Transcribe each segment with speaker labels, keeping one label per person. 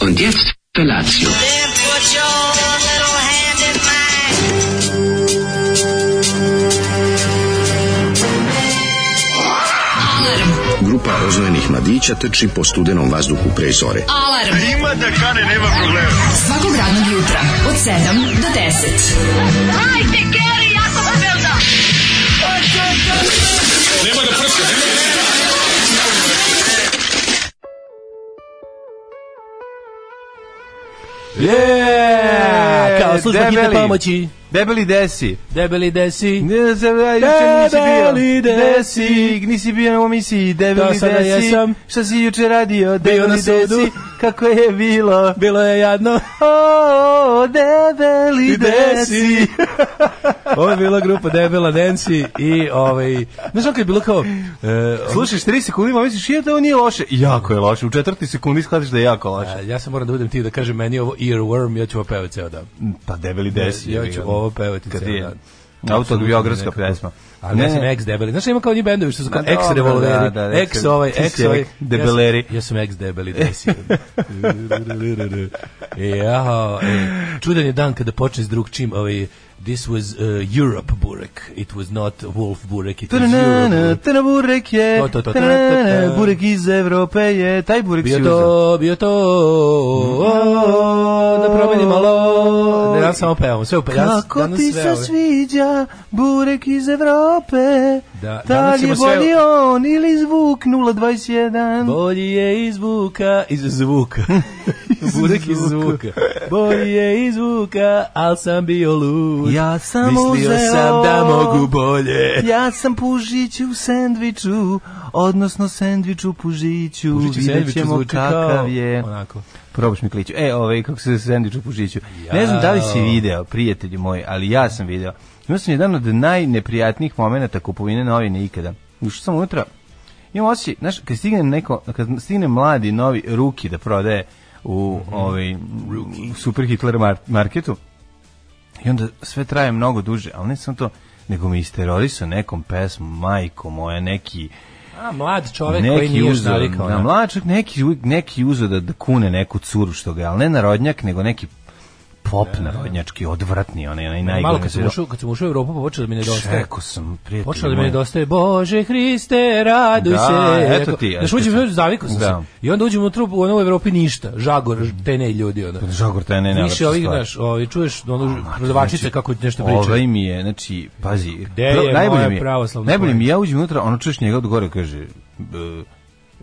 Speaker 1: Und jetzt Felatio.
Speaker 2: Then put your little hand in mine.
Speaker 3: Grupa oznojenih mladića trči po studenom vazduhu pre zore.
Speaker 4: Alarm. Ima da kane, nema problema. Svakog radnog jutra, od 7 do 10.
Speaker 5: Hajde, Keri, jako se velda!
Speaker 6: Yeah!
Speaker 7: Kao služba hitne
Speaker 6: E, Debeli.
Speaker 7: pomoći.
Speaker 6: Debeli desi.
Speaker 7: Debeli desi.
Speaker 6: Ne znam, ja juče nisi
Speaker 7: Debeli
Speaker 6: bio.
Speaker 7: desi.
Speaker 6: Desi, nisi bio na omisiji. Debeli
Speaker 7: Da, sada
Speaker 6: desi.
Speaker 7: jesam.
Speaker 6: Šta si juče radio? Debeli
Speaker 7: na
Speaker 6: desi.
Speaker 7: sudu.
Speaker 6: Kako je bilo?
Speaker 7: Bilo je jadno.
Speaker 6: O, o, debeli desi.
Speaker 7: Ovo je bila grupa Debela Nancy i ovaj... Znaš ono kad je bilo kao... E,
Speaker 6: Slušaš 3 sekunde, ma misliš, je da ovo nije loše. Jako je loše. U četvrti sekundi shvatiš da je jako loše.
Speaker 7: a, ja se moram da budem ti da kažem meni je ovo earworm, ja ću ovo pevati ceo dan.
Speaker 6: Pa debeli desi.
Speaker 7: Ja ću ovo pevati
Speaker 6: Kad
Speaker 7: ceo
Speaker 6: je
Speaker 7: dan.
Speaker 6: autobiografska
Speaker 7: da. Apsolutno nekako.
Speaker 6: pesma.
Speaker 7: Ali ne, ja sam ex debeli. Znaš, ima kao oni bendovi što su kao
Speaker 6: Ma
Speaker 7: ex
Speaker 6: dobro,
Speaker 7: revolveri,
Speaker 6: da, da, da,
Speaker 7: ex ovaj,
Speaker 6: ti
Speaker 7: ex
Speaker 6: si
Speaker 7: ovaj.
Speaker 6: ex debeleri.
Speaker 7: Ja sam, ja sam ex debeli desi. Jaha, e, čudan je dan kada počne s drug čim, ovaj, this was uh, Europe Burek, it was not Wolf Burek, it was Europe
Speaker 6: Tanana,
Speaker 7: Burek.
Speaker 6: tana burek je,
Speaker 7: To, to, to, ta, ta,
Speaker 6: tanana,
Speaker 7: ta.
Speaker 6: burek iz Evrope je, taj burek si
Speaker 7: Bio
Speaker 6: uzeo.
Speaker 7: to, bio to, o, o, da promenim malo, da ja samo pevam, sve upe, ja
Speaker 6: Kako
Speaker 7: danas
Speaker 6: ti
Speaker 7: sve
Speaker 6: se
Speaker 7: ove-
Speaker 6: sviđa burek iz Evrope?
Speaker 7: Da,
Speaker 6: da
Speaker 7: danas
Speaker 6: li
Speaker 7: ćemo
Speaker 6: je
Speaker 7: sve-
Speaker 6: bolji on ili zvuk 021?
Speaker 7: Bolji je iz zvuka, iz zvuka. Burek iz zvuka. Bolji je iz zvuka, al sam bio lud.
Speaker 6: Ja sam
Speaker 7: Mislio
Speaker 6: uzeo-
Speaker 7: sam da mogu bolje.
Speaker 6: Ja sam pužić u sendviču, odnosno sendvič u pužiću,
Speaker 7: Užići
Speaker 6: vidjet
Speaker 7: sendvič
Speaker 6: ćemo
Speaker 7: zvuči kao-
Speaker 6: kakav je.
Speaker 7: Onako.
Speaker 6: Probaš mi kliću. E, ovaj, kako se sendvič u pužiću. Ne znam da li si video, prijatelju moj, ali ja sam video. Imao sam jedan od najneprijatnijih momenta kupovine novine ikada. Ušao sam unutra, imam osjećaj, znaš, kad stigne, neko, kad stigne mladi, novi ruki da prodaje u ovaj, u Super Hitler mar- marketu, i onda sve traje mnogo duže, ali ne samo to, nego mi isterorisao nekom pesmom, majko moja, neki
Speaker 7: A, mlad čovek koji
Speaker 6: neki
Speaker 7: nije još
Speaker 6: uzo,
Speaker 7: navikao.
Speaker 6: da,
Speaker 7: na-
Speaker 6: mlačak, neki, uvijek- neki uzo da, da kune neku curu što ga, je, ali ne narodnjak, nego neki pop narodnjački, odvratni, onaj, onaj najgore.
Speaker 7: E. Malo kad sam ušao, kad sam ušao u Evropu, pa počelo da mi nedostaje.
Speaker 6: Čekao sam, prijatelj.
Speaker 7: Počelo da mi nedostaje, Bože Hriste, raduj
Speaker 6: Da,
Speaker 7: se.
Speaker 6: eto
Speaker 7: Rekao-
Speaker 6: ti,
Speaker 7: Znaš,
Speaker 6: eto
Speaker 7: uđem,
Speaker 6: ti.
Speaker 7: znaš, zavikao sam
Speaker 6: Da.
Speaker 7: se. I onda uđem u trupu, ono u Evropi ništa. Žagor, te ne ljudi, ono.
Speaker 6: Žagor, to je E, ne najlepša
Speaker 7: Više ovih,
Speaker 6: stvar.
Speaker 7: znaš, ovi, čuješ ono,
Speaker 6: Mate,
Speaker 7: prodavačice
Speaker 6: znači,
Speaker 7: kako nešto pričaju.
Speaker 6: Ovaj mi je, znači, pazi,
Speaker 7: Gde
Speaker 6: pro-
Speaker 7: je moja
Speaker 6: mi je,
Speaker 7: pravoslavna
Speaker 6: najbolje mi je,
Speaker 7: spomenica?
Speaker 6: ja uđem unutra, ono čuješ njega od gore, kaže, e, "B-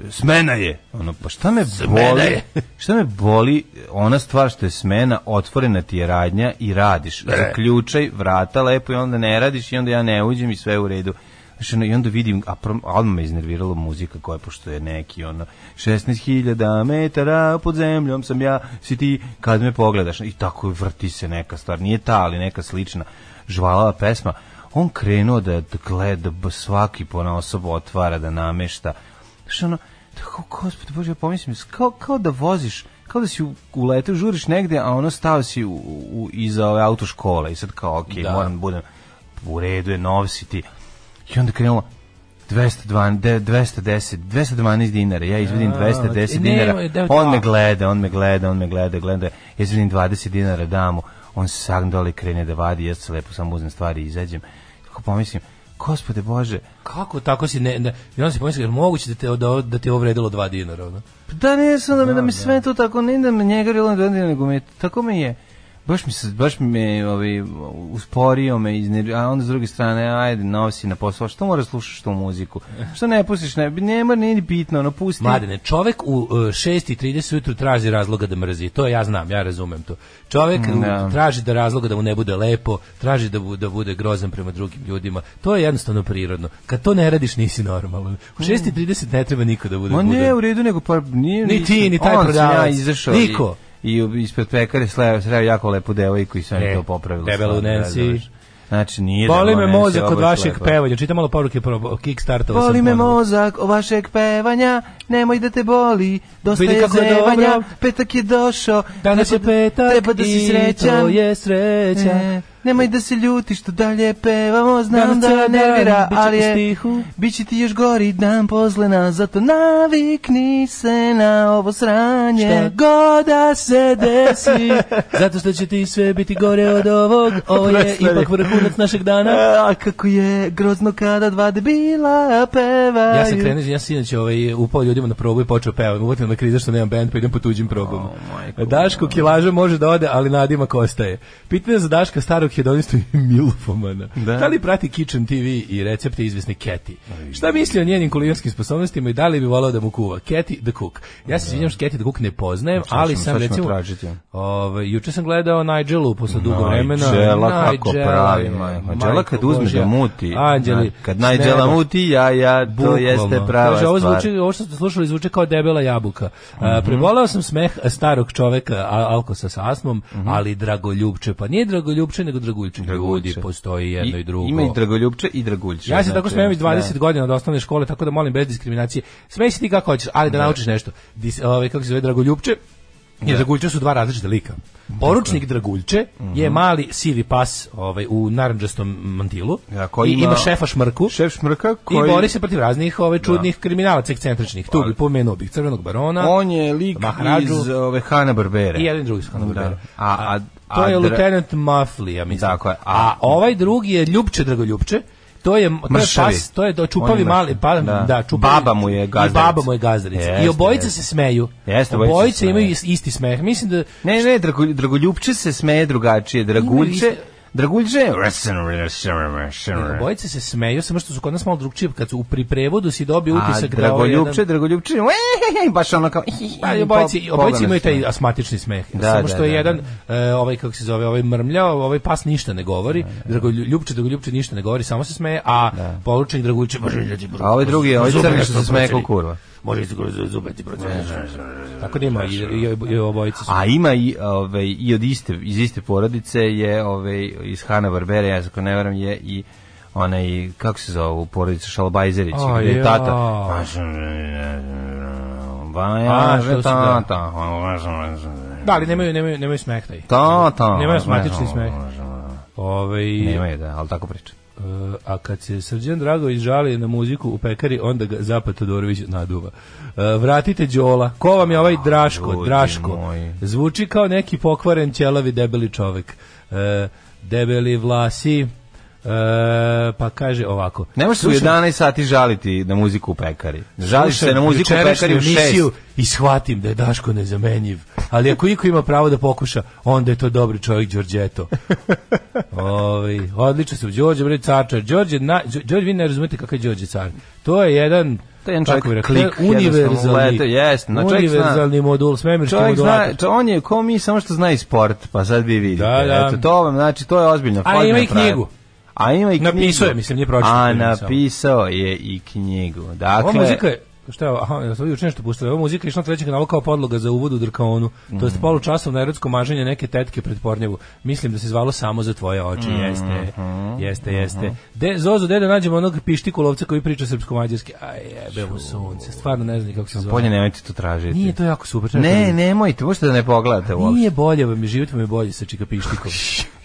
Speaker 6: smena je. Ono, pa šta me boli, šta me boli, ona stvar što je smena, otvorena ti je radnja i radiš. Zaključaj vrata lepo i onda ne radiš i onda ja ne uđem i sve je u redu. Znači, ono, I onda vidim, a prom, odmah me iznervirala muzika koja, pošto je neki, ono, 16.000 metara pod zemljom sam ja, si ti kad me pogledaš. I tako vrti se neka stvar, nije ta, ali neka slična žvalava pesma. On krenuo da da gleda, da svaki pona osoba otvara, da namešta. Znaš, ono, tako, gospod Bože, ja pomislim, kao, kao da voziš, kao da si u- uletao, žuriš negde, a ono stao si u, u, iza ove autoškole i sad kao, okej,
Speaker 7: Da.
Speaker 6: moram da budem, u redu je, nov si ti. I onda krenulo, 212, de- 210, 212 dinara, ja izvedim 210
Speaker 7: e, nemoj,
Speaker 6: dinara,
Speaker 7: da-
Speaker 6: on me
Speaker 7: da.
Speaker 6: gleda, on me gleda, on me gleda, gleda, ja izvedim 20 dinara, damu, on se sagn dole i krene da vadi, ja se lepo samo uzmem stvari i izađem. Tako pomislim, gospode Bože,
Speaker 7: Kako tako si ne, ne i onda si pomislio, jel moguće da te, da, da te je ovo vredilo dva dinara, ono?
Speaker 6: Pa Da, ne sam da me, da mi sve to tako, ne da me njega rilo da ne nego me, tako me je. Baš mi se, baš me, ovaj, usporio me, izner, a onda s druge strane, ajde, nosi na posao, što mora slušaš tu muziku? Što ne pustiš, ne, ne mora, nije ni bitno, ono, pusti.
Speaker 7: Mladene, čovek u uh, 6.30 ujutru traži razloga da mrzi, to ja znam, ja razumem to. Čovek u-
Speaker 6: da.
Speaker 7: traži da razloga da mu ne bude lepo, traži da, bu, da bude grozan prema drugim ljudima, to je jednostavno prirodno. Kad to ne radiš nisi normalan. U 6.30 ne treba niko da bude
Speaker 6: Ma
Speaker 7: budan.
Speaker 6: ne, u redu, nego pa nije...
Speaker 7: Ni
Speaker 6: nisam.
Speaker 7: ti, ni taj
Speaker 6: Onda sam Ja
Speaker 7: prodavac.
Speaker 6: izašao
Speaker 7: Niko.
Speaker 6: I, i ispred pekare sleo, sreo jako lepu devojku i sam
Speaker 7: E,
Speaker 6: to popravilo.
Speaker 7: debelo
Speaker 6: stvarno,
Speaker 7: u Nancy.
Speaker 6: razumeš. Znači, nije
Speaker 7: Boli
Speaker 6: debelo
Speaker 7: me
Speaker 6: u Nancy,
Speaker 7: mozak
Speaker 6: ovo
Speaker 7: od
Speaker 6: baš
Speaker 7: vašeg
Speaker 6: lepo.
Speaker 7: pevanja. Čitam malo poruke pro Kickstartova sam
Speaker 6: Boli me
Speaker 7: ponovo.
Speaker 6: mozak o vašeg pevanja, nemoj da te boli, dosta
Speaker 7: Vidi
Speaker 6: je
Speaker 7: kako je
Speaker 6: zevanja,
Speaker 7: dobro.
Speaker 6: petak je došao,
Speaker 7: Danas je
Speaker 6: treba da-
Speaker 7: petak
Speaker 6: treba da si
Speaker 7: i to
Speaker 6: srećan,
Speaker 7: je sreća.
Speaker 6: E, nemoj da se ljutiš što dalje pevamo, znam
Speaker 7: Danas
Speaker 6: da
Speaker 7: ceo
Speaker 6: nervira,
Speaker 7: dan bit će
Speaker 6: ali
Speaker 7: u
Speaker 6: je,
Speaker 7: stihu.
Speaker 6: bit će ti još gori dan posle nas, zato navikni se na ovo sranje.
Speaker 7: Šta god da se desi, zato što će ti sve biti gore od ovog, ovo je
Speaker 6: Prestani.
Speaker 7: ipak vrhunac našeg dana.
Speaker 6: A kako je grozno kada dva debila pevaju.
Speaker 7: Ja sam krenuo, ja sam inače ovaj, upao ljudima na probu i počeo pevam. Uvotim na kriza što nemam band, pa idem po tuđim probama. E,
Speaker 6: majko.
Speaker 7: Daško kilaža može da ode, ali nadima kostaje. Pitanje za Daška starog hedonistu i milfomana. Da. li prati Kitchen TV i recepte izvesne Keti? Šta misli o njenim kulinarskim sposobnostima i da li bi volao da mu kuva? Keti the Cook. Ja se izvinjam što Keti the Cook ne poznajem,
Speaker 6: Sad
Speaker 7: ali
Speaker 6: ćemo-
Speaker 7: sam
Speaker 6: sad ćemo
Speaker 7: recimo...
Speaker 6: tražiti.
Speaker 7: Ove, juče sam gledao Nigelu posle dugo vremena.
Speaker 6: Nigella kako
Speaker 7: Nigella,
Speaker 6: pravi, majko. Nigella kad
Speaker 7: majko
Speaker 6: uzme
Speaker 7: Božja.
Speaker 6: da muti,
Speaker 7: Anđeli,
Speaker 6: kad Nigella
Speaker 7: snega.
Speaker 6: muti jaja, to
Speaker 7: Bukvalno.
Speaker 6: jeste prava
Speaker 7: Kaže, ovo,
Speaker 6: stvar. Mhm.
Speaker 7: zvuči, ovo što ste slušali zvuči kao debela jabuka. Mm prebolao sam smeh starog čoveka, a, alkosa sa asmom,
Speaker 6: Mhm.
Speaker 7: ali dragoljubče. Pa nije dragoljubče, nego draguljče. Ljudi,
Speaker 6: Draguljče.
Speaker 7: postoji jedno i, drugo.
Speaker 6: Ima i dragoljubče i draguljče.
Speaker 7: Ja se tako
Speaker 6: znači,
Speaker 7: smijem već 20
Speaker 6: da.
Speaker 7: godina od osnovne škole, tako da molim bez diskriminacije. Smej se ti kako hoćeš, ali da naučiš nešto. Dis, ovaj, kako se zove Dragoljupče? I
Speaker 6: Da.
Speaker 7: Draguljče su dva različita lika. Poručnik Draguljče
Speaker 6: Mhm.
Speaker 7: je mali sivi pas ovaj, u narandžastom mantilu
Speaker 6: Ja, Da, koji
Speaker 7: i
Speaker 6: ima-
Speaker 7: ima šefa šmrku.
Speaker 6: Šef šmrka
Speaker 7: I
Speaker 6: koji... Da.
Speaker 7: bori se protiv raznih ove čudnih kriminalaca ekcentričnih. Tu bi pomenuo bih Crvenog barona.
Speaker 6: On je lik
Speaker 7: Maharađu.
Speaker 6: iz ove Hanna Barbera.
Speaker 7: I jedan i drugi su Hanna Barbera.
Speaker 6: Da. A, a, a,
Speaker 7: To je
Speaker 6: dra-
Speaker 7: Lieutenant Muffley, ja mislim.
Speaker 6: Tako je.
Speaker 7: A, ovaj drugi je Ljubče Dragoljubče. To je, to je
Speaker 6: Mršavi.
Speaker 7: pas, to je do
Speaker 6: On
Speaker 7: čupavi
Speaker 6: je mršav.
Speaker 7: mali pa
Speaker 6: Da.
Speaker 7: da, čupavi.
Speaker 6: Baba mu je gazdarica.
Speaker 7: I baba mu je gazdarica.
Speaker 6: Jeste,
Speaker 7: I obojica
Speaker 6: jeste.
Speaker 7: se smeju.
Speaker 6: Jeste, obojica se
Speaker 7: obojica
Speaker 6: smeju.
Speaker 7: imaju is- isti smeh. Mislim da
Speaker 6: Ne, ne, drago, dragoljubče se smeje drugačije. Draguljče...
Speaker 7: isto-
Speaker 6: Draguljče je...
Speaker 7: obojica se smeju, samo što su kod nas malo drugčije, kad su u pri prevodu si dobio
Speaker 6: A
Speaker 7: utisak da ovo je jedan
Speaker 6: dragoljubče, dragoljubče... uehehe, Baš ono kao...
Speaker 7: Pa i obojici, i obojici imaju taj asmatični smeh.
Speaker 6: Da,
Speaker 7: Samo
Speaker 6: da,
Speaker 7: što je
Speaker 6: da,
Speaker 7: jedan,
Speaker 6: Da,
Speaker 7: e, ovaj kako se zove, ovaj mrmljao, ovaj pas ništa ne govori, dragoljubče, dragoljubče ništa ne govori, samo se smeje, a poručnik dragoljubče, može izaći
Speaker 6: A ovaj drugi, ovaj crni što se smeje kao kurva.
Speaker 7: Može izaći kroz zube ti proceniti. Tako da ima i, i, i obojici su.
Speaker 6: A ima i, ovaj, i od iste, iz iste porodice je ovaj, iz Hanna Barbera, ja ako ne varam, je i onaj, kako se zove, u porodicu Šalbajzerić,
Speaker 7: A,
Speaker 6: gde je
Speaker 7: ja.
Speaker 6: tata. Pa
Speaker 7: A,
Speaker 6: Ba,
Speaker 7: što su, da.
Speaker 6: tata.
Speaker 7: Da, ali nemaju, nemaju, nemaju smeh taj.
Speaker 6: Tata.
Speaker 7: Nemaju asmatični smeh. Ovaj,
Speaker 6: Nemaju, da, ali tako priča.
Speaker 7: E, a kad se Srđan Dragović žali na muziku u pekari, onda ga Zapad Todorović naduva. E, vratite Đola, ko vam je ovaj Draško,
Speaker 6: ljudi
Speaker 7: Draško.
Speaker 6: moji.
Speaker 7: Zvuči kao neki pokvaren ćelavi debeli čovek. E, debeli vlasi, e, pa kaže ovako.
Speaker 6: Ne možeš se u 11 sati žaliti na muziku u pekari. Žališ se
Speaker 7: Slušam
Speaker 6: na muziku u
Speaker 7: jučerašnju
Speaker 6: pekari u 6.
Speaker 7: emisiju I shvatim da je Daško nezamenjiv. Ali ako iko ima pravo da pokuša, onda je to dobri čovjek Đorđeto. Ovaj odlično se Đorđe bre carčar. Đorđe na Đo- Đorđe vi ne razumete kakav je Đorđe car. To je jedan
Speaker 6: To je jedan
Speaker 7: kako
Speaker 6: čovjek
Speaker 7: bih rekao, to je
Speaker 6: klik, jednostavno
Speaker 7: univerzalni.
Speaker 6: leto, jest, no, čovjek zna-
Speaker 7: univerzalni modul, svemirski
Speaker 6: Čovjek zna,
Speaker 7: modulator.
Speaker 6: čo- on je ko mi, samo što zna i sport, pa sad vi vidite.
Speaker 7: Da, da.
Speaker 6: Eto, to vam, znači, to je ozbiljno.
Speaker 7: A ima i knjigu.
Speaker 6: A ima i knjigu.
Speaker 7: Napisao je, mislim, nije pročitao
Speaker 6: A
Speaker 7: knjigu samo.
Speaker 6: napisao je i knjigu.
Speaker 7: Ova
Speaker 6: Dakle,
Speaker 7: muzika je Šta je, ovo? aha, ja sam juče nešto pustila. Ova muzika je išla na trećeg kanala kao podloga za uvod u Drkaonu. To je polu časa na erotsko maženje neke tetke pred pornjevu. Mislim da se zvalo samo za tvoje oči. Jeste, jeste, jeste. De, Zozo, dede, nađemo onog pištiku lovca koji priča srpsko-mađarski. Aj, jebe mu sunce. Stvarno ne znam ni kako se zove.
Speaker 6: bolje nemojte to tražiti.
Speaker 7: Nije to jako super. čekaj.
Speaker 6: Ne, nemojte, možete da ne pogledate uopšte.
Speaker 7: Nije bolje, vam je život vam je bolje sa čika pištikom.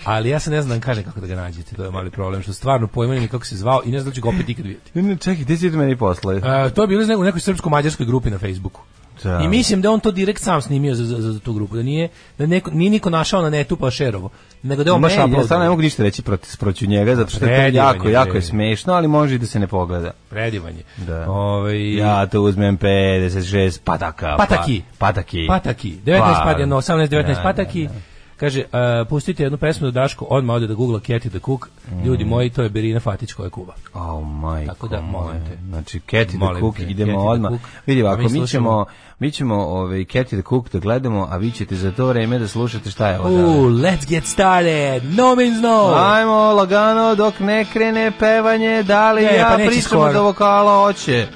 Speaker 7: Ali ja se ne znam kažem kako da ga nađete, to je mali problem, što stvarno pojma ni kako se zvao i ne znam da ću ga opet ikad vidjeti.
Speaker 6: Ne, ne, čekaj, gde si ti meni poslali?
Speaker 7: E, to je bilo iz nego- u nekoj srpsko-mađarskoj grupi na Facebooku.
Speaker 6: Da.
Speaker 7: I mislim da je on to direkt sam snimio za, za, za tu grupu, da nije, da neko, nije niko našao na netu pa šerovo, nego da je on baš
Speaker 6: Ne, ja stvarno ne
Speaker 7: uploadio.
Speaker 6: mogu ništa reći protiv, protiv njega, zato što je to
Speaker 7: Predivan je,
Speaker 6: jako, jako je
Speaker 7: predivan.
Speaker 6: smešno, ali može i da se ne pogleda.
Speaker 7: Predivan je.
Speaker 6: Da.
Speaker 7: Ovaj,
Speaker 6: Ja to uzmem 56 pataka. pa-
Speaker 7: Pataki.
Speaker 6: pataki.
Speaker 7: Pataki. 19
Speaker 6: Pa-
Speaker 7: padje, no 18, 19
Speaker 6: Da,
Speaker 7: pataki. Kaže, e, pustite jednu pesmu da Daško odmah ode da googla Keti da Cook.
Speaker 6: Mm.
Speaker 7: Ljudi moji, to je Berina Fatić koja je Kuba.
Speaker 6: O, majko
Speaker 7: Tako da, molim
Speaker 6: moja.
Speaker 7: te.
Speaker 6: Znači, Cathy the
Speaker 7: Molim
Speaker 6: Cook,
Speaker 7: te,
Speaker 6: idemo
Speaker 7: Cathy the
Speaker 6: odmah.
Speaker 7: Cook.
Speaker 6: Vidi
Speaker 7: A
Speaker 6: ovako,
Speaker 7: mi
Speaker 6: mi,
Speaker 7: slušamo-
Speaker 6: ćemo, mi ćemo ovaj, Cathy the Cook da gledamo, a vi ćete za to vreme da slušate šta je ovo.
Speaker 7: Ooh, let's get started. No means no.
Speaker 6: Ajmo lagano dok ne krene pevanje, da li
Speaker 7: Ne,
Speaker 6: ja
Speaker 7: pa neće
Speaker 6: pričam
Speaker 7: skoro.
Speaker 6: do vokala oće.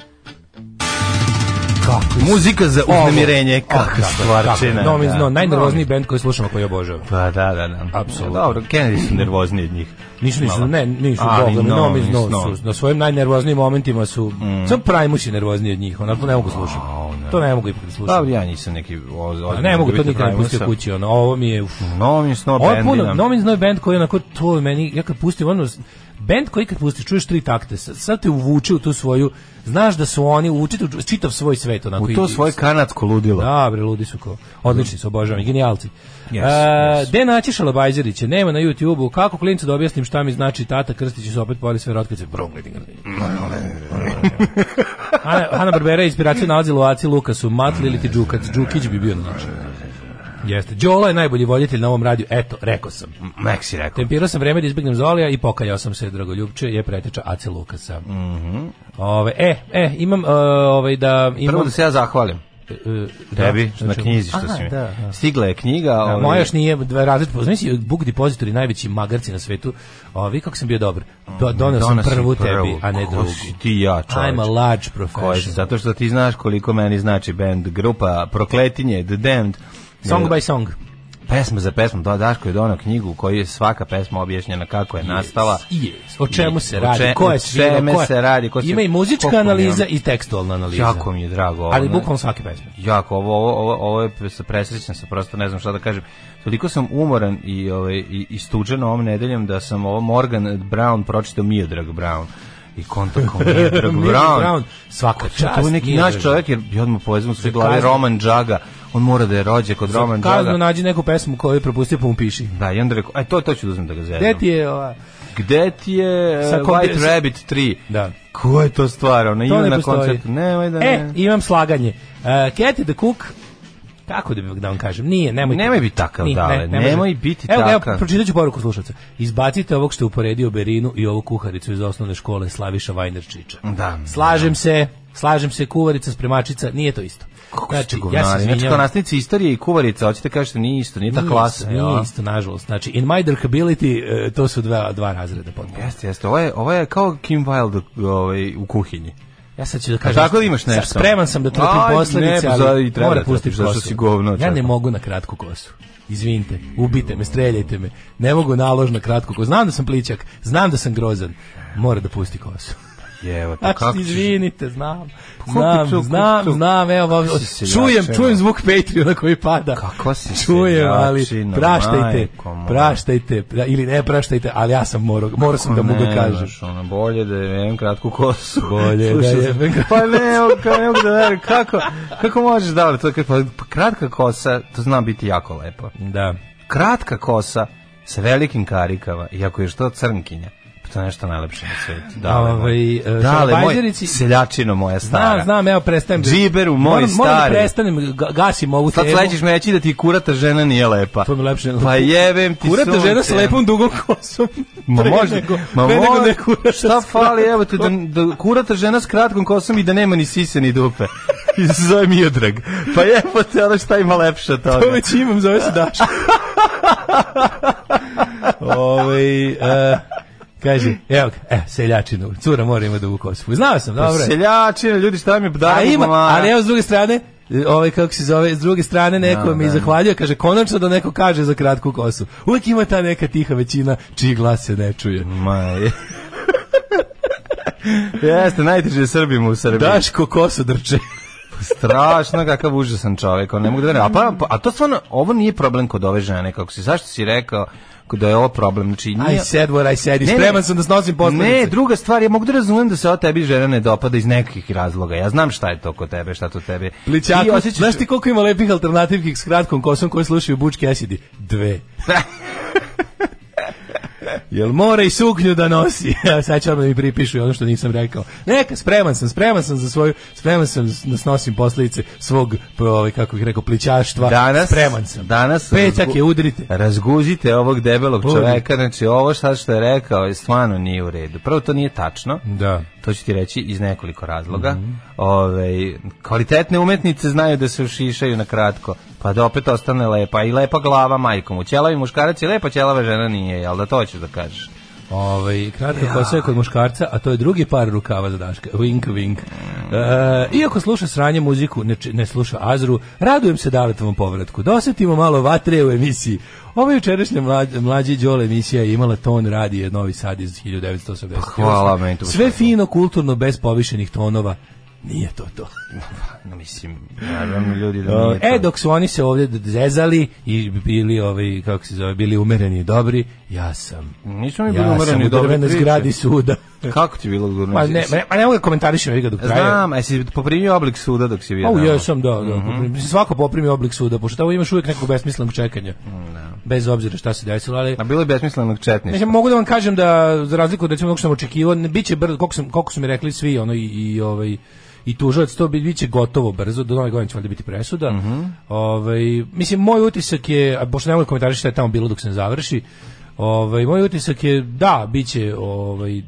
Speaker 7: Kako je
Speaker 6: Muzika za uznemirenje, kakva stvarčina.
Speaker 7: No, mi
Speaker 6: da.
Speaker 7: no, najnervozniji bend koji slušamo koji obožavam.
Speaker 6: Pa da, da, da.
Speaker 7: Apsolutno.
Speaker 6: Dobro, Kennedy su nervozniji od njih.
Speaker 7: Nisu, nisu,
Speaker 6: Malo.
Speaker 7: ne, nisu,
Speaker 6: Ali
Speaker 7: Bogom, no,
Speaker 6: Nomis,
Speaker 7: no,
Speaker 6: no. Mm.
Speaker 7: su, na svojim najnervoznijim momentima su, samo Primus je nervozniji od njih, onako ne mogu slušati. To ne mogu ipak da slušam.
Speaker 6: Dobro, da ja nisam neki... O,
Speaker 7: A Pa ne mogu to nikad ne pustio kući, ono, ovo mi je... Uf.
Speaker 6: Nomis, no,
Speaker 7: Ovo je
Speaker 6: bendi
Speaker 7: puno,
Speaker 6: nam-
Speaker 7: Nomin Znoj band koji je onako, to je meni, ja kad pustim, ono, band koji kad pustiš, čuješ tri takte, sad, sad te uvuče u tu svoju, znaš da su oni, učite u čitav svoj svet, onako.
Speaker 6: U
Speaker 7: i-
Speaker 6: to svoje kanadsko ludilo.
Speaker 7: Da, bre, ludi su ko. Odlični su, obožavam, ih, genijalci.
Speaker 6: Yes,
Speaker 7: E,
Speaker 6: yes.
Speaker 7: Gde naći Šalabajzeriće? Nema na YouTube-u. Kako klincu da objasnim šta mi znači tata Krstić su opet poli sve rotkice. Progledi ga. Ana, Ana Barbera je inspiraciju nalazi Loaci Lukasu, Matli ili ti Đukac. Đukić bi bio na našem. Jeste. Đola je najbolji voditelj na ovom radiju. Eto, rekao sam.
Speaker 6: Mek si rekao.
Speaker 7: Tempirao sam vreme da izbjegnem Zolija i pokajao sam se, dragoljubče, je preteča Ace Lukasa. Ove, e, e, imam, e, ovaj, da, imam...
Speaker 6: Mhm. Prvo da se ja zahvalim.
Speaker 7: e, da,
Speaker 6: Tebi, na
Speaker 7: znači-
Speaker 6: knjizi što
Speaker 7: Aha,
Speaker 6: si mi.
Speaker 7: da, da.
Speaker 6: Stigla je knjiga. ovaj-
Speaker 7: Moja još nije dva različita. Znači, Book Depository, najveći magarci na svetu. Ovi, kako sam bio dobar. Do, doneo sam
Speaker 6: Doneo si
Speaker 7: prvu tebi, a ne
Speaker 6: Mm, Ko
Speaker 7: drugu.
Speaker 6: si ti i ja, čoveč.
Speaker 7: I'm a large
Speaker 6: Ko je-
Speaker 7: professional.
Speaker 6: zato što ti znaš koliko meni znači band grupa Prokletinje, The Damned.
Speaker 7: Song
Speaker 6: Eh,
Speaker 7: by song.
Speaker 6: Pesma za pesmom, da, Daško je donao knjigu u kojoj je svaka pesma objašnjena kako je nastala.
Speaker 7: Yes. O čemu se
Speaker 6: O
Speaker 7: radi?
Speaker 6: če-
Speaker 7: ko je
Speaker 6: o
Speaker 7: svirao,
Speaker 6: čemu
Speaker 7: ko je-
Speaker 6: se radi, ko se-
Speaker 7: Ima i muzička
Speaker 6: koliko mi je
Speaker 7: analiza
Speaker 6: ono-
Speaker 7: i tekstualna analiza.
Speaker 6: Jako mi je drago. ovo,
Speaker 7: Ali
Speaker 6: ne-
Speaker 7: bukvalno svake pesme.
Speaker 6: Jako, ovo, ovo, ovo, ovo je pre- presrećan se, prosto ne znam šta da kažem. Toliko sam umoran i, ovaj, i, i stuđen ovom nedeljom da sam ovo Morgan Brown pročitao Miodrag Brown. I konto kao Miodrag
Speaker 7: Milton
Speaker 6: Brown.
Speaker 7: Brown, svaka čast.
Speaker 6: To je neki
Speaker 7: nije
Speaker 6: naš
Speaker 7: drži.
Speaker 6: čovjek, jer ja odmah povezam sve glavi
Speaker 7: kaznu.
Speaker 6: Roman Džaga. On mora da je rođe kod Roman
Speaker 7: Kazno
Speaker 6: Džaga.
Speaker 7: nađi neku pesmu koju je propustio pa mu piši.
Speaker 6: Da, i onda rekao, aj to, to ću da uzmem da ga zezam.
Speaker 7: Gde ti je ova?
Speaker 6: Gde ti je
Speaker 7: Sa
Speaker 6: eh,
Speaker 7: kom-
Speaker 6: White
Speaker 7: sa-
Speaker 6: Rabbit 3?
Speaker 7: Da.
Speaker 6: Ko je to stvar? Ona
Speaker 7: To
Speaker 6: ima
Speaker 7: ne
Speaker 6: na
Speaker 7: postoji.
Speaker 6: koncertu. Nemoj da
Speaker 7: E,
Speaker 6: ne.
Speaker 7: imam slaganje. Uh, Cat the Cook, kako da, bi, da vam kažem, nije, nemoj.
Speaker 6: Nemoj biti takav,
Speaker 7: Nije,
Speaker 6: dale,
Speaker 7: može.
Speaker 6: nemoj biti
Speaker 7: evo, ga,
Speaker 6: takav.
Speaker 7: Evo, pročitat ću poruku slušalca. Izbacite ovog što je uporedio Berinu i ovu kuharicu iz osnovne škole Slaviša Vajnerčića.
Speaker 6: Da.
Speaker 7: Slažem se, slažem se, kuvarica, spremačica, nije to isto.
Speaker 6: Kako znači, ste
Speaker 7: ja se
Speaker 6: govnari? znači,
Speaker 7: izvinjavam.
Speaker 6: kao nastavnici istorije i kuvarica, hoćete kažete, da nije isto, nije ta
Speaker 7: Nije
Speaker 6: klasa.
Speaker 7: isto, Nije
Speaker 6: jel?
Speaker 7: isto, nažalost. Znači, in my darkability, eh, to su dva, dva razreda potpuno.
Speaker 6: Jeste, jeste. Ovo je, ovo je kao Kim Wilde ovaj, u kuhinji.
Speaker 7: Ja sad ću da kažem.
Speaker 6: tako da imaš
Speaker 7: sa-
Speaker 6: nešto?
Speaker 7: Spreman sam da trpim
Speaker 6: Aj,
Speaker 7: posledice,
Speaker 6: ne, za- i
Speaker 7: ali
Speaker 6: treba
Speaker 7: mora
Speaker 6: da
Speaker 7: pustiti
Speaker 6: trpiš, zato
Speaker 7: kosu.
Speaker 6: si govno,
Speaker 7: ja ne
Speaker 6: čekaj.
Speaker 7: mogu na kratku kosu. Izvinite, ubite me, streljajte me. Ne mogu nalož na kratku kosu. Znam da sam plićak, znam da sam grozan. Mora da pusti kosu.
Speaker 6: Jevo, pa
Speaker 7: Znači,
Speaker 6: kako ćeš... Pa
Speaker 7: izvinite, znam.
Speaker 6: kako
Speaker 7: Znam,
Speaker 6: ću, kako
Speaker 7: znam,
Speaker 6: ću?
Speaker 7: znam, evo, ovo-
Speaker 6: Kako si seljačina?
Speaker 7: čujem, čujem zvuk Patreona koji pada.
Speaker 6: Kakva si
Speaker 7: Čujem, ali
Speaker 6: seljačina,
Speaker 7: praštajte,
Speaker 6: majko moja.
Speaker 7: praštajte, pra- ili ne praštajte, ali ja sam morao, morao sam da mu ga
Speaker 6: Ne,
Speaker 7: kažem.
Speaker 6: znaš, ono, bolje da jem kratku kosu.
Speaker 7: Bolje da
Speaker 6: Slušao
Speaker 7: jebem
Speaker 6: sam- Pa ne, ovo, ka- ne mogu da verujem, kako, kako možeš da ovo, to je, pa, pa kratka kosa, to zna biti jako lepo.
Speaker 7: Da.
Speaker 6: Kratka kosa sa velikim karikama, iako je što crnkinja, pa to je nešto najlepše na svijetu. Dale,
Speaker 7: Ovaj,
Speaker 6: moj,
Speaker 7: e,
Speaker 6: dale moj,
Speaker 7: šalabajzerici-
Speaker 6: seljačino moja stara.
Speaker 7: Znam, znam, evo prestajem. da-
Speaker 6: Džiberu, moj
Speaker 7: moram, Moram da
Speaker 6: stari.
Speaker 7: prestanem, ga- gasim ovu
Speaker 6: Sad
Speaker 7: temu.
Speaker 6: sledećeš me reći da ti kurata žena nije lepa.
Speaker 7: To mi lepše.
Speaker 6: Pa jebem ti
Speaker 7: Kurata žena sa
Speaker 6: sunce.
Speaker 7: lepom dugom kosom.
Speaker 6: Ma
Speaker 7: Pre
Speaker 6: može,
Speaker 7: nego-
Speaker 6: ma
Speaker 7: pre nego
Speaker 6: može,
Speaker 7: da je kurata
Speaker 6: šta
Speaker 7: s-
Speaker 6: fali, evo ti, da, da kurata žena s kratkom kosom i da nema ni sise ni dupe. I da se zove Miodrag. Pa jebo te, ono šta ima lepše od toga.
Speaker 7: To već imam, zove se Daško. Ovaj e, kaže, evo ga, e, seljačinu, cura mora ima dugu kosu. Znao
Speaker 6: Pa
Speaker 7: sam, dobro je.
Speaker 6: Seljačine, ljudi, šta mi
Speaker 7: A
Speaker 6: daju
Speaker 7: ima,
Speaker 6: pomara?
Speaker 7: ali evo s druge strane, e, ovaj kako se zove, s druge strane neko
Speaker 6: Da,
Speaker 7: mi
Speaker 6: da.
Speaker 7: zahvaljuje, kaže konačno da neko kaže za kratku kosu. Uvijek ima ta neka tiha većina čiji glas se ne čuje.
Speaker 6: Ma, je. Jeste, najteže je Srbima u Srbiji.
Speaker 7: Daško kosu drče.
Speaker 6: Strašno kakav užasan čovjek, on ne mogu da verujem. A, pa, pa- a to stvarno, ovo nije problem kod ove žene, kako si, zašto si rekao da je ovo problem? Znači,
Speaker 7: I
Speaker 6: nije,
Speaker 7: said what I said, i
Speaker 6: Ne, ne.
Speaker 7: spreman sam da snosim posledice.
Speaker 6: Ne, druga stvar, ja mogu da razumem da se o tebi žena ne dopada iz nekih razloga. Ja znam šta je to kod tebe, šta to tebe.
Speaker 7: Plićaku,
Speaker 6: Ti osjećaš-
Speaker 7: znaš ti koliko ima lepih alternativkih s kratkom kosom koji slušaju Butch Cassidy? Dve. Jel mora i suknju da nosi? Evo, Sad će odmah da mi pripišu ono što nisam rekao. Neka, spreman sam, spreman sam za svoju, spreman sam da snosim posljedice svog, pa, ovaj, kako bih rekao, plićaštva.
Speaker 6: Danas,
Speaker 7: Spreman sam.
Speaker 6: Danas
Speaker 7: Petak
Speaker 6: razgu-
Speaker 7: je, udrite.
Speaker 6: Razguzite ovog debelog
Speaker 7: Udri.
Speaker 6: čoveka, znači ovo šta što je rekao je stvarno nije u redu. Prvo to nije tačno.
Speaker 7: Da.
Speaker 6: To ću ti reći iz nekoliko razloga.
Speaker 7: Mhm.
Speaker 6: Ovaj, kvalitetne umetnice znaju da se ušišaju na kratko, pa da opet ostane lepa. I lepa glava majkom. U ćelavi muškarac je lepa, ćelava žena nije, jel da to ćeš da kažeš?
Speaker 7: Ovaj kratka kosa je kod muškarca, a to je drugi par rukava za Daška. Wink, wink. E, iako sluša sranje muziku, ne, či- ne sluša Azru, radujem se Daletovom povratku. Dosetimo malo vatre u emisiji. Ova jučerašnja mlađi, mlađi Đole emisija je imala ton radije Novi Sad iz 1980.
Speaker 6: Pa hvala, meni to
Speaker 7: Sve
Speaker 6: pošto-
Speaker 7: fino, kulturno, bez povišenih tonova. Nije to to.
Speaker 6: No, mislim, naravno ljudi da
Speaker 7: Uh,
Speaker 6: nije to.
Speaker 7: E, dok su oni se ovdje zezali i bili, ovaj, kako se zove, bili umereni i dobri, ja sam.
Speaker 6: Nismo mi bili
Speaker 7: Ja sam
Speaker 6: umereni
Speaker 7: u
Speaker 6: i dobri
Speaker 7: drvenoj
Speaker 6: priče.
Speaker 7: zgradi suda.
Speaker 6: Kako ti je bilo gurno?
Speaker 7: Ma ne, ma ne, ma ne mogu da komentarišem ga dok traje.
Speaker 6: Znam, a jesi poprimio oblik suda dok si bio?
Speaker 7: Au,
Speaker 6: tamo?
Speaker 7: ja sam, da, da. poprim- mislim, Svako poprimi oblik suda, pošto tamo imaš uvijek nekog besmislenog čekanja. Bez obzira šta se desilo, ali...
Speaker 6: A bilo je besmislenog četništva.
Speaker 7: Mislim, mogu da vam kažem da, za razliku od recimo onog što sam očekivao, ne- bit će brzo, koliko, sam, koliko su mi rekli svi, ono, i, i, ovaj, i tužac, to bi, bit će gotovo brzo, do nove godine će valjda biti presuda. ovaj, mislim, moj utisak je, a pošto nemoj komentariš šta je tamo bilo dok se ne završi, ovaj, moj utisak je, da, bit će, ovaj,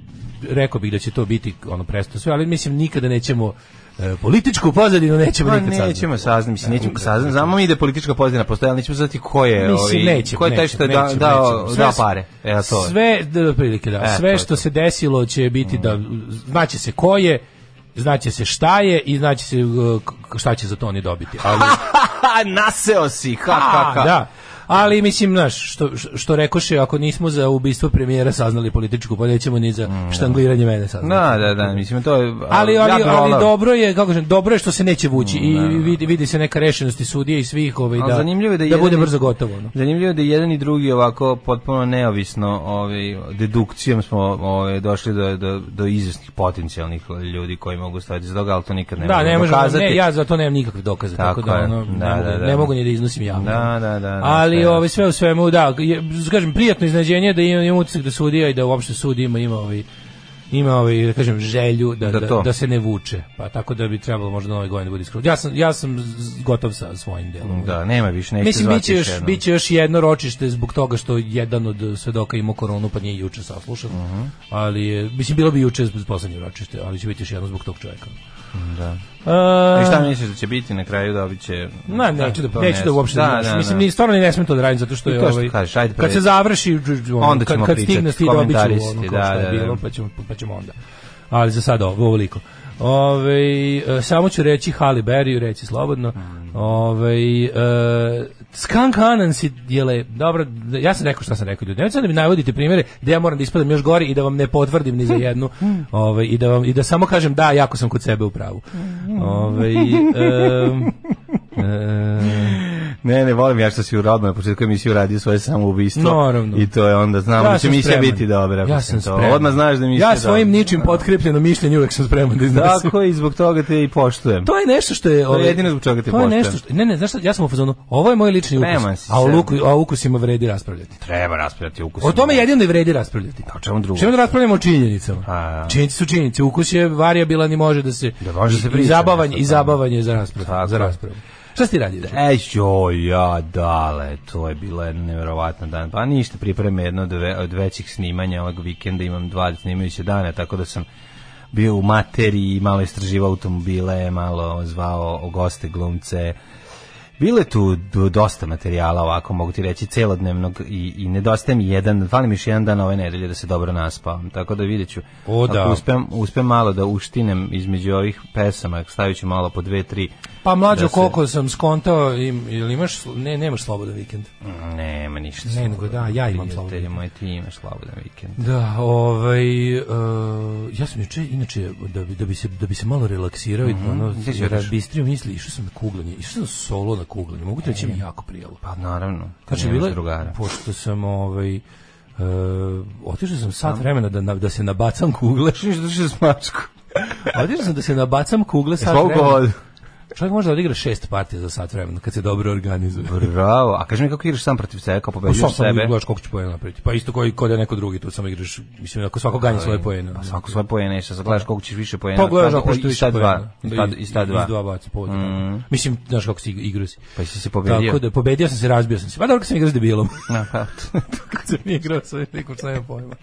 Speaker 7: rekao bih da će to biti ono presto sve, ali mislim nikada nećemo e, političku pozadinu nećemo
Speaker 6: Ma
Speaker 7: nikad saznati.
Speaker 6: Pa nećemo saznati, mislim, nećemo saznati. Znamo mi da je politička pozadina postoja, ali nećemo znati ko je,
Speaker 7: Mislim,
Speaker 6: ovi-
Speaker 7: nećemo,
Speaker 6: ko je taj
Speaker 7: nećemo,
Speaker 6: što je da,
Speaker 7: nećemo,
Speaker 6: dao,
Speaker 7: nećemo.
Speaker 6: dao
Speaker 7: Sve-
Speaker 6: pare. E, a to je.
Speaker 7: Sve, da, otprilike, da.
Speaker 6: E, to
Speaker 7: sve
Speaker 6: je
Speaker 7: što
Speaker 6: to. Mm.
Speaker 7: se desilo će biti da, znaće se ko je, znaće se šta je i znaće se uh, k- k- šta će za to oni dobiti. Ali,
Speaker 6: Ha, naseo si, ha, ha, ha.
Speaker 7: A, da. Ali mislim, znaš, što, š- što rekoše, ako nismo za ubistvo premijera saznali političku, pa nećemo ni za štangliranje mene saznati.
Speaker 6: Da, da, da, mislim, to je...
Speaker 7: ali, ali,
Speaker 6: Mm. ja
Speaker 7: ali,
Speaker 6: bih volao.
Speaker 7: dobro je, kako kažem, dobro je što se neće vući i vidi, vidi se neka rešenost i sudije i svih ovaj,
Speaker 6: Ali
Speaker 7: da,
Speaker 6: zanimljivo je da jedan
Speaker 7: bude
Speaker 6: i-
Speaker 7: brzo gotovo. ono.
Speaker 6: Zanimljivo je da jedan i drugi ovako potpuno neovisno ovaj, dedukcijom smo ovaj, došli do, do, do izvesnih potencijalnih ljudi koji mogu staviti za toga, ali to nikad ne
Speaker 7: da, ne možemo,
Speaker 6: dokazati.
Speaker 7: ne, ja za to nemam nikakve dokaze, tako,
Speaker 6: Tako je.
Speaker 7: da, ono, ne,
Speaker 6: Da,
Speaker 7: mogu,
Speaker 6: da, da.
Speaker 7: ne mogu ni da iznosim javno.
Speaker 6: Da, da, da, da,
Speaker 7: Ali
Speaker 6: sve.
Speaker 7: ovaj, sve u svemu, da, je, kažem, prijatno iznenađenje da imam, imam utisak da sudija i da uopšte sud ima, ima ovaj, ima ovaj, da kažem, želju da, da,
Speaker 6: Da
Speaker 7: da,
Speaker 6: to.
Speaker 7: se ne vuče. Pa tako da bi trebalo možda nove godine da bude iskružen. Ja sam, ja sam z- gotov sa svojim delom.
Speaker 6: Da, nema više, neće
Speaker 7: Mislim,
Speaker 6: zvati
Speaker 7: biće još,
Speaker 6: jednom.
Speaker 7: biće još jedno ročište zbog toga što jedan od svedoka imao koronu pa nije juče saslušan.
Speaker 6: Mhm.
Speaker 7: Ali, je- mislim, bilo bi juče poslednje ročište, ali će biti još jedno zbog tog čovjeka. Da.
Speaker 6: I šta misliš da će biti na kraju dobit će...
Speaker 7: Na, neću da,
Speaker 6: to
Speaker 7: neću da
Speaker 6: ne-
Speaker 7: uopšte, da, mislim, ni stvarno ni ne smem to da radim, zato što
Speaker 6: I
Speaker 7: je
Speaker 6: to što
Speaker 7: ovaj,
Speaker 6: kažeš, ajde
Speaker 7: kad
Speaker 6: pre-
Speaker 7: se završi, ono,
Speaker 6: Onda
Speaker 7: kad,
Speaker 6: ćemo
Speaker 7: kad
Speaker 6: pričati,
Speaker 7: stigne stiga, dobit ću ono
Speaker 6: komentarisati,
Speaker 7: kao što
Speaker 6: da,
Speaker 7: je
Speaker 6: da, da.
Speaker 7: bilo, pa ćemo, pa ćemo onda. Ali za sada ovo, ovoliko. Ove, e, samo ću reći Halle Berry, reći slobodno.
Speaker 6: Mm.
Speaker 7: Ove, e, Skunk Anans je le, dobro, ja sam rekao šta sam rekao ljudi. Nemojte sad da mi navodite primjere da ja moram da ispadam još gori i da vam ne potvrdim ni za jednu. Ove, i, da vam, I da samo kažem da, jako sam kod sebe u pravu. Ove, e, em,
Speaker 6: Ne, ne, volim ja što si uradno na početku emisije uradio svoje samoubistvo.
Speaker 7: Naravno.
Speaker 6: I to je onda, znamo da će
Speaker 7: sam
Speaker 6: emisija
Speaker 7: spreman.
Speaker 6: biti dobra.
Speaker 7: Ja
Speaker 6: mislim,
Speaker 7: sam
Speaker 6: to.
Speaker 7: spreman.
Speaker 6: Odmah znaš da Dakle, emisija
Speaker 7: Ja
Speaker 6: dobra.
Speaker 7: svojim ničim potkrepljeno mišljenje uvek sam spreman da iznesem.
Speaker 6: Tako je, i zbog toga te i poštujem.
Speaker 7: To je nešto što je... ovaj,
Speaker 6: jedino zbog čega te
Speaker 7: To je
Speaker 6: poštujem.
Speaker 7: nešto što... Ne, ne, znaš šta, ja sam u fazonu, ovo je moj lični
Speaker 6: Spreman
Speaker 7: ukus,
Speaker 6: si,
Speaker 7: a o,
Speaker 6: spreman.
Speaker 7: luku, a o ukusima vredi raspravljati.
Speaker 6: Treba raspravljati ukus.
Speaker 7: O tome jedino i vredi raspravljati.
Speaker 6: Pa o čemu drugo?
Speaker 7: Čemu da raspravljamo o činjenicama?
Speaker 6: da. A, da.
Speaker 7: Činjenice su činjenice. Ukus je varijabilan i može da se...
Speaker 6: Da može da se
Speaker 7: I
Speaker 6: priča
Speaker 7: zabavanje,
Speaker 6: nešto,
Speaker 7: i
Speaker 6: da.
Speaker 7: zabavanje je za raspravu.
Speaker 6: Tako
Speaker 7: Za
Speaker 6: je.
Speaker 7: raspravu. Šta si ti radi? da? Daško?
Speaker 6: E, joj, ja, dale, to je bila jedna nevjerovatna dan. Pa ništa, pripreme jedno od, ve, od većih snimanja ovog vikenda, imam dva snimajuće dana, tako da sam bio u materiji, malo istraživao automobile, malo zvao goste glumce, Bilo je tu d- dosta materijala ovako, mogu ti reći, celodnevnog i, i nedostaje mi jedan, fali mi još jedan dan ove nedelje da se dobro naspavam, tako da vidjet ću.
Speaker 7: O, da.
Speaker 6: Ako uspem, uspem malo da uštinem između ovih pesama, stavit ću malo po dve, tri.
Speaker 7: Pa mlađo,
Speaker 6: da se-
Speaker 7: koliko sam skontao, im, ili imaš... slo- Ne, nemaš slobodan vikend.
Speaker 6: Nema ništa.
Speaker 7: Ne, nego da, ja imam
Speaker 6: Prijatelji
Speaker 7: slobodan
Speaker 6: moji, ti imaš slobodan vikend.
Speaker 7: Da, ovaj e, ja sam juče inače da bi da bi se da bi se malo relaksirao i ono
Speaker 6: Gde Mhm, si otišao?
Speaker 7: razbistrio misli, išao sam na kuglanje, išao sam solo na kuglanje. Mogu ti reći mi je jako prijelo.
Speaker 6: Pa naravno.
Speaker 7: Znači
Speaker 6: nemaš
Speaker 7: bilo je-
Speaker 6: drugara.
Speaker 7: pošto sam ovaj e, otišao sam sat vremena da na- da se nabacam kugle.
Speaker 6: Što ništa držiš s mačku?
Speaker 7: Otišao sam da se nabacam kugle sat
Speaker 6: Svog
Speaker 7: vremena.
Speaker 6: vodu.
Speaker 7: Čovjek može da odigra šest partija za sat vremena kad se dobro organizuje.
Speaker 6: Bravo. A kaži mi kako igraš sam protiv sebe, kao
Speaker 7: Pa sam
Speaker 6: pobeđuješ
Speaker 7: sebe.
Speaker 6: sebe.
Speaker 7: Gledaš koliko ću poena napraviti. Pa isto koji kod je neko drugi, tu samo igraš, mislim, ako svako ganje svoje poene.
Speaker 6: Pa svako svoje pojene, i sad gledaš koliko ćeš više pojena.
Speaker 7: Pa gledaš
Speaker 6: E, Sad-
Speaker 7: ako što
Speaker 6: i
Speaker 7: više
Speaker 6: sad dva. I
Speaker 7: pojena.
Speaker 6: sad- I sta
Speaker 7: Iz dva
Speaker 6: dva.
Speaker 7: baca povoda. Mislim, znaš kako si igrao si.
Speaker 6: Pa si se pobedio.
Speaker 7: Tako da, pobedio sam se, razbio sam se. Pa dobro kad sam igrao s debilom.
Speaker 6: Na, pa.
Speaker 7: Kad sam igrao sa nekom što nema pojma.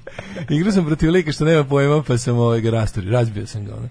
Speaker 7: Igrao sam protiv lika što nema pojma, pa sam ovaj ga rasturio. Razbio sam ga. Ono.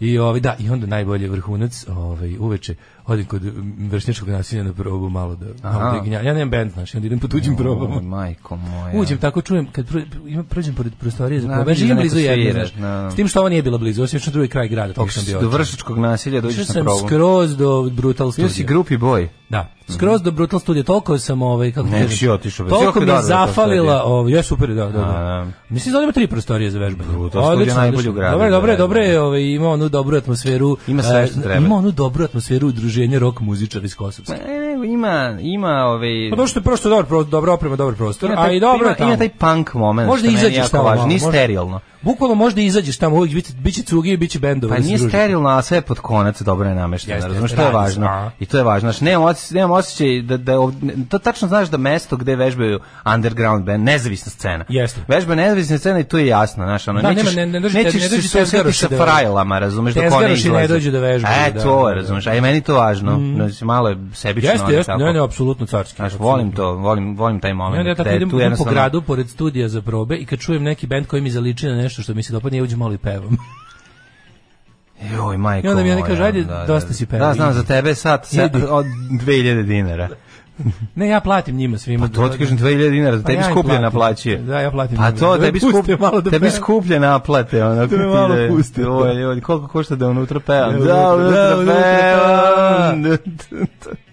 Speaker 7: I ovaj da, i onda najbolji vrhunac, ovaj uveče odim kod mm, vršnjačkog nasilja na probu malo da, malo da gnja- Ja nemam bend, znači, onda idem po tuđim probama.
Speaker 6: Oj, majko moja.
Speaker 7: Uđem tako čujem kad pro, ima prođem pored prostorije za
Speaker 6: Na,
Speaker 7: probe,
Speaker 6: vidiš da
Speaker 7: živim
Speaker 6: neko
Speaker 7: blizu jedne,
Speaker 6: svira,
Speaker 7: znaš.
Speaker 6: na.
Speaker 7: S tim što ovo nije bila blizu, osim što drugi kraj grada, tako sam bio.
Speaker 6: da. Do vršičkog nasilja
Speaker 7: Išao
Speaker 6: dođeš na
Speaker 7: sam
Speaker 6: probu.
Speaker 7: skroz do Brutal
Speaker 6: Bio si
Speaker 7: Studio.
Speaker 6: grupi boj.
Speaker 7: Da. Skroz do Brutal Studio, toliko sam ovaj kako
Speaker 6: Ne,
Speaker 7: kažem,
Speaker 6: si otišao, već. Jako
Speaker 7: Toliko mi
Speaker 6: dobro
Speaker 7: je
Speaker 6: Brutal Studio.
Speaker 7: zafalila, ovaj ja super, da, da.
Speaker 6: A,
Speaker 7: da. Mislim da on ima tri prostorije za vežbanje.
Speaker 6: Brutal Studio
Speaker 7: Odlično,
Speaker 6: najbolji
Speaker 7: odlično.
Speaker 6: u gradu,
Speaker 7: Dobre,
Speaker 6: da,
Speaker 7: dobre,
Speaker 6: da.
Speaker 7: dobre, ovaj ima onu dobru atmosferu.
Speaker 6: Ima sve
Speaker 7: eh,
Speaker 6: što treba.
Speaker 7: Ima onu dobru atmosferu udruženja rock muzičara iz Kosovske.
Speaker 6: E, ima, ima ovaj...
Speaker 7: Pa to što je prosto dobar, pro- dobra oprema, dobar prostor,
Speaker 6: Ima
Speaker 7: a
Speaker 6: taj-
Speaker 7: i dobro
Speaker 6: ima,
Speaker 7: je tamo.
Speaker 6: ima taj punk moment,
Speaker 7: Možda
Speaker 6: što je meni
Speaker 7: izađeš
Speaker 6: jako
Speaker 7: tamo.
Speaker 6: važno,
Speaker 7: malo,
Speaker 6: nije
Speaker 7: možda-
Speaker 6: sterilno.
Speaker 7: Bukvalno možda izađeš tamo, uvijek biće, biće cugi i biće bendova.
Speaker 6: Pa
Speaker 7: da se
Speaker 6: nije
Speaker 7: družite.
Speaker 6: sterilno, a sve je pod konac dobro je namešteno,
Speaker 7: Jeste,
Speaker 6: razumiješ,
Speaker 7: jeste,
Speaker 6: to je
Speaker 7: radi se,
Speaker 6: važno.
Speaker 7: a.
Speaker 6: I to je važno, znaš, nemam osjećaj, nemam osjećaj da, da je ovdje- to tačno znaš da mesto gde vežbaju underground band, nezavisna scena.
Speaker 7: Jeste.
Speaker 6: Vežba nezavisna scena i tu je jasno, znaš, ono,
Speaker 7: Da,
Speaker 6: nećeš,
Speaker 7: nema, ne- ne dođe-
Speaker 6: nećeš
Speaker 7: ne dođe
Speaker 6: se susreti
Speaker 7: tezgaroši
Speaker 6: sa
Speaker 7: da-
Speaker 6: frajlama, razumeš, dok one
Speaker 7: Tezgaroši ne
Speaker 6: izlaze.
Speaker 7: dođu da vežbaju,
Speaker 6: E,
Speaker 7: da,
Speaker 6: to
Speaker 7: da,
Speaker 6: je,
Speaker 7: da.
Speaker 6: razumeš, a i meni to važno, znači, malo je sebično.
Speaker 7: Jeste,
Speaker 6: ono,
Speaker 7: jeste,
Speaker 6: tako.
Speaker 7: ne, ne, apsolutno carski.
Speaker 6: Znaš,
Speaker 7: apsolutno.
Speaker 6: volim to, volim, volim taj
Speaker 7: I
Speaker 6: moment.
Speaker 7: onda ja
Speaker 6: da
Speaker 7: tako
Speaker 6: je
Speaker 7: idem,
Speaker 6: tu
Speaker 7: idem po
Speaker 6: jednostavno-
Speaker 7: gradu pored studija za probe i kad čujem neki bend koji mi zaliči na nešto što mi se dopadne, ja uđem malo i pevam.
Speaker 6: Joj, majko
Speaker 7: I onda mi oni
Speaker 6: moja,
Speaker 7: kažu, ajde, dosta si pevao,
Speaker 6: Da, znam,
Speaker 7: idi.
Speaker 6: za tebe sat, sat
Speaker 7: Idi.
Speaker 6: od 2000 dinara.
Speaker 7: ne, ja platim njima svima.
Speaker 6: Pa to ti kažem 2000 dinara, da
Speaker 7: Pa
Speaker 6: tebi
Speaker 7: ja im
Speaker 6: skuplje
Speaker 7: platim.
Speaker 6: naplaćuje.
Speaker 7: Da, ja platim
Speaker 6: Pa
Speaker 7: njima.
Speaker 6: to,
Speaker 7: Da
Speaker 6: tebi,
Speaker 7: puste
Speaker 6: skup,
Speaker 7: malo da
Speaker 6: tebi
Speaker 7: pevam.
Speaker 6: skuplje naplate. Ono,
Speaker 7: me malo puste, da.
Speaker 6: Joj, joj, koliko košta da unutra
Speaker 7: Da,
Speaker 6: pevam? Da,
Speaker 7: unutra, da,
Speaker 6: unutra
Speaker 7: unutra
Speaker 6: pevam.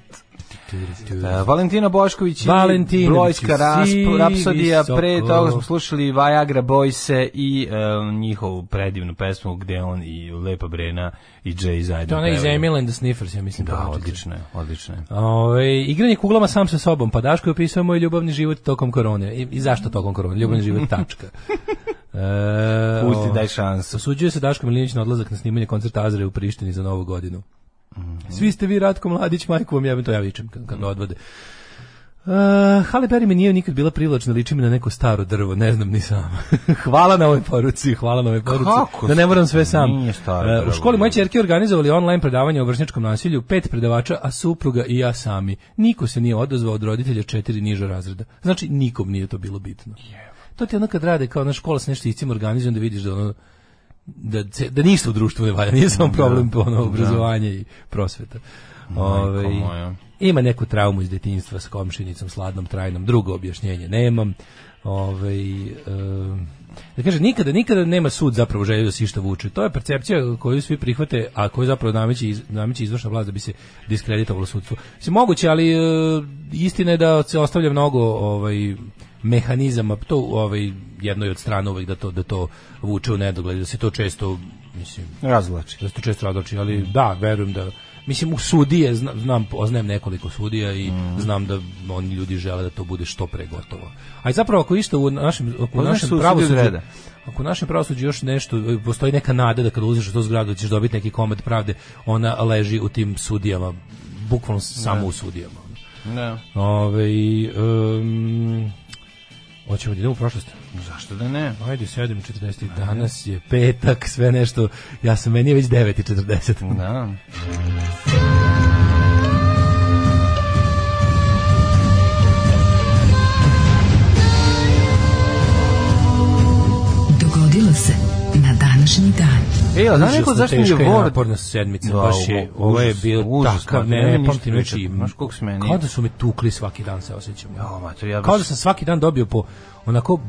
Speaker 6: E, Valentino Bošković i
Speaker 7: Valentinović,
Speaker 6: Blojska
Speaker 7: sivi
Speaker 6: rasp- rapsodija,
Speaker 7: visoko.
Speaker 6: pre toga smo slušali Viagra Boyse i e, njihovu predivnu pesmu gde on i Lepa Brena i Jay
Speaker 7: To Da,
Speaker 6: zajedno
Speaker 7: je onaj iz
Speaker 6: pevaju.
Speaker 7: Emil and the Sniffers, ja mislim.
Speaker 6: Da,
Speaker 7: pomačica.
Speaker 6: odlično je, odlično je.
Speaker 7: Ove, igranje kuglama sam sa sobom, pa Daško je opisao moj ljubavni život tokom korone. I, i zašto tokom korone? Ljubavni život tačka. E,
Speaker 6: Pusti,
Speaker 7: o-
Speaker 6: daj šansu.
Speaker 7: Osuđuje se Daško Milinić na odlazak na snimanje koncerta Azre u Prištini za Novu godinu.
Speaker 6: Mhm.
Speaker 7: Svi ste vi Ratko Mladić, majku vam jebem, to ja vičem kad, kad me odvode. Uh, Halle Berry mi nije nikad bila privlačna, liči mi na neko staro drvo, ne znam ni sam. hvala na ovoj poruci, hvala na ovoj poruci.
Speaker 6: Kako
Speaker 7: da ne moram sve sam.
Speaker 6: nije staro
Speaker 7: E,
Speaker 6: drvo,
Speaker 7: u školi moje
Speaker 6: bre.
Speaker 7: čerke organizovali online predavanje o vršničkom nasilju, pet predavača, a supruga i ja sami. Niko se nije odazvao od roditelja četiri niža razreda. Znači, nikom nije to bilo bitno. To ti je ono kad rade kao na škola s nešto istim organizujem da vidiš da ono da, ce- da ništa u društvu ne valja, nije samo problem ono, obrazovanje i prosveta. Ovaj,
Speaker 6: moja.
Speaker 7: ima neku traumu iz detinjstva s komšinicom, sladnom, trajnom, drugo objašnjenje nemam. Ovaj, em, da kaže, nikada, nikada nema sud zapravo želju da se išta vuče. To je percepcija koju svi prihvate, a koju zapravo nameće, iz, nameće izvršna vlast da bi se diskreditovalo sudstvo. Mislim, moguće, ali e, istina je da se ostavlja mnogo ovaj, mehanizama, to ovaj, jednoj od strana uvek da to, da to vuče u nedogled, da se to često, mislim,
Speaker 6: Razvlači.
Speaker 7: da se to često radoči, ali da, verujem da mislim u sudije znam, znam poznajem nekoliko sudija i znam da oni ljudi žele da to bude što pre gotovo. A i zapravo ako išta u našem ako u
Speaker 6: Poznaš
Speaker 7: našem
Speaker 6: sudiju iz
Speaker 7: pravosuđu
Speaker 6: reda?
Speaker 7: Ako u našem pravosuđu još nešto, e, postoji neka nada da kada uziš u tu zgradu da ćeš dobiti neki komad pravde, ona leži u tim sudijama, bukvalno samo u sudijama.
Speaker 6: Da.
Speaker 7: Ove, um, hoćemo da idemo u prošlost.
Speaker 6: Zašto da ne?
Speaker 7: Ajde, 7.40, danas je petak, sve nešto, ja sam, meni je već 9.40.
Speaker 6: Da.
Speaker 4: Dogodilo se na današnji dan.
Speaker 6: E, a znaš neko
Speaker 7: Užasno
Speaker 6: zašto mi je
Speaker 7: teška i
Speaker 6: Word...
Speaker 7: naporna sedmica,
Speaker 6: Da,
Speaker 7: baš je,
Speaker 6: u-
Speaker 7: ovo je
Speaker 6: užas,
Speaker 7: bio
Speaker 6: užas,
Speaker 7: takav,
Speaker 6: ne,
Speaker 7: ne,
Speaker 6: ne,
Speaker 7: ne,
Speaker 6: ništa
Speaker 7: pamtim,
Speaker 6: pričati.
Speaker 7: znači,
Speaker 6: Znaš koliko se meni-
Speaker 7: Kao da su me tukli svaki dan, se osjećam.
Speaker 6: Jo, mater, ja baš-
Speaker 7: Kao da sam svaki dan dobio po, onako,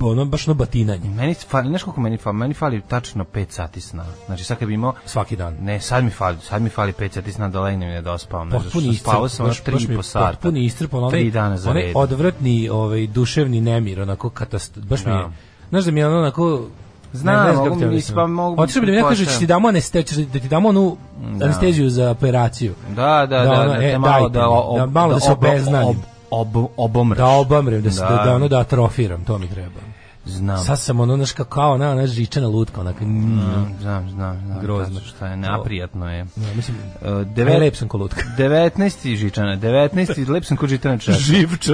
Speaker 7: ono, baš ono batinanje,
Speaker 6: Meni fali, znaš koliko meni fali? Meni fali tačno 5 sati sna. Znači sad kad bi imao...
Speaker 7: svaki dan.
Speaker 6: Ne, sad mi fali, sad mi fali 5 sati sna da legnem i ne dospavam. Ne,
Speaker 7: Potpuni
Speaker 6: Potpuni
Speaker 7: iscrp,
Speaker 6: Spavao sam
Speaker 7: baš-
Speaker 6: baš,
Speaker 7: baš
Speaker 6: 3
Speaker 7: mi
Speaker 6: i po
Speaker 7: je
Speaker 6: sata.
Speaker 7: Potpuni iscrpan, onaj,
Speaker 6: Tri dana za
Speaker 7: onaj
Speaker 6: red.
Speaker 7: odvratni ovaj, duševni nemir, onako, katast... baš mi je,
Speaker 6: Da.
Speaker 7: znaš da mi je ono, onako,
Speaker 6: Znam,
Speaker 7: ne, ne
Speaker 6: mogu mi- pa mogu-
Speaker 7: Otišao bi da mi neko kaže, "Ćeš ti damo aneste, ćeš da ti damo onu anesteziju za operaciju.
Speaker 6: Da, da, da.
Speaker 7: Da,
Speaker 6: da,
Speaker 7: ono,
Speaker 6: da,
Speaker 7: e,
Speaker 6: te malo
Speaker 7: dajte
Speaker 6: da,
Speaker 7: mi,
Speaker 6: ob-
Speaker 7: da malo da se
Speaker 6: ob- ob-
Speaker 7: obeznanim.
Speaker 6: Ob, ob, obomreš.
Speaker 7: Da obamrem, da, se,
Speaker 6: Da.
Speaker 7: da, da ono da atrofiram, to mi treba.
Speaker 6: Znam.
Speaker 7: Sad sam ono, znaš, kao, kao ona, ona žičana lutka, onaka, mm.
Speaker 6: Znam, znam, znam.
Speaker 7: Grozno.
Speaker 6: tačno Šta je, neprijatno je.
Speaker 7: ja, mislim,
Speaker 6: Uh,
Speaker 7: e,
Speaker 6: devet-
Speaker 7: lep sam ko lutka.
Speaker 6: 19. Žičana, 19. lep sam ko Žitana Četka.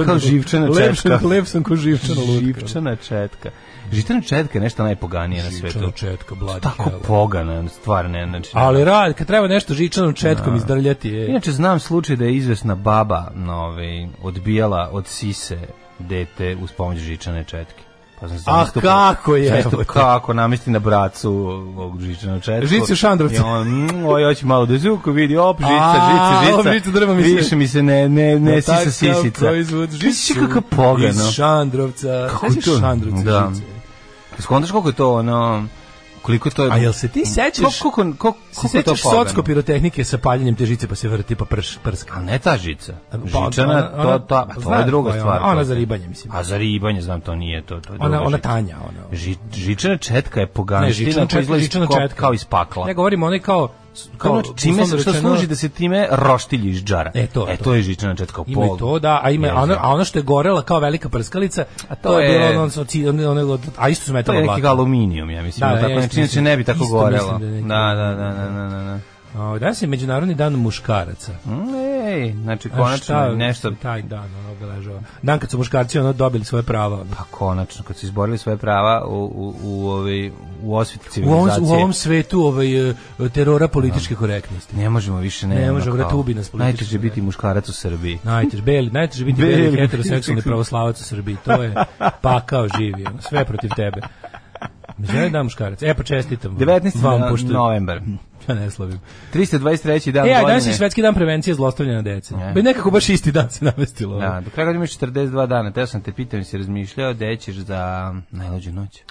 Speaker 6: Kao Živčana
Speaker 7: lep sam,
Speaker 6: Četka.
Speaker 7: lep sam ko živčana lutka.
Speaker 6: Živčana Četka. Žitana Četka je nešto najpoganije na
Speaker 7: Živčana
Speaker 6: svetu.
Speaker 7: četka, bladi
Speaker 6: Tako
Speaker 7: hell.
Speaker 6: pogana, stvar ne, znači.
Speaker 7: Ali rad, kad treba nešto žičanom četkom izdrljati, je.
Speaker 6: Inače, znam slučaj da je izvesna baba na ovaj, odbijala od sise dete uz pomoć Žičane Četke. Pa sam
Speaker 7: A
Speaker 6: zastupo-
Speaker 7: Ah, kako je,
Speaker 6: zastupo
Speaker 7: evo te.
Speaker 6: kako namesti na bracu ovog žičanog četku.
Speaker 7: Žicu Šandrovca.
Speaker 6: I on, mm, oj, hoće malo da zuku, vidi, op, žica,
Speaker 7: A,
Speaker 6: žica,
Speaker 7: op,
Speaker 6: žica.
Speaker 7: žica, drva mi se-
Speaker 6: Više mi se ne, ne, ne
Speaker 7: Na
Speaker 6: sisa
Speaker 7: takav
Speaker 6: sisica.
Speaker 7: proizvod
Speaker 6: Misliš
Speaker 7: žicu
Speaker 6: kako pogano.
Speaker 7: Iz Šandrovca.
Speaker 6: Kako
Speaker 7: Sećaš
Speaker 6: to?
Speaker 7: Šandrovca
Speaker 6: Da.
Speaker 7: žice?
Speaker 6: Skontaš koliko je to, ono, koliko je to...
Speaker 7: A jel se ti sećaš?
Speaker 6: Koliko, koliko, koliko,
Speaker 7: Se
Speaker 6: je to
Speaker 7: sećaš
Speaker 6: pogano?
Speaker 7: socko pirotehnike sa paljenjem te žice pa se vrti pa prš, prska?
Speaker 6: A ne ta žica.
Speaker 7: Pa,
Speaker 6: Žičana,
Speaker 7: ona- ona-
Speaker 6: to, ta, pa to
Speaker 7: znaš
Speaker 6: je druga
Speaker 7: koja
Speaker 6: stvar.
Speaker 7: Ona, ona
Speaker 6: to.
Speaker 7: za ribanje, mislim.
Speaker 6: A za ribanje, znam, to nije to. to je druga
Speaker 7: Ona, ona
Speaker 6: žica.
Speaker 7: tanja, ona.
Speaker 6: Pa. Ži, žičana četka je poganština,
Speaker 7: žičana
Speaker 6: koja
Speaker 7: četka-
Speaker 6: izlazi
Speaker 7: žičana
Speaker 6: kao-
Speaker 7: četka.
Speaker 6: kao iz pakla.
Speaker 7: Ne govorim onaj kao
Speaker 6: kao, čime se
Speaker 7: uslovno
Speaker 6: što
Speaker 7: rečeno,
Speaker 6: služi da se time roštilji iz džara.
Speaker 7: E, to,
Speaker 6: e,
Speaker 7: to.
Speaker 6: to je žičana četka u
Speaker 7: Ima i
Speaker 6: polu.
Speaker 7: to, da, a ima a ono,
Speaker 6: Jezivo.
Speaker 7: a ono što je gorela kao velika prskalica, a to,
Speaker 6: to
Speaker 7: je,
Speaker 6: je-
Speaker 7: bilo ono, ono, ono, ono, ono, a isto su
Speaker 6: To
Speaker 7: metalo
Speaker 6: je neki
Speaker 7: blato.
Speaker 6: aluminijum, ja mislim.
Speaker 7: Da,
Speaker 6: Da,
Speaker 7: da,
Speaker 6: tako
Speaker 7: jeste,
Speaker 6: nečine se
Speaker 7: mislim.
Speaker 6: ne bi tako
Speaker 7: Isto
Speaker 6: gorelo.
Speaker 7: mislim da je neki-
Speaker 6: Da, da, da, da, da, da, da.
Speaker 7: A, Ovaj, Danas je Međunarodni dan muškaraca.
Speaker 6: Mm, Ej, znači
Speaker 7: A
Speaker 6: konačno
Speaker 7: šta
Speaker 6: je nešto
Speaker 7: Taj dan ono obeležava. Dan kad su muškarci ono dobili svoje prava. ono.
Speaker 6: pa konačno kad su izborili svoje prava u u u ovaj u osvit
Speaker 7: U ovom,
Speaker 6: civilizacije.
Speaker 7: u ovom svetu ovaj, e, terora političke korektnosti.
Speaker 6: Ne možemo više ne.
Speaker 7: Ne
Speaker 6: ono,
Speaker 7: možemo,
Speaker 6: kao,
Speaker 7: brate, ubi nas politički,
Speaker 6: Najteže je
Speaker 7: ne.
Speaker 6: biti muškarac u Srbiji.
Speaker 7: Najteže beli, najteže biti
Speaker 6: Beli.
Speaker 7: beli, heteroseksualni pravoslavac u Srbiji. To je pakao živi, ono, sve protiv tebe. Međunarodni dan muškaraca. E pa čestitam. vam.
Speaker 6: 19.
Speaker 7: Vam,
Speaker 6: na-
Speaker 7: pošto-
Speaker 6: novembar.
Speaker 7: Ja ne slavim.
Speaker 6: 323. dan
Speaker 7: E, a danas
Speaker 6: godine.
Speaker 7: je svetski dan prevencije zlostavljanja dece.
Speaker 6: Ne.
Speaker 7: Be nekako baš isti dan se namestilo. ovo.
Speaker 6: Da, do kraja godine imaš 42 dana. Teo sam te pitao, si razmišljao da ćeš za najluđu noć.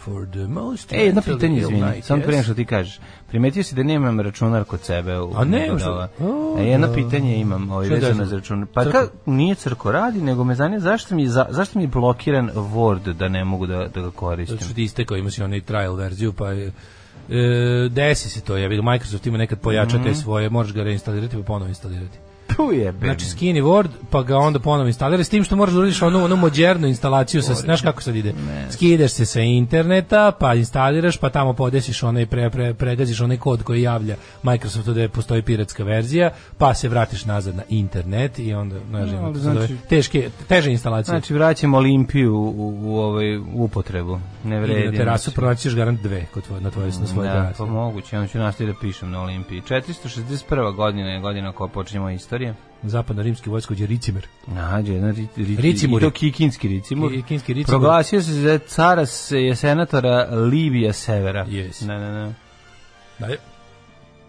Speaker 7: For the most
Speaker 6: E, jedno
Speaker 7: mentally
Speaker 6: pitanje,
Speaker 7: ill
Speaker 6: izvini,
Speaker 7: night,
Speaker 6: samo prije
Speaker 7: yes.
Speaker 6: nego što ti kažeš. Primetio si da nemam računar kod sebe u
Speaker 7: A ne,
Speaker 6: u
Speaker 7: što-
Speaker 6: budala.
Speaker 7: O,
Speaker 6: E, jedno
Speaker 7: da.
Speaker 6: pitanje imam, ovaj
Speaker 7: Šta je
Speaker 6: vezano
Speaker 7: desilo?
Speaker 6: za računar. Pa
Speaker 7: Crko?
Speaker 6: ka, nije crko radi, nego me zanima zašto mi za, zašto mi je blokiran Word da ne mogu da da ga koristim.
Speaker 7: Zato što ti istekao, imaš i onaj trial verziju, pa je, e, desi se to, ja vidim, Microsoft ima nekad pojača
Speaker 6: Mhm.
Speaker 7: te svoje, možeš ga reinstalirati pa ponovo instalirati.
Speaker 6: Tu je, be.
Speaker 7: Znači skini Word, pa ga onda ponovo instaliraj, s tim što moraš da uradiš onu, onu mođernu instalaciju, sa, znaš kako sad ide, skideš se sa interneta, pa instaliraš, pa tamo podesiš onaj, pre, pre, pregaziš onaj kod koji javlja Microsoftu da je postoji piratska verzija, pa se vratiš nazad na internet i onda, znaš, ima to se
Speaker 6: znači-
Speaker 7: zove teške, teže instalacije.
Speaker 6: Znači vraćamo Olimpiju u, u, u ovaj u upotrebu. Ne vredi. znači.
Speaker 7: Idi na terasu, pronaći ćeš garant dve kod tvoje, na tvoje, na svoje
Speaker 6: Da,
Speaker 7: terasi.
Speaker 6: pa moguće, onda ću nastaviti da pišem na Olimpiji. 461. godina je godina koja počinje moja istorija.
Speaker 7: zapadno-rimski vojskovođe Ricimer.
Speaker 6: Nađe, jedan ri, ri,
Speaker 7: Ricimur.
Speaker 6: i to ki- kinski ricimur.
Speaker 7: Ki- kinski ricimur.
Speaker 6: Proglasio se za cara se, je senatora Libija severa.
Speaker 7: Yes.
Speaker 6: Ne, ne, ne. Da,
Speaker 7: Dalje.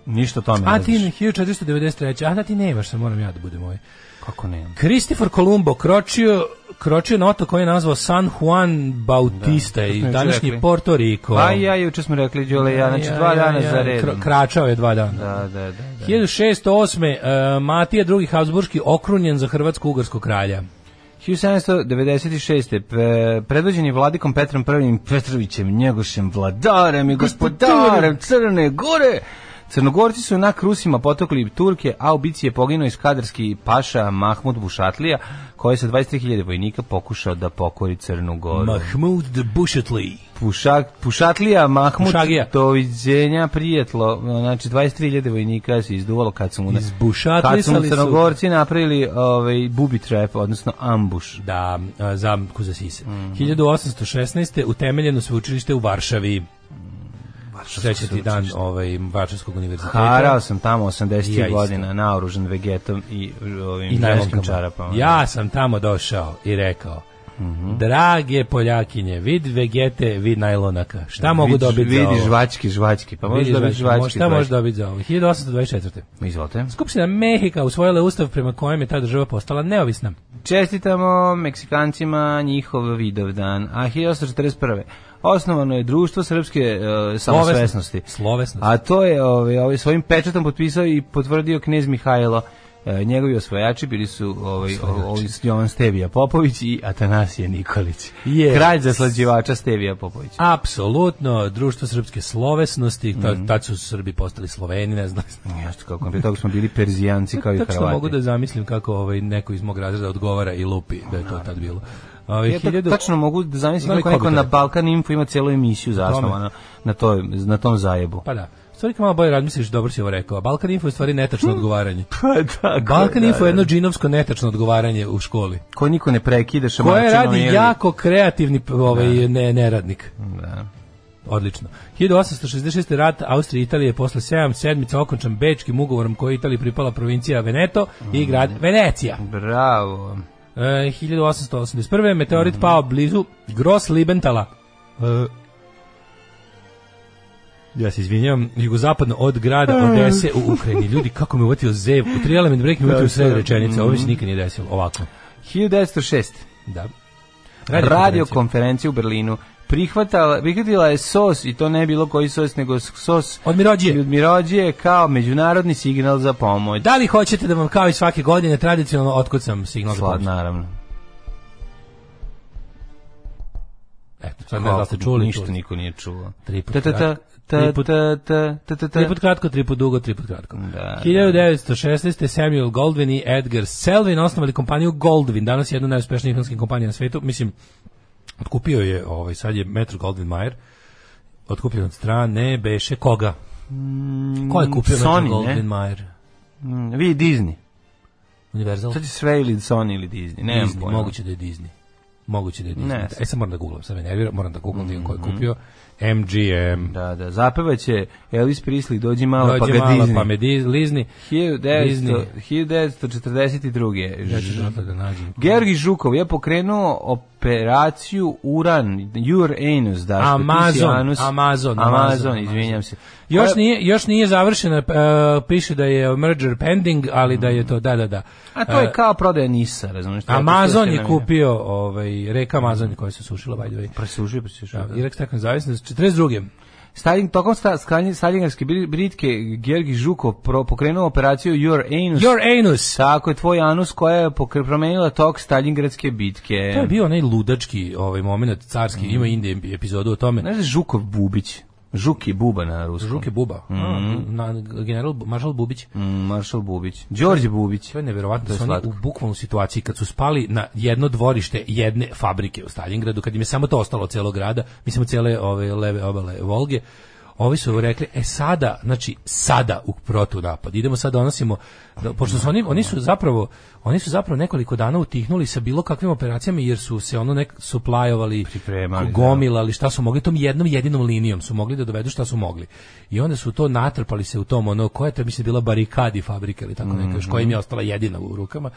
Speaker 6: Ništa o tome
Speaker 7: A
Speaker 6: ne
Speaker 7: ti
Speaker 6: znaš.
Speaker 7: 1493. A da ti nemaš, sad moram ja da budem ovaj.
Speaker 6: Kako ne?
Speaker 7: Kristofor Kolumbo kročio, kročio na otok koji je nazvao San Juan Bautista
Speaker 6: Da, to smo
Speaker 7: i
Speaker 6: juče
Speaker 7: današnji
Speaker 6: rekli.
Speaker 7: Porto Riko.
Speaker 6: Pa i ja, juče smo rekli, Đule, ja, znači dva dana za redom.
Speaker 7: kra- Kračao je dva dana.
Speaker 6: Da, da, da. da.
Speaker 7: 1608. e, Matija II. Habsburški okrunjen za Hrvatsko-Ugarskog kralja.
Speaker 6: 1796. Pe, predvođen je vladikom Petrom I Petrovićem, njegošem vladarem i gospodarem Crne Gore. Crnogorci su na Krusima potokli Turke, a u bici je poginuo iskadarski paša Mahmud Bušatlija, koji je sa 23.000 vojnika pokušao da pokori Crnu Goru.
Speaker 7: Mahmud Bušetli.
Speaker 6: Pušak, pušatlija Mahmud,
Speaker 7: Pušagija.
Speaker 6: doviđenja prijetlo, znači 23.000 vojnika se izduvalo kad su mu, na- kad su mu
Speaker 7: Izbušatlisali su.
Speaker 6: Crnogorci napravili ovaj, booby trap, odnosno ambush.
Speaker 7: da a, zamku za sise.
Speaker 6: Mhm.
Speaker 7: 1816. utemeljeno sveučilište u Varšavi. Sećati dan ovaj, Varšavskog univerziteta.
Speaker 6: Harao sam tamo 80
Speaker 7: Ja isto.
Speaker 6: godina naoružan vegetom i ovim
Speaker 7: I
Speaker 6: ženskim
Speaker 7: najlonkom.
Speaker 6: čarapama. Mhm.
Speaker 7: Ja sam tamo došao i rekao, drage Poljakinje, vid vegete, vid najlonaka. Šta mogu
Speaker 6: Vidiš-
Speaker 7: dobiti za ovo?
Speaker 6: Vidiš žvački, žvački, pa možeš
Speaker 7: Vidi
Speaker 6: dobiti
Speaker 7: žvačke, mo-
Speaker 6: žvački.
Speaker 7: Šta možeš
Speaker 6: žvački.
Speaker 7: dobiti za ovo? 1824.
Speaker 6: Izvolite.
Speaker 7: Skupština Mehika usvojila ustav prema kojem je ta država postala neovisna.
Speaker 6: Čestitamo Meksikancima njihov vidovdan. A 1841. Osnovano je društvo srpske e, samosvesnosti.
Speaker 7: Slovesnost.
Speaker 6: A to je ovaj, ovaj, svojim pečatom potpisao i potvrdio knez Mihajlo. E, njegovi osvajači bili su ovaj, ovaj, Jovan Stevija Popović i Atanasije Nikolić.
Speaker 7: Yes.
Speaker 6: Kralj zaslađivača Stevija Popović.
Speaker 7: Apsolutno, društvo srpske slovesnosti,
Speaker 6: Mhm.
Speaker 7: ta, tad su Srbi postali Sloveni, ne znam.
Speaker 6: Jeste kako, pre toga smo bili Perzijanci kao i
Speaker 7: Tačno
Speaker 6: Hrvati.
Speaker 7: mogu da zamislim kako ovaj neko iz mog razreda odgovara i lupi da je to tad bilo. Ovaj
Speaker 6: Ja, tak-
Speaker 7: 1000
Speaker 6: tačno mogu da zamislim
Speaker 7: Znam
Speaker 6: kako
Speaker 7: koga
Speaker 6: neko
Speaker 7: bi
Speaker 6: na
Speaker 7: to-
Speaker 6: Balkan Info ima cijelu emisiju zasnovano na, toj, na tom zajebu.
Speaker 7: Pa da. U Stvari kad malo bolje razmisliš, dobro si ovo rekao. A Balkan Info je u stvari netačno odgovaranje.
Speaker 6: Pa tako.
Speaker 7: Balkan Info je jedno džinovsko netačno odgovaranje u školi.
Speaker 6: Ko niko ne prekida
Speaker 7: Koje
Speaker 6: šamarčinom.
Speaker 7: radi
Speaker 6: ili-
Speaker 7: jako kreativni p- ovaj, ne, neradnik. Odlično. 1866. rat Austrije i Italije posle 7 sedmica okončan bečkim ugovorom koji je Italiji pripala provincija Veneto i grad Venecija.
Speaker 6: Bravo.
Speaker 7: E, 1881. Meteorit pao blizu Gros Libentala. E, ja se izvinjam, jugozapadno od grada Odese u Ukrajini. Ljudi, kako me uvatio zev. U tri element break mi uvatio u sred rečenice. Ovo mi se nikad nije desilo. Ovako.
Speaker 6: 1906.
Speaker 7: Da.
Speaker 6: Radio konferencija u Berlinu prihvatala, prihvatila je SOS i to ne bilo koji SOS nego SOS
Speaker 7: Od Mirođije.
Speaker 6: od Mirođije kao međunarodni signal za pomoć.
Speaker 7: Da li hoćete da vam kao i svake godine tradicionalno otkucam signal za
Speaker 6: Sla,
Speaker 7: pomoć?
Speaker 6: naravno.
Speaker 7: Eto, sad ne znam da ste čuli.
Speaker 6: Ništa
Speaker 7: čuli.
Speaker 6: niko nije čuo.
Speaker 7: Tri put
Speaker 6: Ta, ta, ta,
Speaker 7: kratko.
Speaker 6: ta,
Speaker 7: Tri put-
Speaker 6: ta, ta, ta, ta, ta.
Speaker 7: Tri put kratko, tri put dugo, tri put kratko.
Speaker 6: Da,
Speaker 7: 1916. Samuel Goldwyn i Edgar Selvin osnovali kompaniju Goldwyn, danas jednu od najuspešnijih filmskih kompanija na svetu. Mislim, otkupio je, ovaj, sad je Metro Goldwyn Mayer, otkupio od strane, beše koga? Ko je kupio Metro
Speaker 6: Mm, Sony,
Speaker 7: Goldwyn
Speaker 6: ne?
Speaker 7: Mayer?
Speaker 6: Mm, Vi Disney.
Speaker 7: Universal?
Speaker 6: Sad je sve ili Sony ili Disney. Ne
Speaker 7: Disney, moguće da je Disney. Moguće da je Disney.
Speaker 6: Ne. Mhm.
Speaker 7: e, sad moram da googlam, sad me nervira, moram da googlam da vidim ko je kupio. MGM.
Speaker 6: Da, da. Zapevaće Elvis Presley, dođi malo pa
Speaker 7: Dođe
Speaker 6: ga
Speaker 7: mala,
Speaker 6: Disney.
Speaker 7: pa me Dis- lizni.
Speaker 6: 1900 1942.
Speaker 7: Ja ću zato da nađem.
Speaker 6: Georgi Žukov je pokrenuo operaciju Uran, Jur Anus, da, što ti si
Speaker 7: Amazon,
Speaker 6: anus-
Speaker 7: Amazon,
Speaker 6: Amazon,
Speaker 7: Amazon,
Speaker 6: izvinjam se.
Speaker 7: Još
Speaker 6: Koja-
Speaker 7: nije, još nije završena, e, piše da je merger pending, ali da je to, da, da, da.
Speaker 6: A to je
Speaker 7: E,
Speaker 6: kao prodaja Nisa, razumiješ?
Speaker 7: Amazon je kupio, ovaj, reka Amazon koja se sušila, by the way.
Speaker 6: Presužio, presužio.
Speaker 7: Da, Irak stekao nezavisnost, 42.
Speaker 6: Stalin, tokom sta, skalj- staljinarske bri- britke Georgi Žukov pro, pokrenuo operaciju Your Anus.
Speaker 7: Your anus!
Speaker 6: Tako je tvoj anus koja je pokre, promenila tok staljingradske bitke.
Speaker 7: To je bio onaj ludački ovaj moment carski, ima Indije epizodu o tome.
Speaker 6: Znaš da je Žukov Bubić? Žuki Buba na ruskom.
Speaker 7: Žuke Buba, Mm. na, general Maršal Bubić.
Speaker 6: Mm, Maršal Bubić. Đorđe Bubić.
Speaker 7: To je neverovatno da
Speaker 6: je
Speaker 7: su oni
Speaker 6: slatko.
Speaker 7: u bukvalnu situaciji kad su spali na jedno dvorište jedne fabrike u Stalingradu, kad im je samo to ostalo od celog grada, mislim od cele ove leve obale Volge, ovi su rekli, e sada, znači sada u protu napad, idemo sad donosimo, da, pošto su oni, oni su zapravo, oni su zapravo nekoliko dana utihnuli sa bilo kakvim operacijama jer su se ono nek suplajovali,
Speaker 6: Pripremali, da.
Speaker 7: gomilali šta su mogli tom jednom jedinom linijom su mogli da dovedu šta su mogli. I onda su to natrpali se u tom ono koja je to mislim bila barikadi fabrika ili tako neka još koja
Speaker 6: Mhm.
Speaker 7: im je ostala jedina u rukama.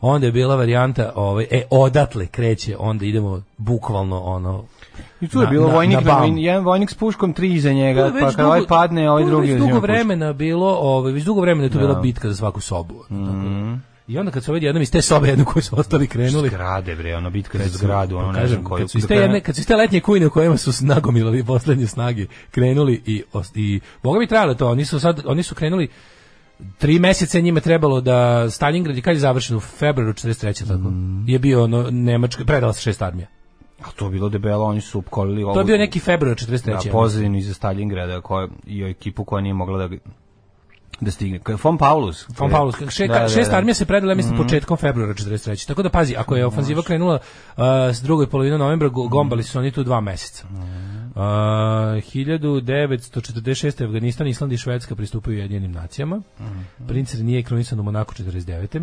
Speaker 7: Onda je bila varijanta ovaj e odatle kreće onda idemo bukvalno ono
Speaker 6: I tu je bilo
Speaker 7: na-
Speaker 6: vojnik,
Speaker 7: na
Speaker 6: na,
Speaker 7: bam.
Speaker 6: vojn- jedan vojnik s puškom, tri iza njega,
Speaker 7: To je
Speaker 6: pa
Speaker 7: već
Speaker 6: kad ovaj
Speaker 7: dugo-
Speaker 6: padne, ovaj
Speaker 7: to je
Speaker 6: drugi
Speaker 7: već
Speaker 6: uzima
Speaker 7: dugo
Speaker 6: pušku.
Speaker 7: vremena bilo, ovaj već dugo vremena je to
Speaker 6: Da.
Speaker 7: bila bitka za svaku sobu. ono, tako.
Speaker 6: Mhm.
Speaker 7: I onda kad su ovaj jednom iz te sobe jednu koju su ostali krenuli,
Speaker 6: Zgrade, bre, ono, bitka za
Speaker 7: su- pa
Speaker 6: zgradu, ono, ne
Speaker 7: kažem,
Speaker 6: znam koju.
Speaker 7: Kad su iz te,
Speaker 6: do kraja-
Speaker 7: jedne, kad su iz te letnje kujne u kojima su nagomilali poslednje snage, krenuli i, os- i boga mi trajalo to, oni su, sad, oni su krenuli tri meseca je njima trebalo da Stalingrad je kad je završen u februaru 43. tako,
Speaker 6: Mm.
Speaker 7: je bio ono, Nemačka, predala se šest armija.
Speaker 6: A to je bilo debelo, oni su upkolili ovu...
Speaker 7: To je bio neki februar
Speaker 6: da,
Speaker 7: 43.
Speaker 6: pozadinu iza Stalingrada koja, i ekipu koja nije mogla da ga- da stigne. Ko je Von Paulus.
Speaker 7: Von Paulus, še,
Speaker 6: Da, da,
Speaker 7: šest
Speaker 6: da. Mhm,
Speaker 7: armija se predala, ja mislim, početkom februara 43. Tako da pazi, ako je ofanziva krenula uh, s drugoj polovine novembra, go- gombali su oni tu dva meseca.
Speaker 6: Mhm.
Speaker 7: Uh, 1946. Afganistan, Island i Švedska pristupaju jedinim nacijama.
Speaker 6: Mhm.
Speaker 7: Princ nije kronisan u Monaku 49.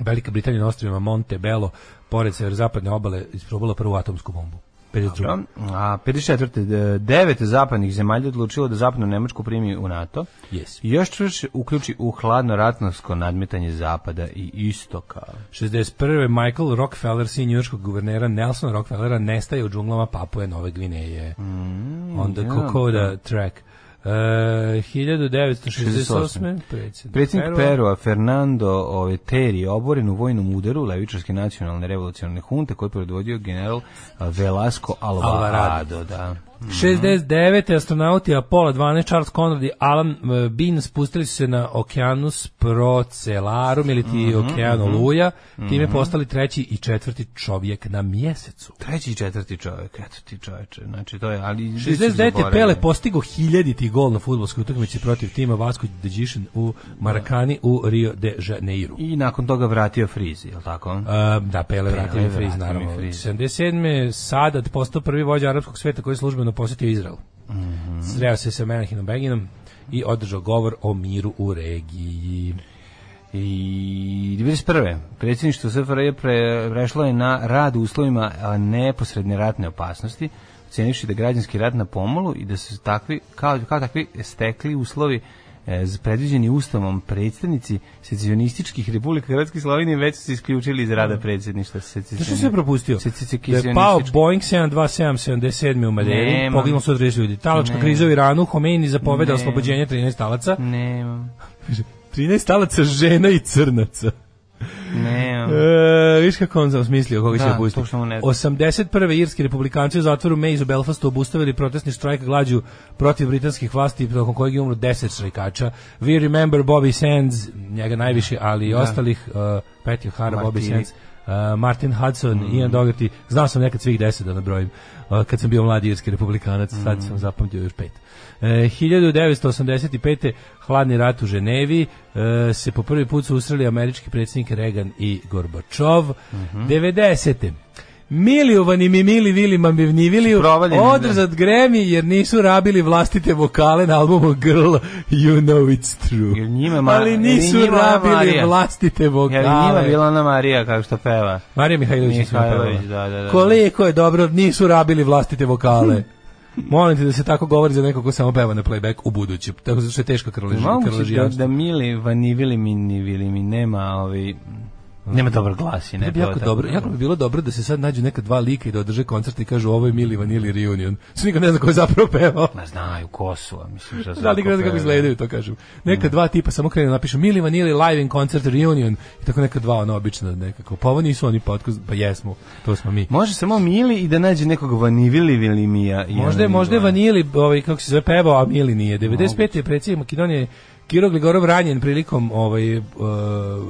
Speaker 7: Velika Britanija na ostrovima Montebello, pored severozapadne obale, isprobala prvu atomsku bombu. 52.
Speaker 6: Dobro. A 54. de- devet zapadnih zemalja odlučilo da zapadnu Nemačku primi u NATO.
Speaker 7: Yes.
Speaker 6: I Još čvršće uključi u hladno ratnovsko nadmetanje zapada i istoka.
Speaker 7: 61. Michael Rockefeller, sin njujorskog guvernera Nelson Rockefellera, nestaje u džunglama Papue Nove Gvineje. On the Kokoda da track. Uh, 1968. Predsjednik, Perua.
Speaker 6: Predsjednik Perua Fernando ovaj, Terry je oboren u vojnom udaru levičarske nacionalne revolucionarne hunte koji je predvodio general a, Velasco Alvarado.
Speaker 7: Alvarado.
Speaker 6: Da.
Speaker 7: 69. Mm-hmm. astronauti Apollo 12, Charles Conrad i Alan eh, Bean spustili su se na Okeanus Procellarum ili ti Okean Oluja, time postali treći i četvrti čovjek na mjesecu.
Speaker 6: Treći i četvrti čovjek, eto ti čoveče. Znači to je, ali... svi su
Speaker 7: 69.
Speaker 6: zaboravljeni.
Speaker 7: Pele postigo hiljaditi gol na futbolskoj utakmici protiv tima Vasco de Gišin u Marakani u Rio de Janeiro.
Speaker 6: I nakon toga vratio frizi, je li tako?
Speaker 7: E, da, Pele vratio mi
Speaker 6: vratio
Speaker 7: friz,
Speaker 6: mi
Speaker 7: naravno.
Speaker 6: friz.
Speaker 7: 77. Sadat postao prvi vođa arapskog sveta koji je službeno posjetio Izrael.
Speaker 6: Mhm.
Speaker 7: Sreo se sa Menahinom Beginom i održao govor o miru u regiji.
Speaker 6: I 91. predsjedništvo SFRJ pre, prešlo je na rad u uslovima a, neposredne ratne opasnosti, ocenivši da je građanski rat na pomolu i da su takvi, kao, kao takvi stekli uslovi e, z- predviđeni ustavom predstavnici secesionističkih republika Hrvatske i Slovenije već su se isključili iz rada predsjedništva
Speaker 7: Znaš što sam ja propustio? Da je
Speaker 6: secesionističkih.
Speaker 7: pao Boeing 727 77 u Madeiri,
Speaker 6: Nemam.
Speaker 7: poginulo 130 ljudi. Talačka kriza u Iranu, Khomeini zapoveda
Speaker 6: Nemam.
Speaker 7: oslobođenje 13 talaca.
Speaker 6: Nemam,
Speaker 7: 13 talaca žena i crnaca.
Speaker 6: nemam.
Speaker 7: E, viš kako on smislio koga će
Speaker 6: Da,
Speaker 7: da, pusti.
Speaker 6: to što mu ne zna.
Speaker 7: 81. irski republikanci u zatvoru Mays u Belfastu obustavili protestni štrajk glađu protiv britanskih vlasti tokom kojeg je umro 10 štrajkača. We remember Bobby Sands, njega najviše, ali
Speaker 6: Da.
Speaker 7: i ostalih, uh, Pat Johara, Bobby
Speaker 6: Martiri.
Speaker 7: Sands, uh, Martin Hudson,
Speaker 6: Mm.
Speaker 7: Ian Dougherty, znao sam nekad svih 10 da nabrojim, uh, kad sam bio mladi irski republikanac,
Speaker 6: Mm.
Speaker 7: sad sam zapamtio još pet. E, 1985. hladni rat u Ženevi e, se po prvi put susreli američki predsjednik Reagan i Gorbačov.
Speaker 6: Mhm.
Speaker 7: 90. Milijovan i Mimili Vili Mambivniviliju
Speaker 6: Provaljen, da.
Speaker 7: odrzat Grammy jer nisu rabili vlastite vokale na albumu Girl, You Know It's True.
Speaker 6: Jer njima ma-
Speaker 7: Ali
Speaker 6: jer
Speaker 7: nisu
Speaker 6: njima
Speaker 7: rabili
Speaker 6: Marija.
Speaker 7: vlastite
Speaker 6: Jer njima
Speaker 7: vokale.
Speaker 6: bila Ana Marija kako što peva.
Speaker 7: Marija Mihajlović, je svima
Speaker 6: Mihajlović,
Speaker 7: pevala.
Speaker 6: da, da, da.
Speaker 7: Koliko je dobro, nisu rabili vlastite vokale. Molim te da se tako govori za nekog ko samo peva na playback u budući. Tako zato što je teška krležija.
Speaker 6: Moguće da, da mili vanivili mi nivili mi nema ovi nema dobar glas i ne
Speaker 7: Ne Da bi jako dobro, jako bi bilo dobro da se sad nađu neka dva lika i da održe koncert i kažu ovo je Mili Vanili reunion. Sve niko ne zna ko je zapravo pevao.
Speaker 6: Ma znaju Kosova, mislim što
Speaker 7: Da li ne znam kako izgledaju, to kažem. Neka dva tipa samo krenu i napišu Mili Vanili live in concert reunion i tako neka dva ona obična nekako. Pa ovo nisu oni podcast, pa jesmo, to smo mi.
Speaker 6: Može samo Mili i da nađe nekog vanivili vilimija. i
Speaker 7: Možda je,
Speaker 6: ono
Speaker 7: možda je
Speaker 6: njegova.
Speaker 7: Vanili, ovaj, kako se zove, pevao, a Mili nije. 95. je predsjednik Makedonije Kiro Gligorov ranjen prilikom ovaj, uh,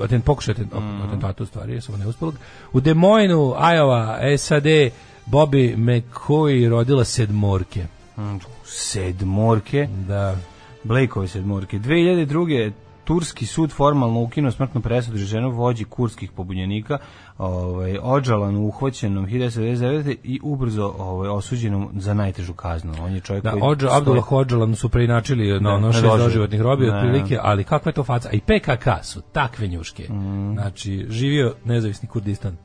Speaker 7: atent, pokušaj atent, atentata u stvari, samo neuspelog. U Des Moinesu, Iowa, SAD, Bobby McCoy rodila sedmorke.
Speaker 6: Mm, Sedmorke,
Speaker 7: Da.
Speaker 6: Blakeove sedmorke. 2002. Turski sud formalno ukinuo smrtnu presudu ženu vođi kurskih pobunjenika, ovaj, odžalan uhvaćenom 1999. i ubrzo ovaj, osuđenom za najtežu kaznu. On je čovjek
Speaker 7: Da,
Speaker 6: koji...
Speaker 7: Odža,
Speaker 6: stoji-
Speaker 7: Abdullah Hođalan su preinačili na
Speaker 6: Da,
Speaker 7: ono
Speaker 6: na
Speaker 7: šest
Speaker 6: doživot.
Speaker 7: doživotnih robija
Speaker 6: Da.
Speaker 7: otprilike, ali kakva je to faca? A i PKK su takve njuške. Znači, živio nezavisni Kurdistan.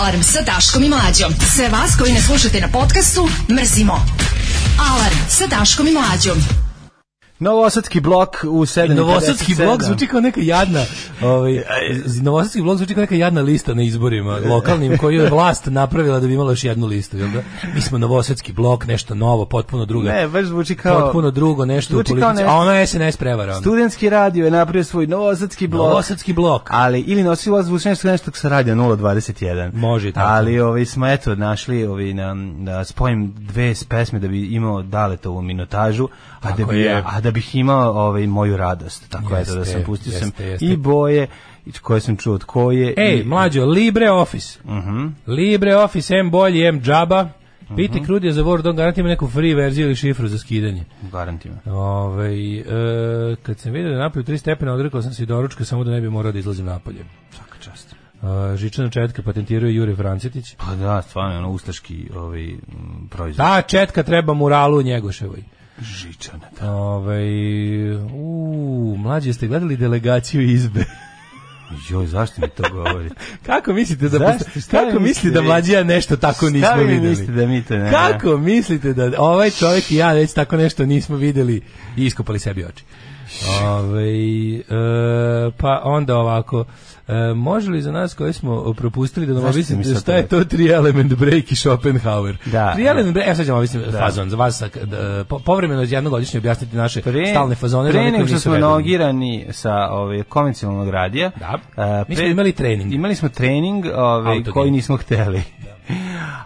Speaker 4: Alarm sa Daškom i Mlađom. Sve vas koji ne slušate na podcastu, mrzimo. Alarm sa Daškom i Mlađom.
Speaker 6: Novosadski blok u 7.57.
Speaker 7: Novosadski
Speaker 6: da.
Speaker 7: blog zvuči kao neka jadna,
Speaker 6: E,
Speaker 7: ovaj z- Novosadski blog zvuči kao neka jadna lista na izborima lokalnim koju je vlast napravila da bi imala još jednu listu, jel da? Mi smo Novosadski blok, nešto novo, potpuno drugo.
Speaker 6: Ne, baš zvuči kao...
Speaker 7: potpuno drugo nešto u
Speaker 6: Zvuči kao
Speaker 7: politici.
Speaker 6: ne-
Speaker 7: A ono je SNS prevara. ono.
Speaker 6: Studentski radio je napravio svoj novosadski blok.
Speaker 7: Novosadski blok.
Speaker 6: Ali, ili nosi ulaz zvuči nešto nešto sa radija 021.
Speaker 7: Može i tako.
Speaker 6: Ali ovaj, smo eto našli ovaj, na, da spojim dve s pesme da bi imao daletovu minutažu, a da,
Speaker 7: Tako
Speaker 6: bi,
Speaker 7: je.
Speaker 6: a da bih imao ovaj, moju radost. Tako eto da
Speaker 7: Jeste,
Speaker 6: sam pustio sam
Speaker 7: jeste, jeste.
Speaker 6: i boje i koje sam čuo od koje.
Speaker 7: Ej,
Speaker 6: i, Mhm.
Speaker 7: mlađo, LibreOffice. LibreOffice, M bolji, M džaba. Piti krudija za Word, on garantira neku free verziju ili šifru za skidanje.
Speaker 6: Garantima.
Speaker 7: Ove, e, kad sam vidio da je napolju tri stepena, odrekao sam se i doručka samo da ne bi morao da izlazim napolje.
Speaker 6: Svaka čast.
Speaker 7: E, Žičana četka patentirao je Jure Francetić.
Speaker 6: Pa da, stvarno je ono ustaški ovaj, m, proizvod.
Speaker 7: Ta Da, četka treba muralu u Njegoševoj.
Speaker 6: Žičana, da.
Speaker 7: Ove, u, mlađe ste gledali delegaciju izbe.
Speaker 6: Joj, zašto mi to govori?
Speaker 7: Kako mislite da
Speaker 6: Zašto? Šta vi
Speaker 7: kako mislite
Speaker 6: mislite
Speaker 7: da
Speaker 6: vi?
Speaker 7: mlađija nešto tako
Speaker 6: Šta
Speaker 7: nismo
Speaker 6: vi
Speaker 7: videli?
Speaker 6: mislite da mi to ne-
Speaker 7: Kako mislite da ovaj čovjek i ja već tako nešto nismo videli i iskopali sebi oči? Ove, e, pa onda ovako e, može li za nas koji smo propustili da nam
Speaker 6: Zašto mi
Speaker 7: objasnite
Speaker 6: sad
Speaker 7: šta je to Three Element Break i Schopenhauer
Speaker 6: Da.
Speaker 7: Three Element Break, evo sad ćemo objasniti fazon za vas sa- da, po- povremeno jednogodišnje objasniti naše stalne fazone za
Speaker 6: Pre
Speaker 7: one koji
Speaker 6: nego što
Speaker 7: nisu
Speaker 6: smo
Speaker 7: redovni.
Speaker 6: nogirani sa ove, konvencionalnog radija.
Speaker 7: Da.
Speaker 6: e,
Speaker 7: Mi smo imali trening.
Speaker 6: Imali smo trening ovaj,
Speaker 7: Autogeni. Da.
Speaker 6: koji nismo hteli.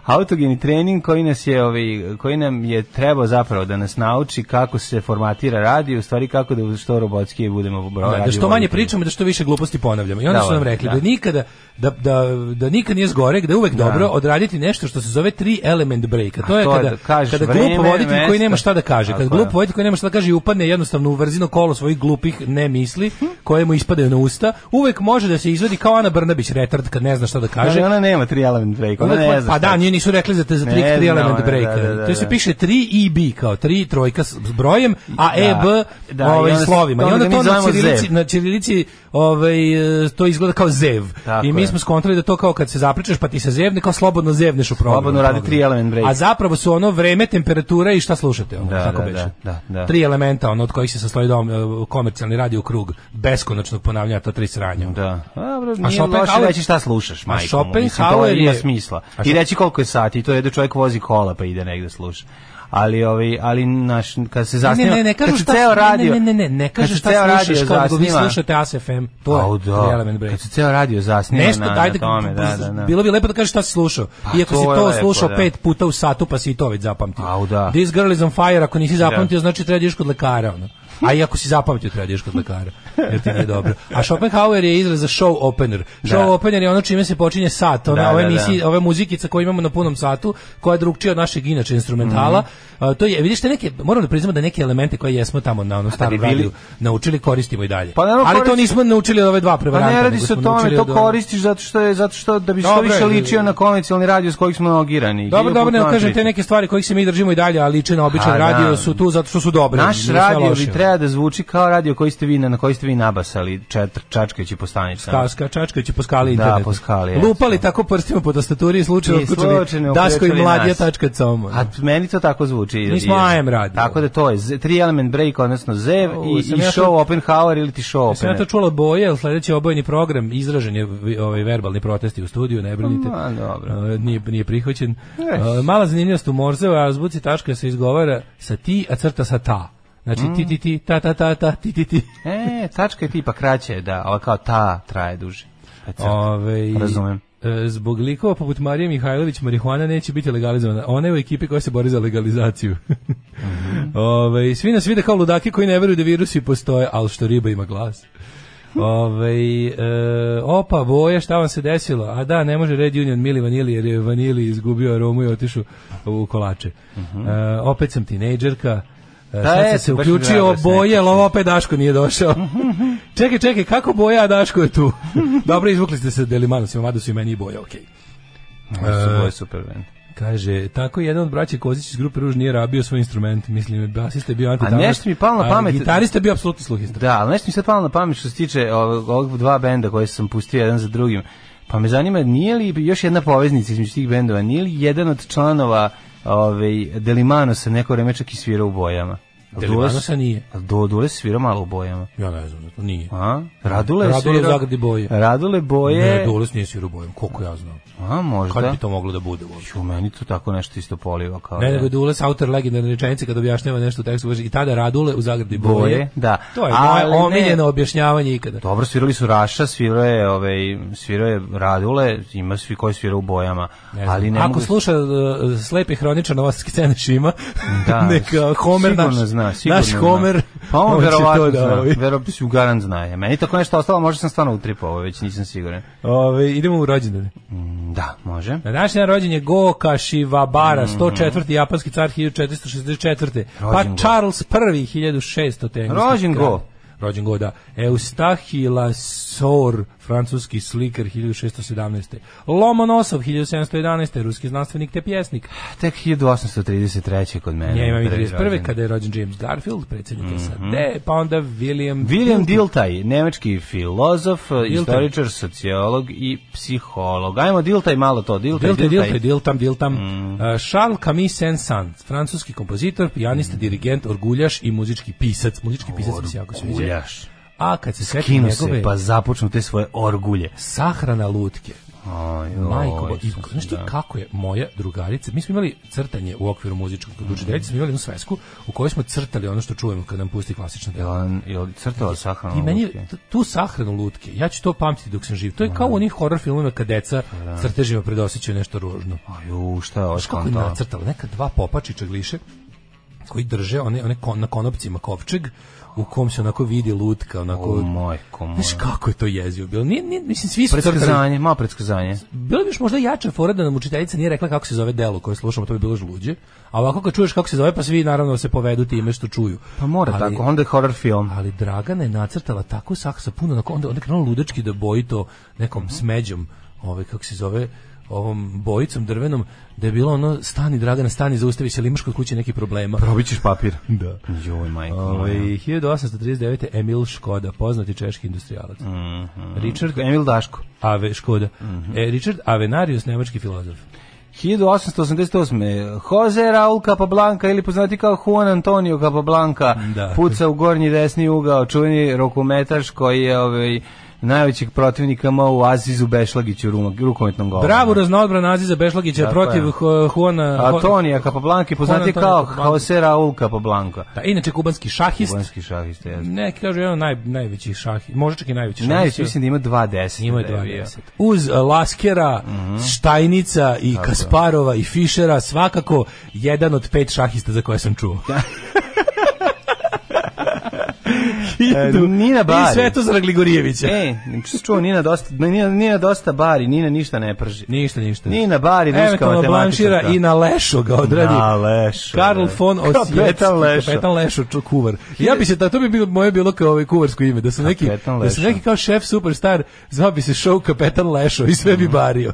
Speaker 6: Autogeni trening koji nas je ovaj, koji nam je trebao zapravo da nas nauči kako se formatira radio, u stvari kako da što robotski budemo
Speaker 7: Da, da što manje pričamo, da što više gluposti ponavljamo. I onda
Speaker 6: ovaj Da,
Speaker 7: su nam
Speaker 6: da.
Speaker 7: rekli da, nikada da, da, da nikad nije zgoreg, da je uvek dobro odraditi nešto što se zove tri element break. A to
Speaker 6: A
Speaker 7: je
Speaker 6: to je
Speaker 7: kada,
Speaker 6: da kažeš
Speaker 7: kada
Speaker 6: vreme,
Speaker 7: glup voditelj koji
Speaker 6: mesto.
Speaker 7: nema šta da kaže. Kada
Speaker 6: Tako
Speaker 7: glup
Speaker 6: je.
Speaker 7: voditelj koji nema šta da kaže i upadne jednostavno u vrzino kolo svojih glupih ne misli koje mu ispadaju na usta, uvek može da se izvodi kao Ana Brnabić retard kad ne zna šta da kaže.
Speaker 6: Kaže, ona nema tri element break, ona
Speaker 7: Onda
Speaker 6: ne
Speaker 7: tvoje-
Speaker 6: zna
Speaker 7: pa
Speaker 6: šta
Speaker 7: da, ranije nisu rekli za te za
Speaker 6: Ne
Speaker 7: trik 3
Speaker 6: znamo,
Speaker 7: element
Speaker 6: ne,
Speaker 7: breaker.
Speaker 6: da, da, da,
Speaker 7: to se
Speaker 6: da.
Speaker 7: piše 3 EB kao 3 trojka s s brojem, a
Speaker 6: Da,
Speaker 7: EB
Speaker 6: da, i
Speaker 7: ovaj
Speaker 6: onda s-
Speaker 7: slovima. I
Speaker 6: onda
Speaker 7: onda
Speaker 6: ga
Speaker 7: to
Speaker 6: mi
Speaker 7: na
Speaker 6: zovemo
Speaker 7: ćirilici
Speaker 6: zev.
Speaker 7: na ćirilici ovaj e, to izgleda kao zev.
Speaker 6: Tako
Speaker 7: I mi
Speaker 6: je.
Speaker 7: smo skontrali da to kao kad se zapričaš pa ti se zevne kao slobodno zevneš u program.
Speaker 6: Slobodno radi tri element breaker.
Speaker 7: A zapravo su ono vreme, temperatura i šta slušate, ono,
Speaker 6: Da,
Speaker 7: tako
Speaker 6: da,
Speaker 7: beše.
Speaker 6: da, da, da.
Speaker 7: Tri elementa ono od kojih se sastoji dom, e, komercijalni radio krug beskonačnog ponavljanja ta tri sranja.
Speaker 6: Da. Dobro,
Speaker 7: A
Speaker 6: nije
Speaker 7: Schopenhauer-
Speaker 6: loše reći šta slušaš,
Speaker 7: A
Speaker 6: majko. mu, Mislim, to ovaj
Speaker 7: Schopenhauer
Speaker 6: ima
Speaker 7: je-
Speaker 6: smisla.
Speaker 7: A
Speaker 6: I
Speaker 7: Scho-
Speaker 6: reći koliko je sati, to je da čovjek vozi kola pa ide negde sluša. Ali ovaj ali naš kad se
Speaker 7: Ne,
Speaker 6: zasniva
Speaker 7: ne, ne, ne kažu
Speaker 6: kad se
Speaker 7: šta,
Speaker 6: ceo radio
Speaker 7: ne, ne, ne, ne, ne
Speaker 6: kad
Speaker 7: kažu
Speaker 6: se
Speaker 7: šta
Speaker 6: ceo
Speaker 7: slušaš
Speaker 6: radio
Speaker 7: kao nego vi
Speaker 6: zasniva-
Speaker 7: slušate ASFM, to
Speaker 6: Au,
Speaker 7: je tri
Speaker 6: da.
Speaker 7: element break.
Speaker 6: Kad se ceo radio zasniva
Speaker 7: Nešto,
Speaker 6: na,
Speaker 7: ajde,
Speaker 6: na tome, da, da, da.
Speaker 7: bilo bi lepo da kažeš šta si slušao.
Speaker 6: Pa,
Speaker 7: Iako
Speaker 6: to
Speaker 7: si
Speaker 6: je
Speaker 7: to
Speaker 6: lepo,
Speaker 7: slušao
Speaker 6: da.
Speaker 7: pet puta u satu, pa si i to već zapamtio.
Speaker 6: Au, da.
Speaker 7: This girl is on fire, ako nisi zapamtio, znači treba da ideš kod lekara. Ono. A i ako si zapamtio, treba da ideš kod lekara. Jer ti nije dobro. A Schopenhauer je izraz za show opener. Show
Speaker 6: Da.
Speaker 7: opener je ono čime se počinje sat. Ona,
Speaker 6: Da,
Speaker 7: ove,
Speaker 6: da, da.
Speaker 7: misi- ove muzikica koje imamo na punom satu, koja je drugčija od našeg inače instrumentala.
Speaker 6: Mhm.
Speaker 7: A, to je, vidiš te neke, moram da priznamo da neke elemente koje jesmo tamo na onom starom
Speaker 6: bili-
Speaker 7: radiju naučili, koristimo i dalje.
Speaker 6: Pa, naravno,
Speaker 7: Ali to
Speaker 6: korist-
Speaker 7: nismo naučili od ove dva
Speaker 6: Pa
Speaker 7: prevaranta.
Speaker 6: ne radi
Speaker 7: nego
Speaker 6: se o
Speaker 7: smo
Speaker 6: tome,
Speaker 7: naučili
Speaker 6: to
Speaker 7: od ono-
Speaker 6: koristiš zato što je zato što da bi što
Speaker 7: Dobro,
Speaker 6: više
Speaker 7: je.
Speaker 6: ličio na konvencionalni radio s kojih smo nogirani.
Speaker 7: Dobro, dobro, ne
Speaker 6: Hiljadu puta
Speaker 7: kažem
Speaker 6: vam
Speaker 7: te neke stvari kojih se mi držimo i dalje, ali liče na običan
Speaker 6: A, da.
Speaker 7: radio su tu zato što su dobre.
Speaker 6: Naš
Speaker 7: nisu
Speaker 6: radio
Speaker 7: loše.
Speaker 6: bi treba da zvuči kao radio koji ste vi na, na koji ste vi nabasali četr, čačkajući po stanicama.
Speaker 7: Kaska, čačkajući po skali
Speaker 6: Da,
Speaker 7: internetu.
Speaker 6: po skali, jasno.
Speaker 7: Lupali tako prstima po tastaturi i slučajno
Speaker 6: I
Speaker 7: otkučili
Speaker 6: slučajno
Speaker 7: dasko i
Speaker 6: okretali
Speaker 7: mladija.com.
Speaker 6: A meni to tako zvuči.
Speaker 7: Mi smo AM radio.
Speaker 6: Tako da to je z- tri element break, odnosno zev
Speaker 7: O,
Speaker 6: i,
Speaker 7: sam
Speaker 6: i
Speaker 7: ja
Speaker 6: show
Speaker 7: to-
Speaker 6: open hour ili ti show
Speaker 7: Sam ja to
Speaker 6: open.
Speaker 7: čula boje, jer sledeći obojeni program, izražen je vi- ovaj verbalni protesti u studiju, ne brinite.
Speaker 6: Ma, dobro. Eh.
Speaker 7: E, Nije, nije prihvaćen. E, Mala zanimljivost u Morzeva, azbuci tačka se izgovara sa ti, a crta sa ta. Znači ti, ti, ti, ta, ta, ta, ta, ti, ti, ti.
Speaker 6: E, tačka je tipa kraće, da, ali kao ta traje duže. E, crta.
Speaker 7: Ove, i-
Speaker 6: Razumem.
Speaker 7: e, Zbog likova poput Marije Mihajlović marihuana neće biti legalizovana. Ona je u ekipi koja se bori za legalizaciju. Ove, svi nas vide kao ludaki koji ne veruju da virusi postoje, ali što riba ima glas. Ove, e, opa, boje, šta vam se desilo? A da, ne može Red Union Mili Vanili, jer je Vanili izgubio aromu i otišu u kolače. E, opet sam tinejdžerka. E,
Speaker 6: Mhm. Da,
Speaker 7: sad sam
Speaker 6: eto,
Speaker 7: se
Speaker 6: baš mi je
Speaker 7: uključio
Speaker 6: drago da se Mhm.
Speaker 7: boje, ali ovo opet Daško nije došao. čekaj, čekaj, kako boja, a Daško je tu? Dobro, izvukli ste se Delimanosima, mada su i meni i boja, okej. e,
Speaker 6: Su boje super band.
Speaker 7: Kaže, tako jedan od braće Kozić iz grupe Ruž nije rabio svoj instrument, mislim, basista je bio
Speaker 6: A
Speaker 7: antitavac.
Speaker 6: nešto mi je palo na
Speaker 7: a
Speaker 6: pamet-
Speaker 7: Gitarista je bio apsolutno sluhista.
Speaker 6: Da, ali nešto mi sad palo na pamet što se tiče ovog, ovog dva benda koje sam pustio jedan za drugim. Pa me zanima, nije li još jedna poveznica između tih bendova, nije li jedan od članova ovaj, Delimano se neko vreme čak i svirao u bojama? Al
Speaker 7: Delimanosa nije.
Speaker 6: Al Do, Dule svira malo u bojama.
Speaker 7: Ja ne znam, za to nije.
Speaker 6: A? Radule je
Speaker 7: Radule u
Speaker 6: svirao-
Speaker 7: zagradi boje.
Speaker 6: Radule boje...
Speaker 7: Ne, Doles nije svirao bojem, koliko ja znam.
Speaker 6: A, možda.
Speaker 7: Kad bi to moglo E, da bude uopšte?
Speaker 6: Ču, meni to tako nešto isto poliva kao...
Speaker 7: Ne,
Speaker 6: da.
Speaker 7: nego je Dules autor legendarne rečenice kada objašnjava nešto u tekstu, kaže, i tada Radule u zagradi boje.
Speaker 6: Boje, da.
Speaker 7: To je
Speaker 6: Ali
Speaker 7: moje
Speaker 6: ne.
Speaker 7: omiljeno objašnjavanje ikada.
Speaker 6: Dobro, svirali su Raša, svirao je, ovaj, svirao je Radule, ima svi koji svira u bojama,
Speaker 7: Ne znam.
Speaker 6: ali ne
Speaker 7: Ako
Speaker 6: mogu...
Speaker 7: sluša uh, slepi hroničar novosadske scene Šima,
Speaker 6: Da,
Speaker 7: neka Homer naš,
Speaker 6: sigurno zna, sigurno
Speaker 7: naš
Speaker 6: zna.
Speaker 7: Homer,
Speaker 6: pa on,
Speaker 7: će
Speaker 6: verovatno
Speaker 7: to
Speaker 6: da, zna,
Speaker 7: ovi-
Speaker 6: verovatno si ugaran zna. je. Meni tako nešto ostalo, možda sam stvarno utripovao, već nisam siguran.
Speaker 7: Ove, idemo u rođendane.
Speaker 6: Da, može.
Speaker 7: Na današnji dan rođen je Go Kashiwabara, 104. japanski car 1464. pa
Speaker 6: Mhm. Rođen Go.
Speaker 7: Charles I 1600. te engleski
Speaker 6: Rođen
Speaker 7: kralj.
Speaker 6: Go.
Speaker 7: Rođen Go, da. Eustahi Lasor, francuski slikar 1617. Lomonosov 1711. Ruski znanstvenik te pjesnik.
Speaker 6: Tek 1833. kod mene.
Speaker 7: Ja imam i
Speaker 6: Prvi
Speaker 7: 31.
Speaker 6: rođen. Mhm.
Speaker 7: kada je rođen James Garfield, predsjednik SAD, pa onda William...
Speaker 6: William
Speaker 7: Dilton.
Speaker 6: Diltaj, nemački filozof, istoričar, sociolog i psiholog. Ajmo Diltaj malo to, Diltaj,
Speaker 7: Diltaj,
Speaker 6: Diltaj.
Speaker 7: Diltaj, Diltam, Diltam.
Speaker 6: Mm.
Speaker 7: Uh, Charles Camille Saint-Saëns, francuski kompozitor,
Speaker 6: Mm.
Speaker 7: pijanista, dirigent, orguljaš i muzički pisac. Muzički pisac mi se jako sviđa.
Speaker 6: Uljaš.
Speaker 7: A kad se setim
Speaker 6: Kinu se,
Speaker 7: njegove
Speaker 6: pa započnu te svoje orgulje.
Speaker 7: sahrana lutke,
Speaker 6: Aj,
Speaker 7: majko, bo,
Speaker 6: oj,
Speaker 7: i,
Speaker 6: Isuse,
Speaker 7: znaš ti
Speaker 6: da.
Speaker 7: kako je moja drugarica, mi smo imali crtanje u okviru muzičkog kod
Speaker 6: Mhm.
Speaker 7: učiteljice, smo imali jednu svesku u kojoj smo crtali ono što čujemo kad nam pusti klasično delo.
Speaker 6: Jel on- Jel crtala sahranu?
Speaker 7: I meni je
Speaker 6: lutke?
Speaker 7: t- tu sahranu lutke, ja ću to pamtiti dok sam živ. To je
Speaker 6: Mhm.
Speaker 7: kao u onih horror filmovima kad deca
Speaker 6: Da.
Speaker 7: crtežima predosećaju nešto ružno.
Speaker 6: Aju, šta je ovaj ovo
Speaker 7: Znaš kako je
Speaker 6: skontala?
Speaker 7: nacrtala? Neka dva popačića gliše koji drže one, one kon, na konopcima kovčeg u kom se onako vidi lutka, onako...
Speaker 6: O, majko moja.
Speaker 7: Znaš kako je to jezivo bilo? Nije, nije, mislim, svi su crtali.
Speaker 6: Predskazanje, malo predskazanje.
Speaker 7: Bilo bi još možda jača fora da nam učiteljica nije rekla kako se zove delo koje slušamo, to bi bilo žluđe. A ovako kad čuješ kako se zove, pa svi naravno se povedu time što čuju.
Speaker 6: Pa mora
Speaker 7: Ali-
Speaker 6: tako, onda je horror film.
Speaker 7: ali Dragana je nacrtala tako
Speaker 6: Mhm.
Speaker 7: saksa puno, onako, onda, onda je krenulo ludački da boji to nekom smeđom, ovaj, kako se zove, ovom bojicom drvenom da je bilo ono stani Dragana stani zaustavi se limaš kod kuće neki problema
Speaker 6: Probićeš papir.
Speaker 7: Da.
Speaker 6: Joj, majko.
Speaker 7: Ovaj
Speaker 6: moja.
Speaker 7: 1839. Emil Škoda, poznati češki industrialac.
Speaker 6: Mhm.
Speaker 7: Richard
Speaker 6: Emil Daško.
Speaker 7: Ave Škoda.
Speaker 6: Mhm.
Speaker 7: e, Richard Avenarius, nemački filozof.
Speaker 6: 1888. Jose Raul Capablanca ili poznati kao Juan Antonio Capablanca
Speaker 7: Da.
Speaker 6: puca u gornji desni ugao, čuveni rokometaš koji je ovaj, najvećeg protivnika imao u Azizu Bešlagiću u rumo- rukometnom golu.
Speaker 7: Bravo, raznoodbrana Aziza Bešlagića
Speaker 6: Tako
Speaker 7: protiv
Speaker 6: je.
Speaker 7: Ho- Juana...
Speaker 6: Antonija Capablanca je
Speaker 7: Juan
Speaker 6: poznati
Speaker 7: Antonio
Speaker 6: kao
Speaker 7: Capablanca.
Speaker 6: Jose Raul Capablanca.
Speaker 7: Da, inače kubanski šahist.
Speaker 6: Kubanski šahista, jeste.
Speaker 7: Neki kažu jedan od naj, najvećih šahi, možda čak i najveći šahist.
Speaker 6: Najveći mislim da ima Mhm. dva deseta.
Speaker 7: Ima je
Speaker 6: da je bio.
Speaker 7: 20. Uz uh, Laskera, Štajnica i Kasparova i Fišera, svakako jedan od pet šahista za koje sam čuo.
Speaker 6: Da. E, Nina E, Bari.
Speaker 7: I Svetozar Gligorijevića.
Speaker 6: Ej, nisam čuo Nina dosta, Nina, Nina dosta bari, Nina ništa ne prži.
Speaker 7: Ništa, ništa.
Speaker 6: Nina Bari, ruska
Speaker 7: Eventualno
Speaker 6: matematičarka.
Speaker 7: Blanšira i na Lešo ga odradi.
Speaker 6: Na Lešo,
Speaker 7: Karl
Speaker 6: da.
Speaker 7: von Osjetski.
Speaker 6: Kapetan Lešo.
Speaker 7: Kapetan Lešo, ču- kuvar. Ja bi se, ta, to bi bilo, moje bilo kao ovaj kuvarsko ime, da sam, neki,
Speaker 6: Kapetan
Speaker 7: da sam
Speaker 6: Lešo.
Speaker 7: neki kao šef superstar, zvao bi se show Kapetan Lešo i
Speaker 6: Mhm.
Speaker 7: sve bi bario.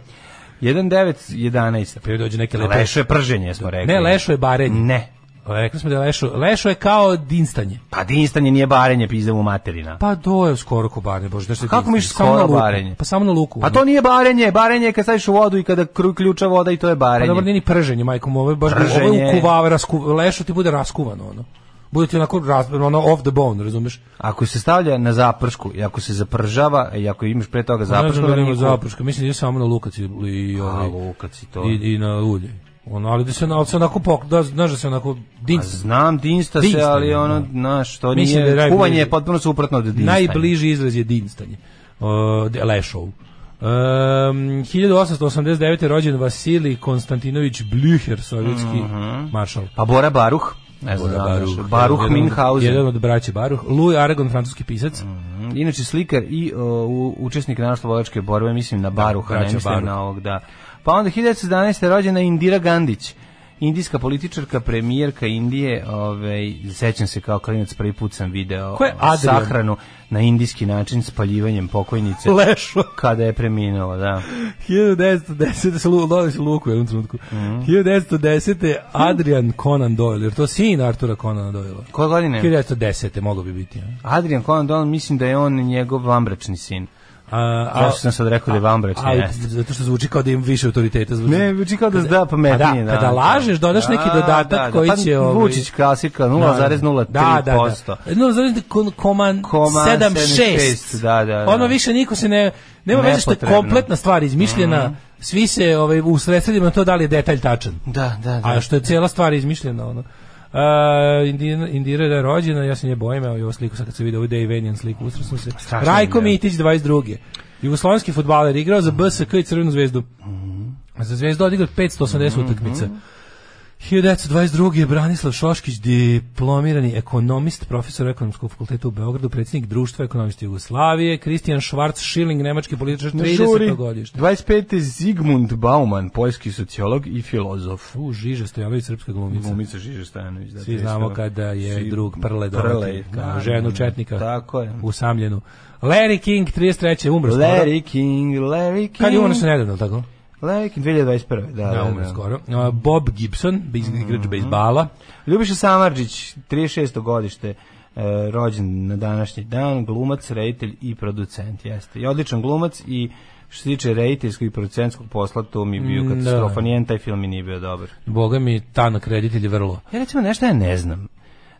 Speaker 6: 1911.
Speaker 7: Pa joj dođe neke lepe...
Speaker 6: Lešo je prženje, smo rekli. Mm.
Speaker 7: Ne, Lešo je barenje.
Speaker 6: Ne.
Speaker 7: Rekli smo da je Lešo, Lešo je kao dinstanje.
Speaker 6: Pa dinstanje nije barenje, pizda mu materina.
Speaker 7: Pa do je skoro ko barenje, bože. Znaš šta je
Speaker 6: Kako
Speaker 7: dinstanje?
Speaker 6: misliš
Speaker 7: Samo na
Speaker 6: skoro
Speaker 7: luku.
Speaker 6: barenje?
Speaker 7: Pa samo na luku.
Speaker 6: Pa to nije barenje, barenje je kad staviš u vodu i kada kru- ključa voda i to je
Speaker 7: Pa dobro,
Speaker 6: barenje.
Speaker 7: nije ni prženje, majko mu, ovo je baš
Speaker 6: Prženje.
Speaker 7: ovo je ukuvava, rasku, lešo ti bude raskuvano, ono. Bude ti onako, raz, ono, off the bone, razumeš?
Speaker 6: Ako se stavlja na zapršku i ako se zapržava i ako imaš pre toga
Speaker 7: Ne
Speaker 6: zapršku,
Speaker 7: znam
Speaker 6: da
Speaker 7: da nema
Speaker 6: nije ku-
Speaker 7: zapuška, mislim da je samo na lukac i, i,
Speaker 6: A,
Speaker 7: ovaj,
Speaker 6: lukac i to.
Speaker 7: i, i na ulje. Ono, ali da se, ali se onako pok, da, znaš da se onako
Speaker 6: A
Speaker 7: dinc,
Speaker 6: Znam dinsta se,
Speaker 7: Dinstanje,
Speaker 6: ali
Speaker 7: da.
Speaker 6: ono, znaš, to
Speaker 7: Mislim da je
Speaker 6: nije,
Speaker 7: najbliže.
Speaker 6: kuvanje je potpuno suprotno od dinstanja.
Speaker 7: najbliži izraz je dinstanje. O, de- lešov. Um, 1889. je rođen Vasilij Konstantinović Blücher, sovjetski maršal.
Speaker 6: Pa Bora Baruh, ne znam, da li znaš, Baruh,
Speaker 7: jedan od-
Speaker 6: Minhausen.
Speaker 7: Jedan od braće Baruh. Louis Aragon, francuski pisac.
Speaker 6: Mhm. Inače slikar i o, u, učesnik narodnooslobodilačke borbe, mislim na Baruha, ne
Speaker 7: Da, braća
Speaker 6: mislim
Speaker 7: Baruh.
Speaker 6: na ovog, da. Pa onda 1917. rođena Indira Gandić, indijska političarka, premijerka Indije, ovaj sećam se kao klinac prvi put sam video
Speaker 7: Ko je
Speaker 6: ovaj,
Speaker 7: Adrian?
Speaker 6: sahranu na indijski način spaljivanjem pokojnice
Speaker 7: Lešo.
Speaker 6: kada je preminula, da.
Speaker 7: 1910. se Lu- Lovis Luku u jednom trenutku.
Speaker 6: Mhm.
Speaker 7: 1910. Adrian Conan Doyle, jer to je sin Artura Conan Doyle.
Speaker 6: Koje godine?
Speaker 7: 1910. moglo bi biti. a?
Speaker 6: Adrian Conan Doyle, mislim da je on njegov vambračni sin.
Speaker 7: A, a-
Speaker 6: Zašto sam sad rekao da je vambračni?
Speaker 7: ali
Speaker 6: jeste.
Speaker 7: zato što zvuči kao da im više autoriteta. Zvuči.
Speaker 6: Ne, zvuči kao da zda
Speaker 7: Pa da,
Speaker 6: pametnije.
Speaker 7: kada lažeš, dodaš neki
Speaker 6: Da,
Speaker 7: dodatak
Speaker 6: da, da,
Speaker 7: koji
Speaker 6: pa
Speaker 7: će... ovaj-
Speaker 6: Vučić klasika 0,03%.
Speaker 7: Da, da, da. 0,76.
Speaker 6: Da, da, da.
Speaker 7: Ono više niko se ne... Nema veze što je
Speaker 6: Nepotrebno. Mhm.
Speaker 7: kompletna stvar izmišljena, svi se ovaj, usredsredimo na to da li je detalj tačan.
Speaker 6: Da, da, da.
Speaker 7: A što je cijela stvar izmišljena, ono. Uh, Indira, Indira je rođena, ja sam je bojim, evo i ovu sliku sad kad se vidi ovu Dejvenijan sliku, usro sam se.
Speaker 6: Strašno
Speaker 7: Rajko
Speaker 6: mi je.
Speaker 7: Mitić, 22. Jugoslovenski futbaler, igrao za BSK i Crvenu zvezdu.
Speaker 6: Mhm.
Speaker 7: Za zvezdu odigrao 580 utakmica. 1922. je Branislav Šoškić, diplomirani ekonomist, profesor ekonomskog fakulteta u Beogradu, predsjednik društva ekonomista Jugoslavije, Kristijan Švarc Schilling, nemački političar,
Speaker 6: Da
Speaker 7: 30. godište.
Speaker 6: 25. Zigmund Bauman, poljski sociolog i filozof.
Speaker 7: U, Žiža Stojanović, srpska glumica.
Speaker 6: Glumica Žiže Stojanović. Da,
Speaker 7: Svi znamo kada je
Speaker 6: Svi-
Speaker 7: drug Prle
Speaker 6: Prle, da,
Speaker 7: dodatio kao ženu četnika
Speaker 6: Tako je.
Speaker 7: usamljenu. Larry King, 33. umro skoro.
Speaker 6: Larry King, Larry King.
Speaker 7: Kad je umro se nedavno, jel tako?
Speaker 6: Larry King, 2021. Da,
Speaker 7: Da,
Speaker 6: da, Mhm.
Speaker 7: umro
Speaker 6: da.
Speaker 7: skoro. Uh, Bob Gibson, bez- igrač bejsbala.
Speaker 6: Ljubiša Samarđić, 36. godište, e, rođen na današnji dan, glumac, reditelj i producent, jeste. I odličan glumac i što se tiče rediteljskog i producentskog posla, to mi je bio
Speaker 7: Mm,
Speaker 6: katastrofa,
Speaker 7: da.
Speaker 6: nijedan taj film mi nije bio dobar.
Speaker 7: Boga mi, tanak reditelj je vrlo.
Speaker 6: Ja recimo nešto ja ne znam.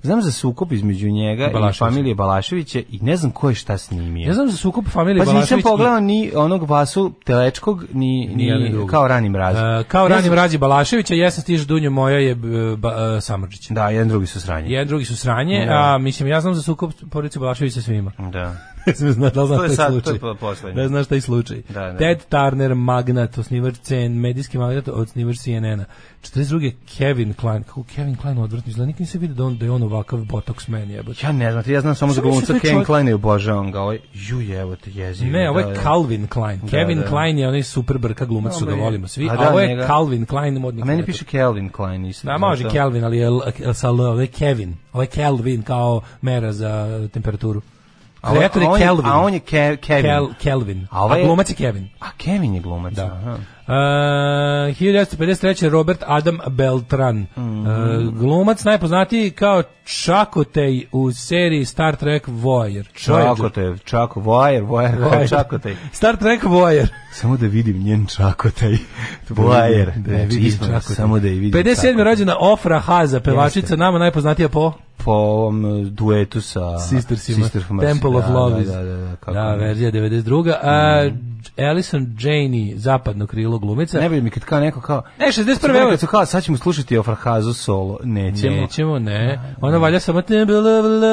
Speaker 6: Znam za sukob između njega i
Speaker 7: Balaševića.
Speaker 6: familije Balaševića i ne znam ko je šta snimio.
Speaker 7: Ja znam za sukup familije
Speaker 6: Pa nisam
Speaker 7: Balašević. i-
Speaker 6: pogledao ni onog Vasu Telečkog, ni, ni,
Speaker 7: Nijedne druge.
Speaker 6: kao ranim razom.
Speaker 7: Uh, kao ranim rađi Balaševića, jesam stiže Dunjo moja je uh, ba, uh, Samrđić.
Speaker 6: Da, jedan drugi su sranje.
Speaker 7: Jedan drugi su sranje, a mislim ja znam za sukup porodice Balašević sa svima.
Speaker 6: Da.
Speaker 7: Mislim, zna, da li znaš
Speaker 6: To je
Speaker 7: taj
Speaker 6: sad, to je
Speaker 7: slučaj.
Speaker 6: po- poslednje.
Speaker 7: Da znaš taj slučaj.
Speaker 6: Da, da.
Speaker 7: Ted Turner, magnat, osnivač CN, medijski magnat, osnivač CNN-a. 42. Kevin Klein. Kako Kevin Klein odvrtno izgleda? Nikad nisam vidio da, on, da je on ovakav botox man jebote.
Speaker 6: Ja ne znam, ja znam samo za
Speaker 7: Šta misliš
Speaker 6: glumca
Speaker 7: da je
Speaker 6: Ken
Speaker 7: čovjek-
Speaker 6: Klein i obožavam ga. Ovaj, ju, evo te jezivo.
Speaker 7: Ne, ovo je
Speaker 6: da, da.
Speaker 7: Calvin Klein. Kevin
Speaker 6: da.
Speaker 7: Klein je onaj super brka glumac, su ga
Speaker 6: Dobro je.
Speaker 7: volimo svi.
Speaker 6: A
Speaker 7: A,
Speaker 6: da,
Speaker 7: ovo je
Speaker 6: njega-
Speaker 7: Calvin Klein, modni
Speaker 6: A meni
Speaker 7: kreator.
Speaker 6: piše Kelvin Klein. Nisam,
Speaker 7: Da, može
Speaker 6: zato-
Speaker 7: Kelvin, ali je, l- sa L, ovo je Kevin. Ovo je Kelvin kao mera za temperaturu.
Speaker 6: A, on-
Speaker 7: Kreator
Speaker 6: a
Speaker 7: da je
Speaker 6: on je-
Speaker 7: Kelvin.
Speaker 6: A on je Ke- Kevin.
Speaker 7: Kel, Kelvin.
Speaker 6: A
Speaker 7: A,
Speaker 6: ovaj je-
Speaker 7: glumac je Kevin.
Speaker 6: A Kevin je glumac.
Speaker 7: Da.
Speaker 6: aha.
Speaker 7: Uh, 1953. Robert Adam Beltran. uh, glumac najpoznatiji kao Čakotej u seriji Star Trek Voyager. Čovječe.
Speaker 6: Čakote, čako, vojer, vojer, vojer, čakote.
Speaker 7: Star Trek Voyager.
Speaker 6: Samo da vidim njen čakotaj. Vojer,
Speaker 7: Da je vidim Čakotaj.
Speaker 6: Samo da je vidim.
Speaker 7: 57. rođena Ofra Haza, pevačica,
Speaker 6: Jeste.
Speaker 7: nama najpoznatija po
Speaker 6: po ovom eh, duetu sa
Speaker 7: Sistersima.
Speaker 6: Sistersima.
Speaker 7: Temple of
Speaker 6: Da,
Speaker 7: Love. is-
Speaker 6: Da, da, da, kako
Speaker 7: da
Speaker 6: ne.
Speaker 7: verzija E, 92. A, Alison Janey, zapadno krilo glumica.
Speaker 6: Ne bi mi kad kao neko kao...
Speaker 7: E, 61.
Speaker 6: Prve,
Speaker 7: evo,
Speaker 6: kad su kao, sad ćemo slušati o Farhazu solo. Nećemo.
Speaker 7: Nećemo, ne. Ona valja samo Temple of Love.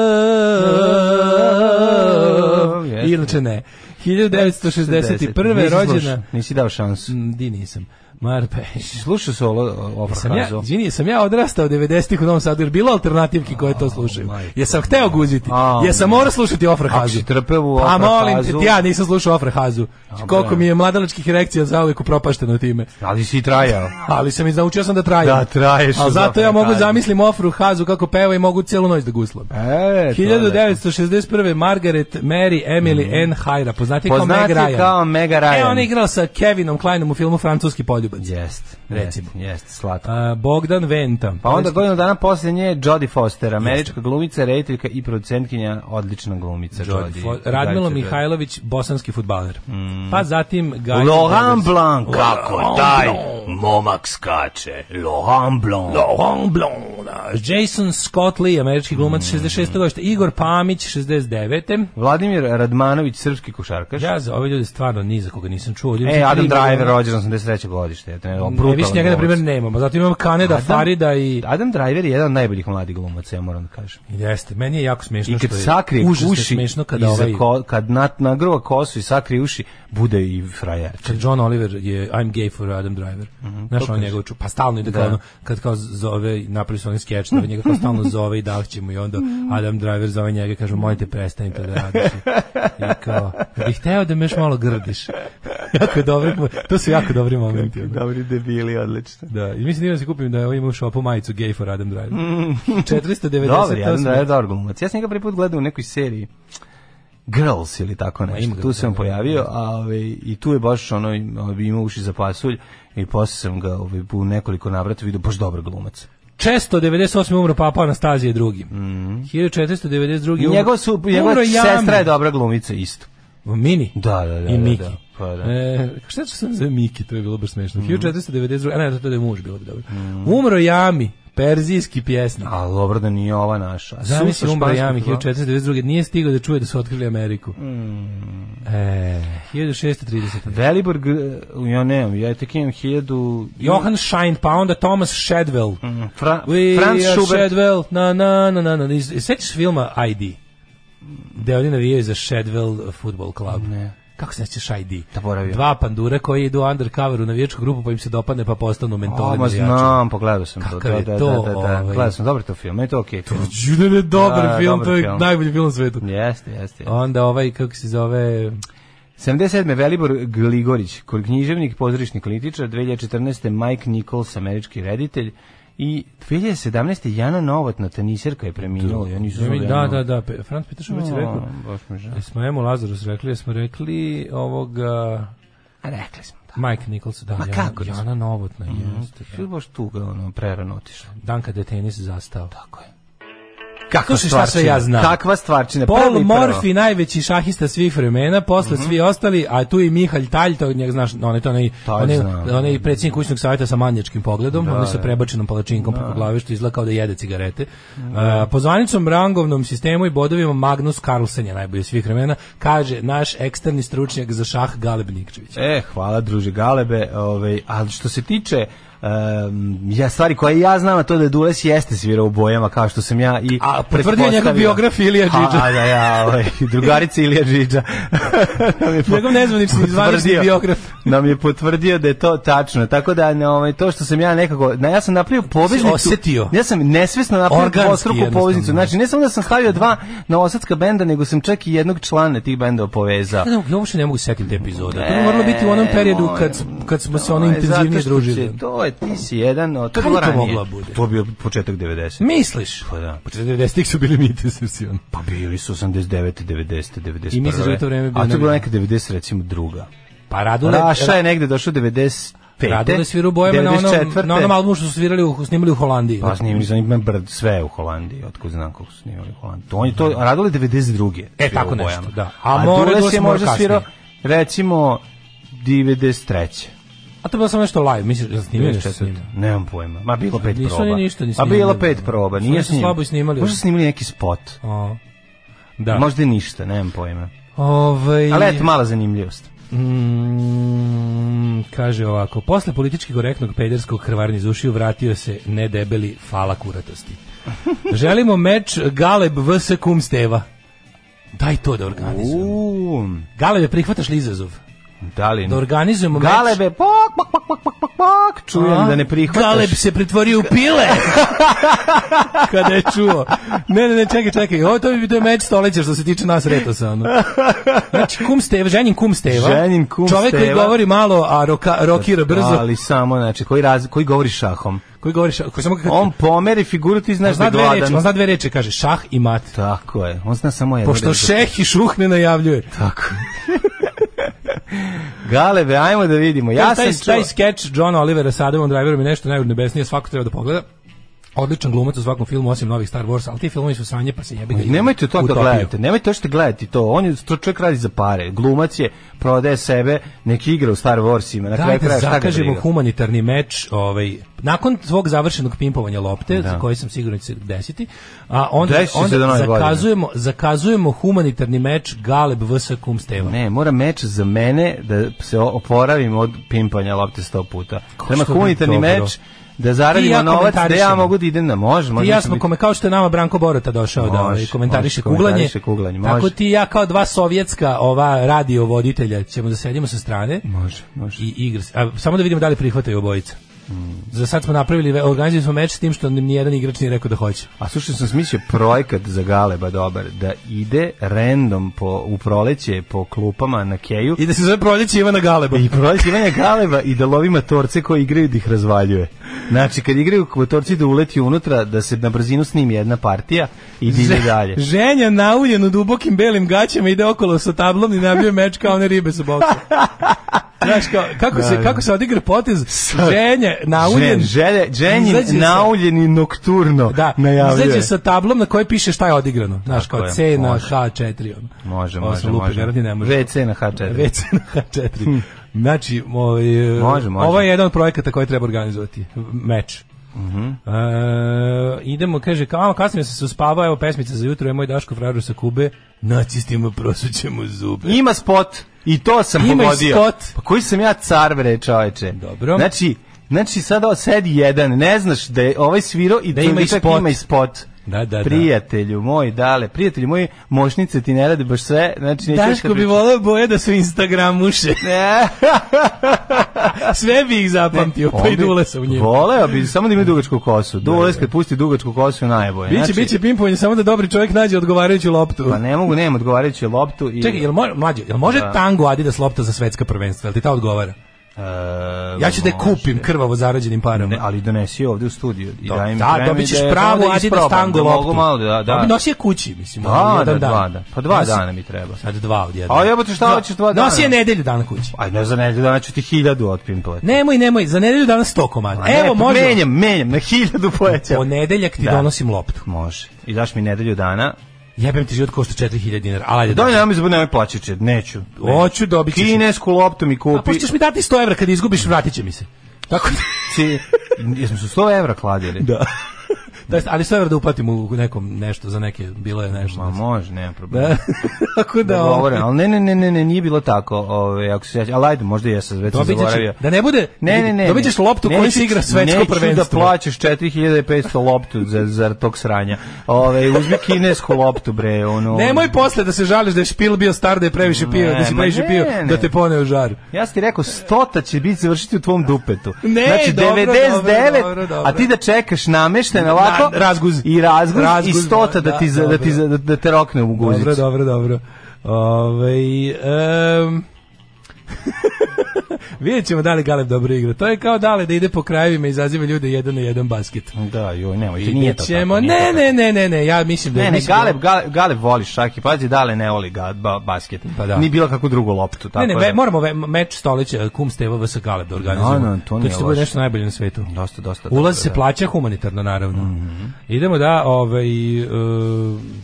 Speaker 6: Jeste.
Speaker 7: Inače ne.
Speaker 6: 60.
Speaker 7: 1961.
Speaker 6: Nisi
Speaker 7: rođena...
Speaker 6: slušao, Nisi dao šansu.
Speaker 7: Mm, Di nisam. Marpeš.
Speaker 6: Slušao solo o- o
Speaker 7: Sam ja,
Speaker 6: Farhazu.
Speaker 7: izvini, sam ja odrastao 90-ih u Novom Sadu, jer bilo alternativki koje to slušaju. Jesam hteo guziti,
Speaker 6: A,
Speaker 7: jesam morao slušati
Speaker 6: Ako
Speaker 7: Ofrahazu.
Speaker 6: si trpeo u
Speaker 7: A molim te,
Speaker 6: Ofrahazu.
Speaker 7: ti ja nisam slušao Ofrahazu. Koliko mi je mladalačkih erekcija zauvek upropašteno time.
Speaker 6: Ali si i trajao. E,
Speaker 7: Ali sam i naučio sam da trajem.
Speaker 6: Da, traješ
Speaker 7: Ali
Speaker 6: uz
Speaker 7: zato ja mogu
Speaker 6: Ofrahazu.
Speaker 7: zamislim Ofru Hazu kako peva i mogu cijelu noć da guslam.
Speaker 6: E, to je lepo.
Speaker 7: 1961. Margaret Mary Emily Ann Hyra, poznati kao Meg
Speaker 6: Poznati
Speaker 7: Ryan.
Speaker 6: kao Meg Ryan.
Speaker 7: E, ona je igrala sa Kevinom Kleinom u filmu Francuski poljubac.
Speaker 6: Jest,
Speaker 7: Recimo.
Speaker 6: Jest, jest slatko.
Speaker 7: A, Bogdan Venta.
Speaker 6: Pa onda godinu dana poslije nje Jodie Foster, američka glumica, rediteljka i producentkinja, odlična glumica.
Speaker 7: Jodie.
Speaker 6: Jodie.
Speaker 7: Fo- Radmilo
Speaker 6: Zaista,
Speaker 7: Mihajlović, bosanski futbaler. Pa zatim Gajko
Speaker 6: Mhm. da- Laurent
Speaker 7: Brothers.
Speaker 6: Blanc, kako
Speaker 7: Laurent
Speaker 6: taj
Speaker 7: Blanc.
Speaker 6: momak skače. Laurent Mhm. Blanc.
Speaker 7: Laurent Blanc. da. Jason Scott Lee, američki glumac, 66. godište. Igor Pamić, 69.
Speaker 6: Vladimir Radmanović, srpski košarkaš.
Speaker 7: Ja za ove ljude stvarno ni za koga nisam čuo. Ljudi,
Speaker 6: E,
Speaker 7: mislim,
Speaker 6: Adam
Speaker 7: tri godine-
Speaker 6: Driver, rođen 83. godište. eto, ne,
Speaker 7: Ne,
Speaker 6: brutalan
Speaker 7: više njega, na
Speaker 6: glumac.
Speaker 7: primjer, nemamo. Zato imam Kaneda,
Speaker 6: Adam-
Speaker 7: Farida i...
Speaker 6: Adam Driver je jedan od najboljih mladih glumaca, ja moram da kažem.
Speaker 7: Jeste, meni je jako smešno
Speaker 6: I kad
Speaker 7: što je
Speaker 6: sakrije
Speaker 7: užasno
Speaker 6: uši,
Speaker 7: smešno kada
Speaker 6: iza
Speaker 7: ovaj...
Speaker 6: ko, kad nat, nagrova kosu i sakrije uši, bude i frajer.
Speaker 7: Kad John Oliver je I'm gay for Adam Driver. Znaš, on njega ču, pa stalno ide kao,
Speaker 6: Mhm, Da.
Speaker 7: ono, kad kao zove, napravi su onaj skeč, da njega kao stalno zove i dah će mu i onda
Speaker 6: Mhm.
Speaker 7: Adam Driver zove njega i kaže, molim te prestani to da radiš. I kao, "Ja bih hteo da me još malo grdiš. jako dobri, mo- to su jako dobri momenti. ono.
Speaker 6: Dobri debili, odlično.
Speaker 7: Da, i mislim da imam da se kupim da ovaj ima u šopu majicu gay for Adam Driver. 498.
Speaker 6: Mhm. Dobar, Adam Driver, dobar glumac. Ja sam njega prvi put gledao u nekoj seriji Girls ili tako
Speaker 7: ima
Speaker 6: nešto.
Speaker 7: ga,
Speaker 6: Tu se on
Speaker 7: da,
Speaker 6: pojavio, a ovaj, i tu je baš ono ovaj, imao uši za pasulj i posle sam ga ovaj, u nekoliko navrata vidio baš dobar glumac.
Speaker 7: Često 98. umro Papa Anastazije drugi. 1492. umro-
Speaker 6: I Mhm. njegova su, njegova
Speaker 7: umro Jan-
Speaker 6: sestra je dobra glumica isto.
Speaker 7: Mini.
Speaker 6: Da, da, da,
Speaker 7: I
Speaker 6: da,
Speaker 7: Miki.
Speaker 6: da. Pa da. Mhm.
Speaker 7: E, šta ću sam za Miki, to je bilo baš smešno. 1492. A e, ne, to je muž bilo bi dobro. Umro Jami, perzijski pjesnik.
Speaker 6: A dobro da nije ova naša. A
Speaker 7: Zamisli
Speaker 6: Susa
Speaker 7: umro
Speaker 6: španskog
Speaker 7: Jami
Speaker 6: glumaca.
Speaker 7: 1492. Nije stigao da čuje da su otkrili Ameriku.
Speaker 6: Mhm.
Speaker 7: E, 1630.
Speaker 6: Velibor, Gr- ja nemam, ja tek imam hiljadu...
Speaker 7: Johan Schein, pa onda Thomas Shadwell.
Speaker 6: Fra,
Speaker 7: We
Speaker 6: Franz
Speaker 7: are
Speaker 6: Schubert.
Speaker 7: Shadwell, na, na, na, na, na. Iz- iz- Sećaš filma ID? Gde oni navijaju za Shadwell Football Club.
Speaker 6: Ne.
Speaker 7: Kako se nećeš ID?
Speaker 6: Zaboravio.
Speaker 7: Dva pandura koji idu undercover u navijačku grupu pa im se dopadne pa postanu mentoli
Speaker 6: O, ma
Speaker 7: navijača.
Speaker 6: znam, pogledao sam to.
Speaker 7: Kakav
Speaker 6: Da,
Speaker 7: je
Speaker 6: da,
Speaker 7: to,
Speaker 6: da, da, da.
Speaker 7: ovaj.
Speaker 6: Gledao sam, dobar je to film, meni je to okej. film.
Speaker 7: Čudan je dobar
Speaker 6: Da,
Speaker 7: film,
Speaker 6: dobar
Speaker 7: to je
Speaker 6: film.
Speaker 7: najbolji film na svetu.
Speaker 6: Jeste, jeste.
Speaker 7: Onda ovaj, kako se zove,
Speaker 6: 77. Velibor Gligorić, kor- književnik, pozorišni kritičar, 2014. Mike Nichols, američki reditelj, i 2017. Jana Novotna, teniserka je preminula. Ja nisam znao
Speaker 7: da,
Speaker 6: je
Speaker 7: da,
Speaker 6: Jana-
Speaker 7: da, Pe- Franc Petršović je rekao,
Speaker 6: O, Baš mi žao.
Speaker 7: jesmo Emu Lazarus rekli, jesmo rekli ovoga,
Speaker 6: A Rekli smo. da.
Speaker 7: Mike Nichols, da,
Speaker 6: Ma
Speaker 7: Jana,
Speaker 6: kako da-
Speaker 7: Jana Novotna, jeste.
Speaker 6: Što je baš tu ga ono, prerano otišla.
Speaker 7: Dan kada je tenis zastao.
Speaker 6: Tako je. Kakva
Speaker 7: Slušaj, šta sve ja znam.
Speaker 6: Kakva stvarčina.
Speaker 7: Paul
Speaker 6: Prvi Mhm. prvo.
Speaker 7: Morfi, najveći šahista svih vremena, posle svi ostali, a tu i Mihalj Talj, to od njega znaš, on je to onaj,
Speaker 6: Talj
Speaker 7: onaj,
Speaker 6: znam. da.
Speaker 7: onaj predsjednik kućnog savjeta sa manjačkim pogledom, on je sa prebačenom palačinkom preko glave što izgleda kao da jede cigarete. Da. po zvaničnom rangovnom sistemu i bodovima Magnus Carlsen je najbolji svih vremena, kaže naš eksterni stručnjak za šah Galeb Nikčević.
Speaker 6: E, hvala druže Galebe, ovaj, ali što se tiče em, ja stvari koje ja znam, a to je da je Dules jeste svirao u bojama kao što sam ja i
Speaker 7: A, potvrdio je njegov
Speaker 6: pretpostavio.
Speaker 7: biograf Ilija Đidža.
Speaker 6: A, da, ja, ovaj, drugarica Ilija Đidža. Nam je po-
Speaker 7: Njegov nezvanični
Speaker 6: potvrdio.
Speaker 7: zvanični biograf.
Speaker 6: nam je potvrdio da je to tačno. Tako da ne, ovaj to što sam ja nekako, na, ja sam napravio poveznicu.
Speaker 7: osetio?
Speaker 6: Ja sam nesvesno napravio
Speaker 7: Organski
Speaker 6: dvostruku
Speaker 7: jednostavno.
Speaker 6: poveznicu. Znači ne samo da sam stavio dva novosadska benda, nego sam čak i jednog člana tih bendova povezao.
Speaker 7: Ne, ne, uopšte ne mogu setiti epizoda.
Speaker 6: E,
Speaker 7: To bi moralo biti u onom periodu kad, kad smo se ono
Speaker 6: To je E, zato
Speaker 7: intenzivnije
Speaker 6: što
Speaker 7: družili.
Speaker 6: će- To je, ti si jedan, o, to
Speaker 7: Kad
Speaker 6: je bilo
Speaker 7: je to
Speaker 6: ranije.
Speaker 7: moglo da bude?
Speaker 6: To je bio početak 90.
Speaker 7: Misliš?
Speaker 6: Pa da.
Speaker 7: Po 40-ih su bili mite sesijoni.
Speaker 6: Pa bili su 89, 90, 91.
Speaker 7: I misliš da je to vreme bio
Speaker 6: A to je bila neka
Speaker 7: najbolje?
Speaker 6: 90, recimo druga.
Speaker 7: Pa Radule...
Speaker 6: Raša je negde došao 95.
Speaker 7: Radule sviru bojama na onom, na onom albumu što su svirali, u, snimali u Holandiji.
Speaker 6: Pa snimili za njima brd, sve u Holandiji, otkud znam kako su snimali u Holandiji. To, on je to radili 92.
Speaker 7: E,
Speaker 6: svirao
Speaker 7: tako
Speaker 6: u
Speaker 7: nešto,
Speaker 6: bojama.
Speaker 7: da.
Speaker 6: A,
Speaker 7: A
Speaker 6: A
Speaker 7: More
Speaker 6: Dule
Speaker 7: Dule
Speaker 6: se
Speaker 7: smo
Speaker 6: možda
Speaker 7: kasnije.
Speaker 6: svirao, recimo, 93.
Speaker 7: A to je bilo samo nešto live, misliš da snimaju nešto
Speaker 6: 94..
Speaker 7: snimaju.
Speaker 6: Nemam pojma. Ma bilo pet
Speaker 7: Nisu oni
Speaker 6: proba.
Speaker 7: ništa ni
Speaker 6: Ma bilo
Speaker 7: snimali,
Speaker 6: pet
Speaker 7: da.
Speaker 6: proba,
Speaker 7: Su
Speaker 6: nije
Speaker 7: nešto
Speaker 6: snimali.
Speaker 7: slabo i snimali,
Speaker 6: Možda
Speaker 7: ali-
Speaker 6: snimali neki spot.
Speaker 7: O. Da.
Speaker 6: Možda i ništa, nemam pojma.
Speaker 7: Ovaj...
Speaker 6: Ali eto, mala zanimljivost.
Speaker 7: Mm, kaže ovako, posle politički korektnog pederskog krvarni iz ušiju vratio se nedebeli fala kuratosti. Želimo meč Galeb vs. Kum Steva. Daj to da organizujemo.
Speaker 6: Uuu,
Speaker 7: Galebe, prihvataš li izazov?
Speaker 6: Um, da li?
Speaker 7: Da organizujemo meč.
Speaker 6: Galebe, pok, pok, pok, pok, pok, pok, pok, čujem
Speaker 7: A?
Speaker 6: da ne prihvataš.
Speaker 7: Galeb se pretvorio u pile. Kada je čuo. Ne, ne, ne, čekaj, čekaj. Ovo to bi bio meč stoleća što se tiče nas retosa. Ono. Znači, kum Steva, ženjen kum Steva.
Speaker 6: Ženin kum
Speaker 7: Čovek koji
Speaker 6: Steva.
Speaker 7: govori malo, a roka, rokira brzo.
Speaker 6: Ali samo, znači, koji, raz, koji govori šahom.
Speaker 7: koji govori šah, koji samo kad,
Speaker 6: On pomeri figuru, ti
Speaker 7: on
Speaker 6: znaš da
Speaker 7: zna
Speaker 6: je
Speaker 7: dve reči, on
Speaker 6: gladan.
Speaker 7: zna dve reči, kaže šah i mat.
Speaker 6: Tako je, on zna samo jedno.
Speaker 7: Pošto
Speaker 6: reći.
Speaker 7: šeh i šuh ne najavljuje.
Speaker 6: Tako je. Galebe, ajmo da vidimo. Ja sam
Speaker 7: taj, taj
Speaker 6: čuo...
Speaker 7: skeč John Olivera sa Adamom Driverom je nešto najodnebesnije, svako treba da pogleda. Odličan glumac u svakom filmu, osim novih Star Wars, ali ti filmovi su sanje, pa se jebi ga.
Speaker 6: Nemojte to da
Speaker 7: utopio.
Speaker 6: gledate, nemojte to što gledati to. On je to čovjek radi za pare. Glumac je, prodaje sebe, neki igra u Star Warsima. Na kraju
Speaker 7: Dajte
Speaker 6: kraja šta ga
Speaker 7: da
Speaker 6: da
Speaker 7: zakažemo
Speaker 6: briga.
Speaker 7: humanitarni meč ovaj, nakon svog završenog pimpovanja lopte, za koji sam siguran će se desiti, a onda,
Speaker 6: Da. Desit će se
Speaker 7: onda
Speaker 6: do nove godine.
Speaker 7: zakazujemo, zakazujemo humanitarni meč Galeb vs. Kum Stevan.
Speaker 6: Ne, mora meč za mene da se o- oporavim od pimpanja lopte sto puta. Prema
Speaker 7: što bi
Speaker 6: humanitarni
Speaker 7: dobro.
Speaker 6: meč da
Speaker 7: Ti i
Speaker 6: zaradimo
Speaker 7: ja
Speaker 6: novac, da ja
Speaker 7: komentarišemo.
Speaker 6: mogu da idem na može.
Speaker 7: Ti
Speaker 6: može
Speaker 7: i ja
Speaker 6: da
Speaker 7: smo
Speaker 6: bi-
Speaker 7: kome kao što je nama Branko Borota došao da
Speaker 6: Može,
Speaker 7: ovaj, komentariše
Speaker 6: može, komentariše
Speaker 7: kuglanje.
Speaker 6: kuglanje, može.
Speaker 7: Tako ti i ja kao dva sovjetska ova radio voditelja ćemo da sedimo sa strane.
Speaker 6: Može, može.
Speaker 7: I igra se. A, samo da vidimo da li prihvataju obojica.
Speaker 6: Mm.
Speaker 7: Za sad smo napravili, ve- organizovali smo meč s tim što ni jedan igrač nije rekao da hoće.
Speaker 6: A slušaj, sam smislio projekat za Galeba dobar, da ide random po, u proleće po klupama na keju
Speaker 7: I da se zove proljeće Ivana Galeba.
Speaker 6: i proleće Ivanja Galeba i da lovi matorce koji igraju da ih razvaljuje. Znači, kad igraju motorci da uleti unutra, da se na brzinu snimi jedna partija i da ide dalje.
Speaker 7: Ženja nauljen u dubokim belim gaćama ide okolo sa tablom i nabije meč kao one ribe sa boksa. Znaš, kao, kako,
Speaker 6: Da,
Speaker 7: se, kako se odigra potez? Ženja nauljen,
Speaker 6: Žen, želje, ženjin
Speaker 7: Izađe sa-
Speaker 6: nauljeni nokturno
Speaker 7: Da,
Speaker 6: najavljuje.
Speaker 7: izađe sa tablom na kojoj piše šta je odigrano. Znaš,
Speaker 6: Tako
Speaker 7: kao
Speaker 6: je,
Speaker 7: C na
Speaker 6: može.
Speaker 7: H4. Ono.
Speaker 6: Može,
Speaker 7: Ovo
Speaker 6: može,
Speaker 7: sam lupio,
Speaker 6: može.
Speaker 7: garantni ne može.
Speaker 6: WC na H4.
Speaker 7: WC na H4. Znači, ovaj, e,
Speaker 6: Hm. Može, može.
Speaker 7: ovo je jedan od projekata koji treba organizovati. Meč.
Speaker 6: Mhm.
Speaker 7: E, idemo, kaže, kao, "A, kasnije sam se uspavao, evo pesmica za jutro, je moj Daško Fražu sa Kube, nacistima prosućemo zube.
Speaker 6: Ima spot. I to sam
Speaker 7: Ima i
Speaker 6: pogodio.
Speaker 7: spot.
Speaker 6: Pa koji sam ja car bre, čoveče.
Speaker 7: Dobro.
Speaker 6: Znači, znači sad ovo sedi jedan, ne znaš da je ovaj sviro i
Speaker 7: Da ima i
Speaker 6: čovječak
Speaker 7: spot.
Speaker 6: Ima i spot.
Speaker 7: Da, da, da.
Speaker 6: prijatelju moj, dale, prijatelju moj, mošnice ti ne rade baš sve, znači neću
Speaker 7: Daško bi volao boje da su Instagramuše.
Speaker 6: Ne, Da.
Speaker 7: Sve bi ih zapamtio, pa
Speaker 6: on
Speaker 7: i
Speaker 6: bi-
Speaker 7: dule sa u njima.
Speaker 6: Voleo bi, samo da ima dugačku kosu. Dule kad pusti dugačku kosu najbolje.
Speaker 7: Biće,
Speaker 6: Znači,
Speaker 7: biće pimpovanje, samo da dobri čovjek nađe odgovarajuću loptu.
Speaker 6: Pa ne mogu, nemam odgovarajuću loptu i...
Speaker 7: Čekaj, jel može, mlađe, jel može
Speaker 6: Da.
Speaker 7: tango Adidas lopta za svetska prvenstva? Jel ti ta odgovara?
Speaker 6: E,
Speaker 7: Ja ću da je
Speaker 6: može.
Speaker 7: kupim krvavo zarađenim parama.
Speaker 6: Ne, ali donesi je ovde u studiju i
Speaker 7: Da,
Speaker 6: daj mi
Speaker 7: da,
Speaker 6: vreme
Speaker 7: dobit ćeš
Speaker 6: da je-
Speaker 7: pravu
Speaker 6: da
Speaker 7: Adidas
Speaker 6: isprobam,
Speaker 7: tango
Speaker 6: da
Speaker 7: loptu.
Speaker 6: mogu malo da,
Speaker 7: Dobri,
Speaker 6: da.
Speaker 7: nosi je kući, mislim. ono,
Speaker 6: Da, da,
Speaker 7: jedan dan.
Speaker 6: dva, da. Pa dva
Speaker 7: Nosi-
Speaker 6: dana mi treba.
Speaker 7: Sad dva odjedno.
Speaker 6: A jebote, šta hoćeš dva dana?
Speaker 7: Nosi je nedelju dana kući.
Speaker 6: Aj, ne za nedelju dana ću ti hiljadu otpimpovati.
Speaker 7: Nemoj, nemoj, za nedelju dana sto komada.
Speaker 6: A ne,
Speaker 7: Evo,
Speaker 6: pa
Speaker 7: može.
Speaker 6: Menjam, menjam, na hiljadu povećam.
Speaker 7: Ponedeljak ti
Speaker 6: Da.
Speaker 7: donosim loptu.
Speaker 6: Može. I daš mi nedelju dana.
Speaker 7: Jebem ti život košta 4000 dinara. ali Ajde,
Speaker 6: Daj, Da, nemoj zbog nemoj plaćati, neću.
Speaker 7: Hoću, dobit ćeš.
Speaker 6: Kinesku loptu mi
Speaker 7: A pošto
Speaker 6: kupi.
Speaker 7: ćeš da, mi dati 100 evra kad izgubiš, vratit će mi se. Tako da...
Speaker 6: Ci- Jesmo su 100 evra kladili.
Speaker 7: Da. Da, jeste, ali sve da uplatim u nekom nešto, za neke, bilo je nešto.
Speaker 6: Ma može, nema problema.
Speaker 7: Da, tako da... ovo-
Speaker 6: Dogovoreno, ali ne, ne, ne, ne, ne, nije bilo tako, ove, ako se sjeća, ali ajde, možda i ja sam već sam
Speaker 7: Dobit ćeš-
Speaker 6: zaboravio.
Speaker 7: da ne bude-
Speaker 6: ne, ne, ne,
Speaker 7: dobit ćeš loptu koju
Speaker 6: Neću-
Speaker 7: se igra svetsko
Speaker 6: Neću da
Speaker 7: prvenstvo.
Speaker 6: plaćaš 4500 loptu za, za tog sranja. Ove, uzmi kinesku loptu, bre, ono...
Speaker 7: Nemoj posle da se žališ da je špil bio star, da je previše pio, da si
Speaker 6: ma
Speaker 7: previše
Speaker 6: ne,
Speaker 7: pio,
Speaker 6: ne.
Speaker 7: da te poneo u žar.
Speaker 6: Ja sam ti rekao, stota će biti završiti u tvom dupetu.
Speaker 7: Ne,
Speaker 6: znači,
Speaker 7: dobro,
Speaker 6: 99,
Speaker 7: dobro, dobro.
Speaker 6: a ti da čekaš namešten, ovako,
Speaker 7: Na- razguz.
Speaker 6: i razguz,
Speaker 7: Razguz,
Speaker 6: i stota da,
Speaker 7: da,
Speaker 6: ti, za- da,
Speaker 7: dobro.
Speaker 6: ti, za- da, da te rokne u guzicu.
Speaker 7: Dobro, dobro, dobro. Ove, um, vidjet ćemo da li Galeb dobro igra. To je kao dale da ide po krajevima i izaziva ljude jedan na jedan basket.
Speaker 6: Da, joj, nemoj, ti nije to
Speaker 7: Ćemo,
Speaker 6: tako, nije to
Speaker 7: ne,
Speaker 6: tako.
Speaker 7: ne, ne, ne, ne, ja mislim da je-
Speaker 6: Ne, ne,
Speaker 7: mislim da je-
Speaker 6: Galeb, Galeb, Galeb voli šak i pazi, Dale ne voli ga, ba, basket.
Speaker 7: Pa da.
Speaker 6: Ni bilo kakvu drugu loptu. Tako
Speaker 7: ne, ne,
Speaker 6: da.
Speaker 7: ve, moramo ve, meč stoleća Kum Steva vs Galeb da organizujemo.
Speaker 6: No, no, to nije
Speaker 7: će da bude
Speaker 6: loše.
Speaker 7: nešto najbolje na svetu.
Speaker 6: Dosta, dosta.
Speaker 7: Ulaz
Speaker 6: dobro,
Speaker 7: se
Speaker 6: da. Mhm.
Speaker 7: plaća humanitarno, naravno. Idemo da, ovaj, e,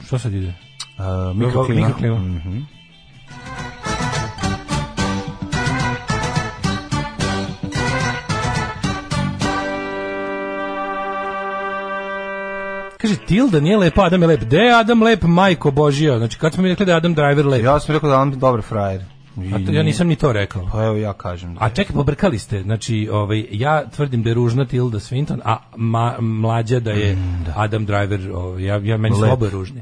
Speaker 7: što sad ide?
Speaker 6: da- A, mikroklima.
Speaker 7: Mikroklima.
Speaker 6: Mhm.
Speaker 7: Kaže, Tilda nije lepa, Adam je lep. De je Adam lep, majko Božija. Znači, kad smo mi rekli da je Adam Driver lep?
Speaker 6: Ja sam rekao da je on dobar frajer. I
Speaker 7: A to, ja
Speaker 6: nije.
Speaker 7: nisam ni to rekao.
Speaker 6: Pa evo ja kažem.
Speaker 7: A čekaj, pobrkali ste. Znači, ovaj, ja tvrdim da je ružna Tilda Swinton, a ma, mlađa da je Adam Driver. Ovaj, ja, ja, meni su
Speaker 6: Mm, Lep.
Speaker 7: oba ružni.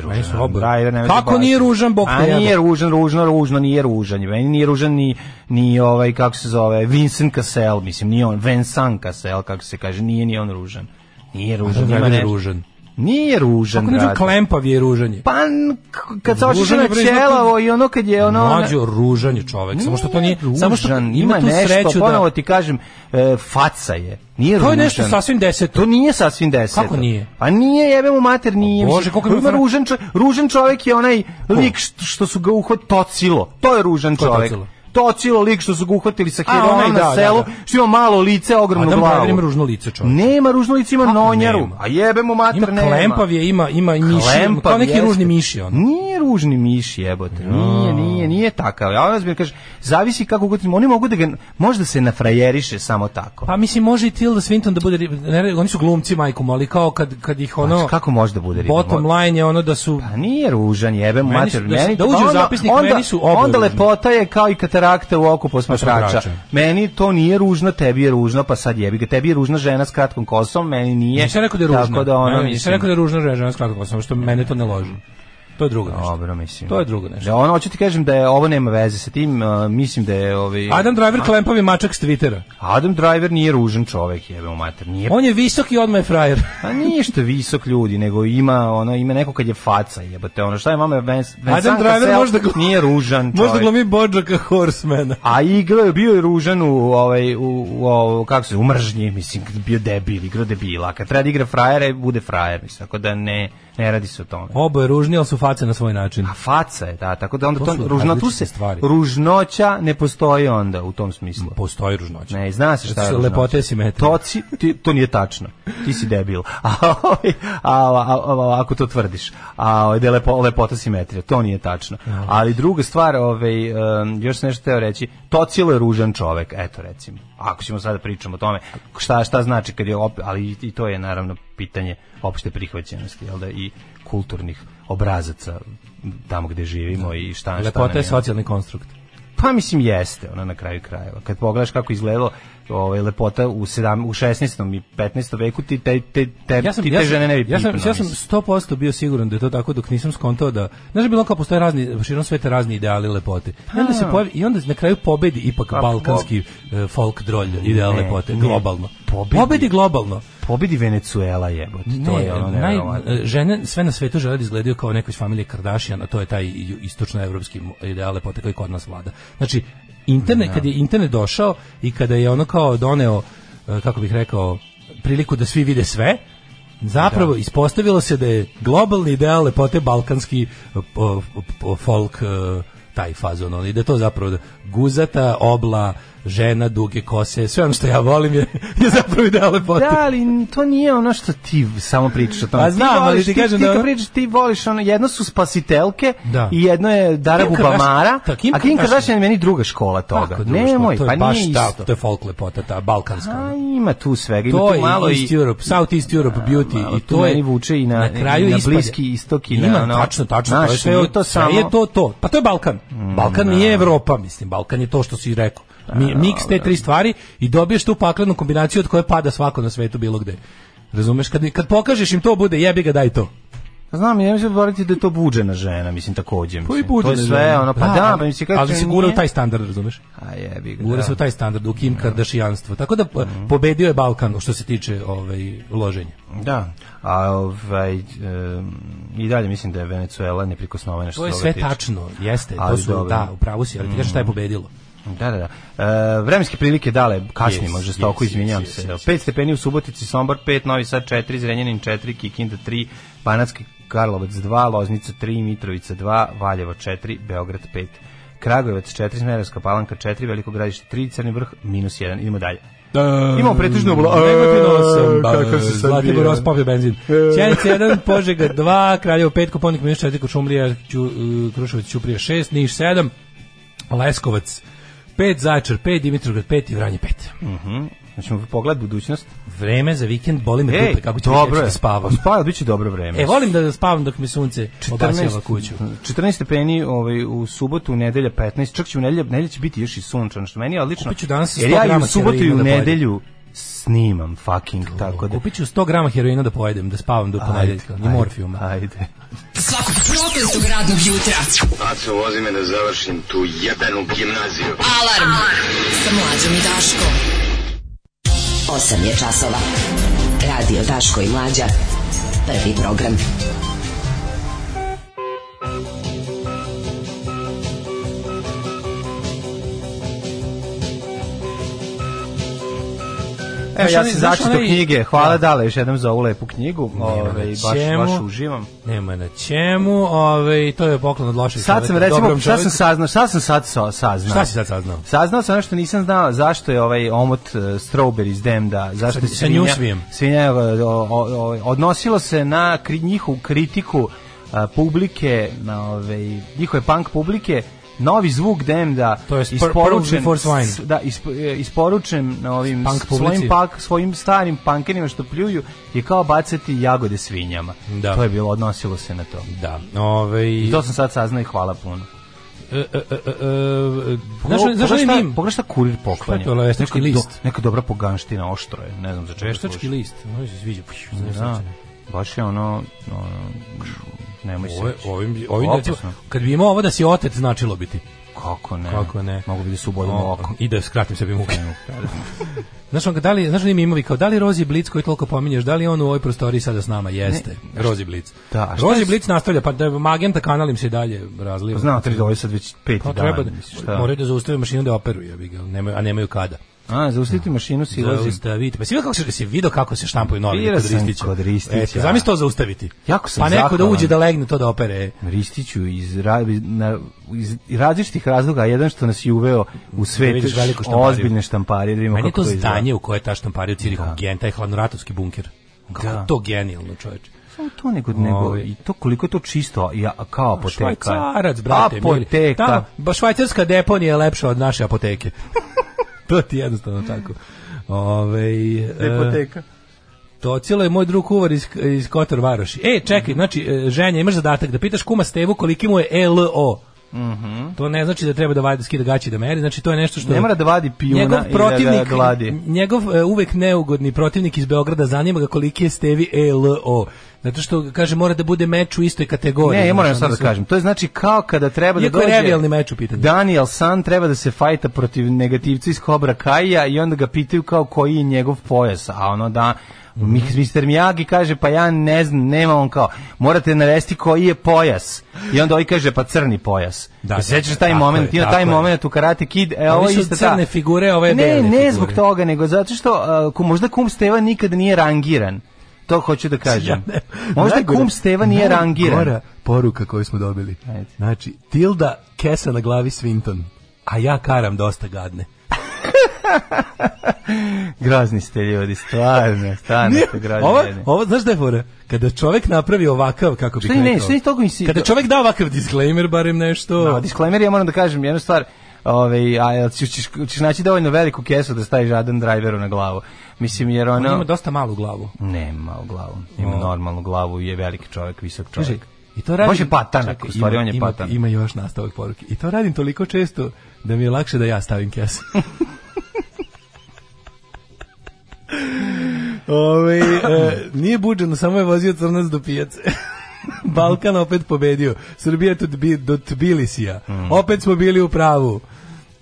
Speaker 7: Meni
Speaker 6: ružan. da
Speaker 7: su oba.
Speaker 6: Driver, nemojte
Speaker 7: Kako
Speaker 6: baš.
Speaker 7: nije ružan, Bog te
Speaker 6: A
Speaker 7: jebe?
Speaker 6: nije ružan, ružno, ružno, nije ružan. Meni nije ružan ni, ni ovaj, kako se zove, Vincent Cassel, mislim, nije on, Vincent Cassel, kako se kaže, nije ni on ružan. Nije ružan,
Speaker 7: Adam
Speaker 6: ima
Speaker 7: Driver je
Speaker 6: nešto-
Speaker 7: da ružan.
Speaker 6: Nije ružan,
Speaker 7: Kako ne znam,
Speaker 6: brate.
Speaker 7: klempav je ružan je.
Speaker 6: Pa, n- k- kad se očiše
Speaker 7: Ružan je
Speaker 6: na
Speaker 7: bre, izgleda-
Speaker 6: čelavo i ono kad je ono...
Speaker 7: Mlađo, ružan je čovek. Samo što to nije... Samo što
Speaker 6: ružan,
Speaker 7: ima,
Speaker 6: ima
Speaker 7: tu
Speaker 6: nešto,
Speaker 7: sreću
Speaker 6: ponovo
Speaker 7: da...
Speaker 6: ti kažem, e, faca je. Nije
Speaker 7: To je
Speaker 6: ružan.
Speaker 7: nešto sasvim deseto.
Speaker 6: To nije sasvim deseto.
Speaker 7: Kako nije?
Speaker 6: Pa nije, jebe mu mater, nije.
Speaker 7: O Bože,
Speaker 6: Mislim,
Speaker 7: koliko ima
Speaker 6: ima
Speaker 7: fra-
Speaker 6: ružan, čo, ružan čovek je onaj lik što, što su ga uhvat tocilo. To je ružan
Speaker 7: Ko je
Speaker 6: čovek.
Speaker 7: Tocilo?
Speaker 6: Tocilo lik što su ga uhvatili sa
Speaker 7: A,
Speaker 6: heroinom
Speaker 7: onaj,
Speaker 6: na
Speaker 7: da, da,
Speaker 6: selu,
Speaker 7: da.
Speaker 6: što ima malo lice, ogromnu
Speaker 7: Adam
Speaker 6: glavu.
Speaker 7: Driver ima ružno lice čovek.
Speaker 6: Nema ružno lice, ima
Speaker 7: Kako
Speaker 6: nonjaru.
Speaker 7: nema?
Speaker 6: A jebe mu mater,
Speaker 7: Ima
Speaker 6: nema.
Speaker 7: klempav je, ima, ima i miši,
Speaker 6: Klempav
Speaker 7: kao neki
Speaker 6: jeste.
Speaker 7: ružni miši on.
Speaker 6: Nije ružni miš jebote. Nije, nije, nije takav. Ja vas bih kaže, zavisi kako god oni mogu da ga možda se nafrajeriše samo tako.
Speaker 7: Pa mislim može i Tilda Swinton da bude ri- ne, oni su glumci majkom, ali kao kad kad ih ono
Speaker 6: Znači, kako može da bude riba?
Speaker 7: bottom line je ono da su
Speaker 6: Pa nije ružan, jebe mu
Speaker 7: Meni su-
Speaker 6: mater. pa
Speaker 7: da se- da uđe u zapisnik, meni su Pa oba
Speaker 6: Onda
Speaker 7: ružni.
Speaker 6: lepota je kao i katarakta u oku posmatrača.
Speaker 7: Posmatrača.
Speaker 6: Meni to nije ružno, tebi je ružno, pa sad jebi ga. Tebi je ružna žena s kratkom kosom, meni nije.
Speaker 7: Nisam rekao da je ružna.
Speaker 6: Tako da ono,
Speaker 7: Ne, nisam
Speaker 6: mislim,
Speaker 7: rekao da je ružna žena, žena skratko, samo što mene to ne loži. To je drugo nešto.
Speaker 6: Dobro, mislim.
Speaker 7: To je drugo nešto.
Speaker 6: Da, ono, hoću ti kažem da je, ovo nema veze sa tim, a, mislim da je... Ovaj,
Speaker 7: Adam Driver klempavi mačak s Twittera.
Speaker 6: Adam Driver nije ružan čovek, jebe mu mater. Nije
Speaker 7: On je visok i odmah je frajer.
Speaker 6: Pa nije što visok ljudi, nego ima ono ima neko kad je faca, jebote. Ono šta je mama Vens, Vincent
Speaker 7: Driver
Speaker 6: Cassel
Speaker 7: možda glu-
Speaker 6: nije ružan,
Speaker 7: Možda
Speaker 6: čovjek.
Speaker 7: glumi Bođaka Horsemana.
Speaker 6: A igrao je bio je ružan u ovaj u, u, ovo, kako se u mržnji, mislim, kad je bio debil, igrao debila. A Kad treba da igra frajera, bude frajer, mislim. Tako da ne ne radi se o tome.
Speaker 7: Oboje ružni, ali su face na svoj način.
Speaker 6: A faca je, da, tako da onda
Speaker 7: To
Speaker 6: to,
Speaker 7: su
Speaker 6: ružno tu
Speaker 7: različite
Speaker 6: se
Speaker 7: stvari.
Speaker 6: ružnoća ne postoji onda u tom smislu.
Speaker 7: Postoji ružnoća.
Speaker 6: Ne, zna se šta je
Speaker 7: Zato su
Speaker 6: ružnoća.
Speaker 7: Znači, lepote simetrije.
Speaker 6: To, ci, ti, to nije tačno. Ti si debil. A, ovaj, a, a, a, ako to tvrdiš. A ovaj, da je lepo, lepota simetrija. To nije tačno.
Speaker 7: Da.
Speaker 6: Ali druga stvar, ovaj, em, još sam nešto teo reći. Tocilo je ružan čovek. Eto, recimo. Ako ćemo sada da pričamo o tome. Šta, šta znači kad je... Op, ali i- i to je naravno pitanje opšte prihvaćenosti. Jel da? I kulturnih obrazaca tamo gde živimo i šta, šta nam
Speaker 7: Lepota je
Speaker 6: je.
Speaker 7: socijalni konstrukt.
Speaker 6: Pa mislim jeste, ona na kraju krajeva. Kad pogledaš kako izgledalo ovaj lepota u 7 u 16. i 15. veku ti te te, te ti te žene ne bi
Speaker 7: ja sam,
Speaker 6: pipnuo,
Speaker 7: ja sam
Speaker 6: mislim.
Speaker 7: 100% bio siguran da je to tako dok nisam skontao da znaš bilo kao postoje razni širom sveta razni ideali lepote i onda se pojavi i onda na kraju pobedi ipak
Speaker 6: Pa,
Speaker 7: balkanski eh, folk drolj ideal
Speaker 6: Ne,
Speaker 7: lepote
Speaker 6: ne.
Speaker 7: globalno
Speaker 6: Pobedi.
Speaker 7: pobedi globalno
Speaker 6: pobedi Venecuela jebote. To
Speaker 7: ne,
Speaker 6: je ono
Speaker 7: naj, e,
Speaker 6: neverovatno.
Speaker 7: žene sve na svetu žele da izgledaju kao neko iz familije Kardashian, a to je taj ju- istočnoevropski mo- ideal lepote koji kod nas vlada. Znači, internet,
Speaker 6: Da.
Speaker 7: kad je internet došao i kada je ono kao doneo, e, kako bih rekao, priliku da svi vide sve, Zapravo ispostavilo se da je globalni ideal lepote balkanski e, po- po- folk e, taj fazon, ono, i da je to zapravo da guzata, obla, žena, duge kose, sve ono što ja volim je, je zapravo ideja lepote.
Speaker 6: Da, ali to nije ono što ti samo pričaš o tome.
Speaker 7: Pa znam,
Speaker 6: ti voliš,
Speaker 7: ali ti kažem da
Speaker 6: ti, Ti
Speaker 7: ono-
Speaker 6: kad pričaš, ti voliš ono, jedno su spasitelke
Speaker 7: Da.
Speaker 6: i jedno je Dara
Speaker 7: Kim Kardashian-
Speaker 6: Bubamara,
Speaker 7: Da, Kim
Speaker 6: a Kim
Speaker 7: Kardashian-
Speaker 6: Kardashian je meni druga škola toga.
Speaker 7: Tako, društvo,
Speaker 6: Nemoj,
Speaker 7: to je
Speaker 6: pa
Speaker 7: baš
Speaker 6: nije
Speaker 7: ta-
Speaker 6: isto.
Speaker 7: to je folk lepota, ta balkanska.
Speaker 6: A, ima tu svega, ima
Speaker 7: to
Speaker 6: tu
Speaker 7: je
Speaker 6: malo i...
Speaker 7: East Europe, South East Europe beauty
Speaker 6: malo
Speaker 7: i
Speaker 6: tu
Speaker 7: to je
Speaker 6: meni vuče i na- i na
Speaker 7: ispadne.
Speaker 6: Bliski istok i na
Speaker 7: Ima,
Speaker 6: ono-
Speaker 7: tačno tačno to je
Speaker 6: Znaš,
Speaker 7: sve
Speaker 6: nije
Speaker 7: od-
Speaker 6: to
Speaker 7: sve
Speaker 6: samo- Mm, da.
Speaker 7: je to to pa to je Balkan Balkan nije Evropa mislim Balkan je to što si rekao Mi, miks
Speaker 6: da.
Speaker 7: te tri stvari i dobiješ tu paklenu kombinaciju od koje pada svako na svetu bilo gde Razumeš kad kad pokažeš im to bude jebi ga daj to
Speaker 6: Znam, ja mislim boriti da je to buđena žena, mislim takođe.
Speaker 7: Pa i
Speaker 6: Mislim.
Speaker 7: buđe
Speaker 6: to je
Speaker 7: ne
Speaker 6: sve,
Speaker 7: znam.
Speaker 6: ono, pa da, pa
Speaker 7: ali-
Speaker 6: mislim kako
Speaker 7: ali se
Speaker 6: nije-
Speaker 7: gura u taj standard, razumeš?
Speaker 6: A jebi ga.
Speaker 7: Gura
Speaker 6: da.
Speaker 7: se u taj standard, u Kim Kardashijanstvo. Tako da po- pobedio je Balkan što se tiče ovaj, loženja.
Speaker 6: Da. A ovaj em, i dalje mislim da je Venecuela neprikosnovena što
Speaker 7: To je
Speaker 6: se
Speaker 7: sve
Speaker 6: toga tiče.
Speaker 7: tačno, jeste, to
Speaker 6: Ali
Speaker 7: su,
Speaker 6: dobro.
Speaker 7: da, upravo si, ali ti kažeš šta je pobedilo.
Speaker 6: Da, da, da. E, vremenske prilike dale, kasnimo,
Speaker 7: Yes,
Speaker 6: žestoko,
Speaker 7: yes,
Speaker 6: izvinjavam
Speaker 7: yes,
Speaker 6: se.
Speaker 7: yes, yes.
Speaker 6: 5 stepeni u Subotici, Sombor 5, Novi Sad 4, Zrenjanin 4, Kikinda 3, Banatski Karlovac 2, Loznica 3, Mitrovica 2, Valjevo 4, Beograd 5, Kragujevac 4, Smerovska palanka 4, Veliko gradište 3, Crni vrh minus 1. Idemo dalje. Imamo pretežno obla...
Speaker 7: Negotin
Speaker 6: Da. E,
Speaker 7: 8,
Speaker 6: kakav se sad
Speaker 7: Zlatibor
Speaker 6: bio.
Speaker 7: 8, popio benzin. Čenica 1, Požega 2, Kraljevo 5, Koponik minus 4, Kočumlija, Ću- uh, Kruševac, Ćuprija 6, Niš 7, Leskovac 5, Zaječar 5, Dimitrovgrad 5 i Vranje 5.
Speaker 6: Mhm. Hoćemo pogledati budućnost.
Speaker 7: Vreme za vikend, boli me
Speaker 6: Ej,
Speaker 7: dupe, kako ću
Speaker 6: dobro
Speaker 7: dobro
Speaker 6: je.
Speaker 7: spavam.
Speaker 6: Spava, bit će dobro vreme.
Speaker 7: E, volim da spavam dok mi sunce obasjava kuću.
Speaker 6: 14 stepeni ovaj, u subotu, u nedelja 15, čak će u nedelja, nedelja će biti još i sunčano, što meni je odlično.
Speaker 7: Kupit ću danas
Speaker 6: Jer
Speaker 7: 100
Speaker 6: ja i u
Speaker 7: grama
Speaker 6: subotu i
Speaker 7: heroina da
Speaker 6: u
Speaker 7: pojedem.
Speaker 6: nedelju snimam fucking, tako da...
Speaker 7: Kupit ću 100 grama heroina da pojedem, da spavam do ponedeljka, i morfijuma.
Speaker 6: Ajde.
Speaker 4: Svakog prokletog radnog jutra.
Speaker 1: Aco, vozi me da završim tu jebenu gimnaziju.
Speaker 4: Alarm, sa mlađom i Daškom.
Speaker 8: 8 je časova. Radio Daško i Mlađa. Prvi program.
Speaker 6: Evo,
Speaker 7: E, Znaš
Speaker 6: ja
Speaker 7: onaj-
Speaker 6: se
Speaker 7: znaš
Speaker 6: začito
Speaker 7: onaj-
Speaker 6: knjige. Hvala dale još jednom za ovu lepu knjigu. Ove,
Speaker 7: na
Speaker 6: baš,
Speaker 7: čemu.
Speaker 6: baš uživam.
Speaker 7: Nema na čemu, ovaj, to je poklon od lošeg
Speaker 6: Sad sam,
Speaker 7: čoveka,
Speaker 6: recimo,
Speaker 7: dobrom
Speaker 6: šta sam
Speaker 7: čoveku.
Speaker 6: saznao? Šta sam sad sa- saznao?
Speaker 7: Šta si sad saznao?
Speaker 6: Saznao sam nešto nisam znao zašto je ovaj omot uh, strawberries demda, da, zašto
Speaker 7: Sa-
Speaker 6: je
Speaker 7: sa
Speaker 6: svinja,
Speaker 7: njusvijem.
Speaker 6: svinja je, o, o, o, odnosilo se na kri, njihovu kritiku a, publike, na ovaj, njihove punk publike, novi zvuk demda
Speaker 7: To je spor- Pearls Before Swine.
Speaker 6: s- da isp, e, isporučen na ovim
Speaker 7: Punk
Speaker 6: s- svojim
Speaker 7: publici.
Speaker 6: pak, svojim starim punkerima što pljuju je kao bacati jagode svinjama.
Speaker 7: Da.
Speaker 6: To je bilo odnosilo se na to.
Speaker 7: Da, ovaj...
Speaker 6: I to sam sad saznao i hvala puno.
Speaker 7: E, e, e, e, e, Znaš, onaj- znaš onaj mim?
Speaker 6: Pogledaj šta kurir poklanja.
Speaker 7: Šta je to, veštački
Speaker 6: Neka do-
Speaker 7: list?
Speaker 6: neka dobra poganština, oštro je, ne znam za čega.
Speaker 7: Veštački
Speaker 6: služi.
Speaker 7: list. Ovo se sviđa. Pš, znaš šta
Speaker 6: Da,
Speaker 7: će.
Speaker 6: baš je ono, ono nemoj se.
Speaker 7: Ovo je- ovim, ovim
Speaker 6: Opasno.
Speaker 7: recimo, kad bi imao ovo da si otet, značilo bi ti.
Speaker 6: Kako ne?
Speaker 7: Kako ne?
Speaker 6: Mogu bi da se ubodimo
Speaker 7: O,
Speaker 6: oko.
Speaker 7: I da skratim sebi muke. Znaš, on, ga- da li, znaš oni mimovi kao, da li Rozi Blic koji toliko pominješ, da li je on u ovoj prostoriji sada s nama? Jeste, Rozi Blic.
Speaker 6: Da, a šta
Speaker 7: Rozi
Speaker 6: je s-
Speaker 7: Blic nastavlja, pa da magenta kanalim se i dalje razliva.
Speaker 6: Pa Znam, tri dole sad već peti
Speaker 7: Pa
Speaker 6: dan.
Speaker 7: treba da,
Speaker 6: mislim, šta?
Speaker 7: moraju da zaustave mašinu da operuju, jebi ga, nemaju, a nemaju kada.
Speaker 6: A, zaustaviti mašinu silazi.
Speaker 7: Zaustavite. Pa si vidio kako se si video kako se štampaju novine
Speaker 6: Vidio
Speaker 7: kod
Speaker 6: sam
Speaker 7: Ristića.
Speaker 6: kod Ristića.
Speaker 7: E, zamisli to zaustaviti.
Speaker 6: Jako sam
Speaker 7: Pa neko da
Speaker 6: zahvalan.
Speaker 7: uđe da legne to da opere.
Speaker 6: Ristiću iz, ra, na, iz različitih razloga, jedan što nas je uveo u svet
Speaker 7: Da vidiš veliku štampariju.
Speaker 6: ozbiljne štamparije, da vidimo
Speaker 7: Meni je
Speaker 6: kako
Speaker 7: to
Speaker 6: to izgleda.
Speaker 7: zdanje u koje je ta štamparija u Cirihu gen, taj hladnoratovski bunker. Kako
Speaker 6: Da.
Speaker 7: je to genijalno, čoveče.
Speaker 6: Samo to nego, nego
Speaker 7: Ovi.
Speaker 6: i to koliko je to čisto, ja, kao apoteka.
Speaker 7: Švajcarac, brate. mili.
Speaker 6: Apoteka.
Speaker 7: Tamo, ba, švajcarska deponija je lepša od naše apoteke. to ti je jednostavno tako. Ove, e,
Speaker 6: E, Apoteka.
Speaker 7: To cijelo je moj drug kuvar iz, iz Kotor Varoši. E, čekaj, znači, e, ženja, imaš zadatak da pitaš kuma Stevu koliki mu je LO. To ne znači da treba da vadi da skida gaće i da meri, znači to je nešto što...
Speaker 6: Mhm. Ne mora da vadi pijuna
Speaker 7: njegov
Speaker 6: i da ga
Speaker 7: protivnik,
Speaker 6: gladi.
Speaker 7: Njegov e, uvek neugodni protivnik iz Beograda zanima ga koliki je Stevi LO. Zato što, kaže, mora da bude meč u istoj kategoriji.
Speaker 6: Ne, ja
Speaker 7: znaš,
Speaker 6: moram
Speaker 7: onda
Speaker 6: sad da
Speaker 7: su-
Speaker 6: kažem. To je znači kao kada treba da
Speaker 7: Iako je
Speaker 6: dođe... Da,
Speaker 7: revijalni meč u pitanju.
Speaker 6: Daniel San treba da se fajta protiv negativca iz Kobra Kaija i onda ga pitaju kao koji je njegov pojas, a ono da...
Speaker 7: Mhm.
Speaker 6: Mr. Miyagi kaže, pa ja ne znam, nema on kao, morate navesti koji je pojas. I onda ovaj kaže, pa crni pojas.
Speaker 7: Da,
Speaker 6: Da, se
Speaker 7: da,
Speaker 6: sećaš taj
Speaker 7: tako
Speaker 6: moment,
Speaker 7: je,
Speaker 6: ima
Speaker 7: tako
Speaker 6: taj
Speaker 7: je.
Speaker 6: moment u Karate Kid, e, ovo
Speaker 7: Ovi
Speaker 6: je
Speaker 7: su
Speaker 6: isto
Speaker 7: crne figure, ovo je
Speaker 6: Ne,
Speaker 7: bele
Speaker 6: ne
Speaker 7: figure.
Speaker 6: zbog toga, nego zato što uh, ku- možda kum Steva nikada nije rangiran. To hoću da kažem.
Speaker 7: Ja ne-
Speaker 6: Možda
Speaker 7: Najgore-
Speaker 6: kum Steva nije rangiran.
Speaker 7: Najgora poruka koju smo dobili.
Speaker 6: Ajde.
Speaker 7: Znači, Tilda kesa na glavi Svinton, a ja karam dosta gadne.
Speaker 6: Grozni ste ljudi, stvarno, stvarno ste grozni.
Speaker 7: Ovo,
Speaker 6: ljudi.
Speaker 7: ovo, znaš da je fora? Kada čovek napravi ovakav, kako bih
Speaker 6: Šta ni ne,
Speaker 7: rekao,
Speaker 6: šta ni toliko insi-
Speaker 7: kada čovek da ovakav disclaimer, barem nešto...
Speaker 6: No, disclaimer, ja moram da kažem jednu stvar. Ove, a jel ćeš, ćeš, ćeš naći dovoljno veliku kesu da staviš Adam Driveru na glavu. Mislim, jer
Speaker 7: On
Speaker 6: ono...
Speaker 7: ima dosta malu glavu.
Speaker 6: Nema u glavu. Ima
Speaker 7: O.
Speaker 6: normalnu glavu i je veliki čovjek, visok
Speaker 7: Kaže,
Speaker 6: čovjek.
Speaker 7: i to radim...
Speaker 6: Može patanak,
Speaker 7: Čekaj,
Speaker 6: u stvari
Speaker 7: ima-
Speaker 6: on je
Speaker 7: ima,
Speaker 6: patanak.
Speaker 7: Ima još nastavak poruke. I to radim toliko često da mi je lakše da ja stavim kesu. Ove, e, nije buđeno, samo je vozio crnac do pijace. Balkan opet pobedio. Srbija to bi, do Tbilisija. Opet smo bili u pravu.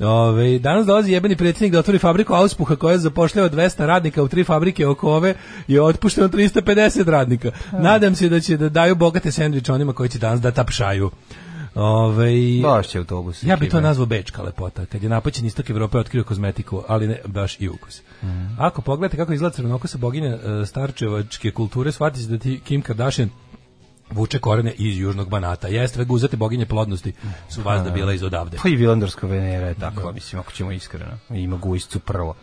Speaker 7: Ove, danas dolazi jebeni predsjednik da otvori fabriku auspuha koja zapošljava 200 radnika u tri fabrike oko ove i otpušteno 350 radnika. Nadam se da će da daju bogate sendviče onima koji će danas da tapšaju. Ove,
Speaker 6: Baš će autobus.
Speaker 7: ja bi to
Speaker 6: ekipa.
Speaker 7: nazvao bečka lepota, kad je napaćen istok Evrope otkrio kozmetiku, ali ne baš i ukus.
Speaker 6: Mhm.
Speaker 7: Ako pogledate kako izgleda crnokosa boginja e, starčevačke kulture, shvatite da ti Kim Kardashian vuče korene iz južnog banata. Jeste, guzate boginje plodnosti su vazda bila iz odavde.
Speaker 6: Pa i Vilandarska Venera je
Speaker 7: Da.
Speaker 6: tako, mislim, ako ćemo iskreno. Ima gujscu prvo.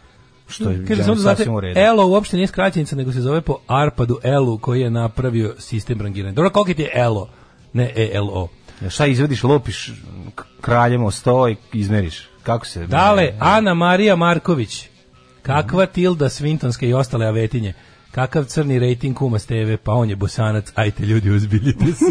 Speaker 6: Što je
Speaker 7: Kaže
Speaker 6: Kaže,
Speaker 7: samo da znate,
Speaker 6: sasvim u redu.
Speaker 7: Elo uopšte nije skraćenica, nego se zove po Arpadu Elu koji je napravio sistem rangiranja. Dobro, koliko ti je Elo? Ne E ELO.
Speaker 6: Šta izvediš, lopiš k- kraljem o sto i izmeriš. Kako se...
Speaker 7: Dale, Ana Marija Marković. Kakva Tilda Svintonska i ostale avetinje. Kakav crni rejting kuma Steve, pa on je bosanac, ajte ljudi uzbiljite se.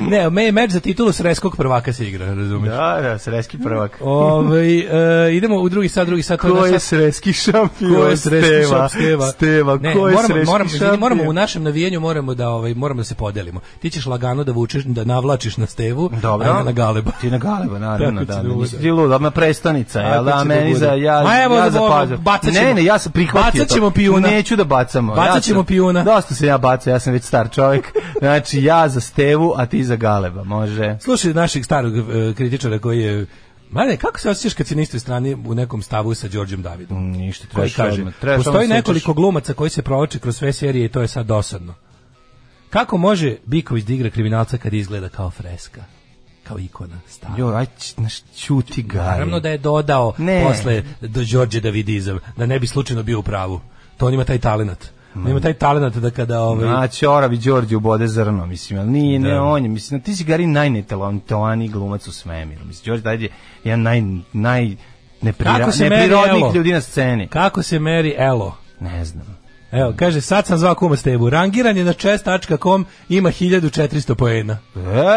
Speaker 7: ne, me- meč za titulu sreskog prvaka se igra, razumiješ?
Speaker 6: Da, da, sreski prvak.
Speaker 7: Ovaj, e, idemo u drugi sat, drugi sat. to
Speaker 6: Ko
Speaker 7: naš
Speaker 6: je
Speaker 7: sat-
Speaker 6: sreski šampion?
Speaker 7: Ko je sreski
Speaker 6: Steva?
Speaker 7: šap Steva?
Speaker 6: Steva,
Speaker 7: Ne,
Speaker 6: ko je
Speaker 7: moramo,
Speaker 6: sreski
Speaker 7: moramo, izvini,
Speaker 6: šampion?
Speaker 7: moramo u našem navijenju moramo da ovaj moramo da se podelimo. Ti ćeš lagano da vučeš da navlačiš na Stevu,
Speaker 6: Dobro.
Speaker 7: a ja na Galeba.
Speaker 6: Ti na galeba, naravno,
Speaker 7: Tako će
Speaker 6: da.
Speaker 7: da
Speaker 6: da
Speaker 7: bude.
Speaker 6: nisi ti lud, odmah prestonica,
Speaker 7: Tako
Speaker 6: jel da,
Speaker 7: će da
Speaker 6: meni
Speaker 7: bude.
Speaker 6: za, ja,
Speaker 7: Ma evo,
Speaker 6: ja
Speaker 7: da
Speaker 6: za
Speaker 7: ovo,
Speaker 6: pazar.
Speaker 7: bacat ćemo-
Speaker 6: Ne, ne, ja sam prihvatio
Speaker 7: bacat
Speaker 6: to.
Speaker 7: ćemo pijuna.
Speaker 6: Neću da bacamo.
Speaker 7: Bacat
Speaker 6: ja sam-
Speaker 7: ćemo pijuna.
Speaker 6: Dosta se ja bacam, ja sam već star čovjek. Znači, ja za Stevu, a ti za galeba, može.
Speaker 7: Slušaj našeg starog e, kritičara koji je Mare, kako se osjećaš kad si na istoj strani u nekom stavu sa Đorđem Davidom?
Speaker 6: Ništa,
Speaker 7: koji
Speaker 6: trebaš
Speaker 7: kaže,
Speaker 6: odmah, trebaš
Speaker 7: postoji
Speaker 6: odmah
Speaker 7: nekoliko
Speaker 6: sjećaš.
Speaker 7: glumaca koji se provlače kroz sve serije i to je sad dosadno. Kako može Biković da igra kriminalca kad izgleda kao freska? Kao ikona, stara.
Speaker 6: Jo, aj, ć- znaš, čuti ga.
Speaker 7: Naravno da je dodao
Speaker 6: Ne.
Speaker 7: posle do Đorđe Davidizam, da ne bi slučajno bio u pravu. To on ima taj talenat. On ima taj talenat da kada... Ovaj,
Speaker 6: Znači, Oravi Đorđe ubode zrno, mislim, ali nije, ne
Speaker 7: Da.
Speaker 6: on je, mislim, ti si Gari najnetalentovaniji glumac u svemiru, mislim, Đorđe David je jedan naj, naj,
Speaker 7: Kako
Speaker 6: neprirod,
Speaker 7: se meri, evo?
Speaker 6: neprirodnih ljudi na sceni.
Speaker 7: Kako se meri Elo?
Speaker 6: Ne znam.
Speaker 7: Evo, kaže, sad sam zvao kuma Stevu. Rangiran je na chess.com, ima 1400 poena.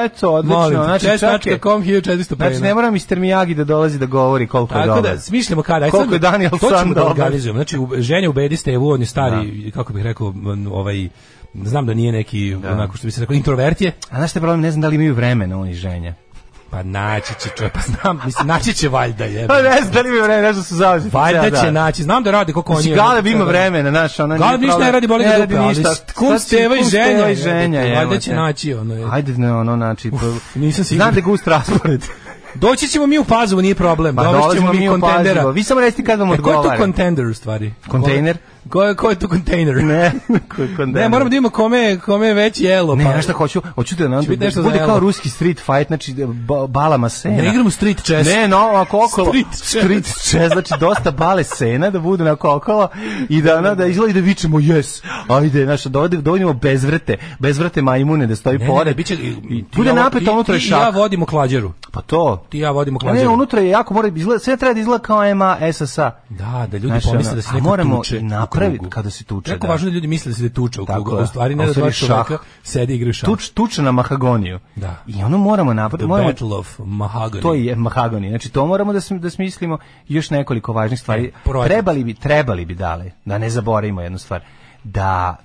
Speaker 6: Eto, odlično.
Speaker 7: Molim te,
Speaker 6: znači, čekaj,
Speaker 7: chess.com, 1400 poena.
Speaker 6: znači, ne mora Mr. Miyagi da dolazi da govori koliko je
Speaker 7: Tako
Speaker 6: dobar.
Speaker 7: da smišljamo kada. Aj,
Speaker 6: Koliko je Daniel
Speaker 7: to ćemo
Speaker 6: San
Speaker 7: da
Speaker 6: dobar.
Speaker 7: organizujemo. Znači, u- ženja ubedi Stevu, on je
Speaker 6: Da.
Speaker 7: stari, kako bih rekao, m, ovaj, znam da nije neki, onako što bi se rekao, introvert je.
Speaker 6: A znaš šta je problem, ne znam da li imaju vremena oni ženja.
Speaker 7: Pa naći će čovjek, pa znam, mislim, naći će valjda je.
Speaker 6: Pa ne znam da li imaju vremena, nešto su zauzeti.
Speaker 7: Valjda će naći, znam da radi koliko oni.
Speaker 6: Znači, Galeb ima vremena, znaš, ona
Speaker 7: Galeb ništa ne radi, boli ga dupe, ali kum Steva i ženja,
Speaker 6: i
Speaker 7: jebote,
Speaker 6: ženja,
Speaker 7: valjda
Speaker 6: jebote.
Speaker 7: će naći, ono, je.
Speaker 6: Ajde, ne, ono, znači... pa-
Speaker 7: nisam siguran.
Speaker 6: Znam da je gust raspored.
Speaker 7: Doći ćemo mi u Pazovu, nije problem.
Speaker 6: Pa
Speaker 7: Dovest ćemo
Speaker 6: dolazimo mi
Speaker 7: mi
Speaker 6: u
Speaker 7: kontendera.
Speaker 6: Pazovo. Vi samo recite kad vam
Speaker 7: E, ko je tu
Speaker 6: odgovara.
Speaker 7: kontender u stvari?
Speaker 6: Kontejner?
Speaker 7: Ko je, ko je tu kontejner?
Speaker 6: Ne, ko je kontejner.
Speaker 7: Ne, moramo da imamo kome, je- kome je već jelo.
Speaker 6: Ne,
Speaker 7: pa.
Speaker 6: znaš šta hoću, hoću da nam
Speaker 7: Će biti nešto za
Speaker 6: bude
Speaker 7: jelo.
Speaker 6: kao ruski street fight, znači ba, balama sena.
Speaker 7: Ne igramo street chess.
Speaker 6: da. Ne, no, ako okolo.
Speaker 7: Street
Speaker 6: Street
Speaker 7: chess.
Speaker 6: chess. znači dosta bale sena da budu na okolo i da ona da izgleda i da vičemo yes. Ajde, naša dovede dovodimo bezvrete, bezvrete majmune da stoji
Speaker 7: Ne, ne,
Speaker 6: pored.
Speaker 7: ne, bit će,
Speaker 6: I bude
Speaker 7: ti i ja-
Speaker 6: napet
Speaker 7: ti-
Speaker 6: unutra je
Speaker 7: ti i Ja
Speaker 6: šak.
Speaker 7: vodimo klađeru.
Speaker 6: Pa to.
Speaker 7: Ti i ja vodimo
Speaker 6: Ne, ne,
Speaker 7: klađeru.
Speaker 6: unutra je jako mora izgleda, sve treba da izgleda kao EMA SSA.
Speaker 7: Da, da ljudi
Speaker 6: Znaš,
Speaker 7: pomisle
Speaker 6: ono,
Speaker 7: da se
Speaker 6: a
Speaker 7: neko
Speaker 6: moramo
Speaker 7: tuče. u
Speaker 6: napraviti
Speaker 7: krugu.
Speaker 6: kada se tuče,
Speaker 7: Jako
Speaker 6: da.
Speaker 7: važno da ljudi misle da se tuče u
Speaker 6: Tako
Speaker 7: krugu, a
Speaker 6: je.
Speaker 7: u stvari
Speaker 6: A
Speaker 7: ne
Speaker 6: u
Speaker 7: da dva
Speaker 6: stvari šah.
Speaker 7: čoveka sedi i igraju šah.
Speaker 6: Tuč, tuče na Mahagoniju.
Speaker 7: Da.
Speaker 6: I ono moramo
Speaker 7: The
Speaker 6: napraviti, moramo
Speaker 7: Battle of Mahagoni.
Speaker 6: To je mahagoni. Znači to moramo da sm, da smislimo I još nekoliko važnih stvari.
Speaker 7: projekat.
Speaker 6: Trebali bi trebali bi dale da ne zaboravimo jednu stvar. Da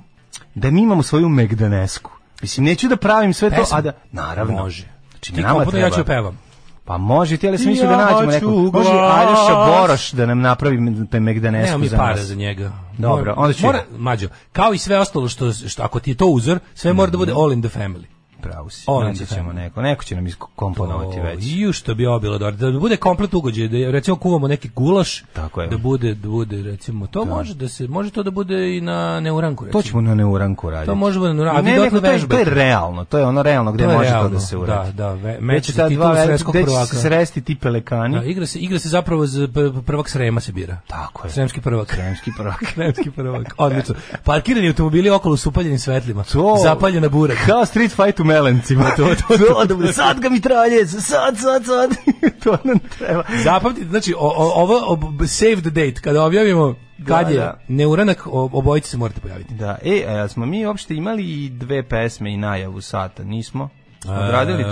Speaker 6: da mi imamo svoju Megdanesku. Mislim neću da pravim sve to,
Speaker 7: Pesmu?
Speaker 6: a da naravno.
Speaker 7: Može.
Speaker 6: Znači,
Speaker 7: Ti
Speaker 6: nama
Speaker 7: komputer, ja
Speaker 6: treba.
Speaker 7: ću da pevam.
Speaker 6: Pa može ti, ali sam
Speaker 7: Ja
Speaker 6: mislio da nađemo
Speaker 7: hoću
Speaker 6: neku. Može
Speaker 7: glas.
Speaker 6: Aljoša Boroš da nam napravi me- Megdanesku
Speaker 7: Nemamo mi
Speaker 6: za
Speaker 7: para
Speaker 6: nas.
Speaker 7: za njega.
Speaker 6: Dobro,
Speaker 7: Mora-
Speaker 6: onda ću
Speaker 7: mora,
Speaker 6: ja. Mhm.
Speaker 7: mađo, kao i sve ostalo što, što ako ti je to uzor, sve mora da bude all in the family.
Speaker 6: pravu si.
Speaker 7: Ona
Speaker 6: Naći
Speaker 7: će
Speaker 6: ćemo
Speaker 7: tamo.
Speaker 6: neko, neko će nam iskomponovati već.
Speaker 7: Ovaj, Ju što bi ovo bilo dobro. Da bude komplet ugođaj, da je, recimo kuvamo neki gulaš,
Speaker 6: Tako je.
Speaker 7: da bude, da bude recimo, to može da se, može to da bude i na neuranku recimo.
Speaker 6: To ćemo na neuranku raditi.
Speaker 7: To možemo na neuranku, a vi
Speaker 6: Ne,
Speaker 7: dotle
Speaker 6: nego, to, je, to je
Speaker 7: vežbate.
Speaker 6: realno, to je ono realno gde
Speaker 7: To je
Speaker 6: može to
Speaker 7: realno,
Speaker 6: da se uradi.
Speaker 7: da, da, ve-
Speaker 6: Gde
Speaker 7: meč
Speaker 6: će
Speaker 7: za
Speaker 6: ta
Speaker 7: titulu
Speaker 6: dva velika-
Speaker 7: svetskog
Speaker 6: gde će
Speaker 7: prvaka.
Speaker 6: se sresti ti pelekani.
Speaker 7: Da, igra se, igra se zapravo za p- p- prvak Srema se bira.
Speaker 6: Tako je.
Speaker 7: Sremski prvak.
Speaker 6: Sremski prvak.
Speaker 7: Sremski prvak. Odlično. Parkirani automobili okolo s upaljenim svetlima.
Speaker 6: To-
Speaker 7: Zapaljena bura.
Speaker 6: Kao Street Fight u Melencima. To, to, to, to, sad ga mi tralje, sad, sad, sad. to nam treba.
Speaker 7: Zapamtite, znači, o, o, ovo ob, save the date, kada objavimo kad
Speaker 6: Da,
Speaker 7: je
Speaker 6: da.
Speaker 7: neuranak, o, obojice se morate pojaviti.
Speaker 6: Da, e, a smo mi uopšte imali i dve pesme i najavu sata, nismo? Odradili to?
Speaker 7: E,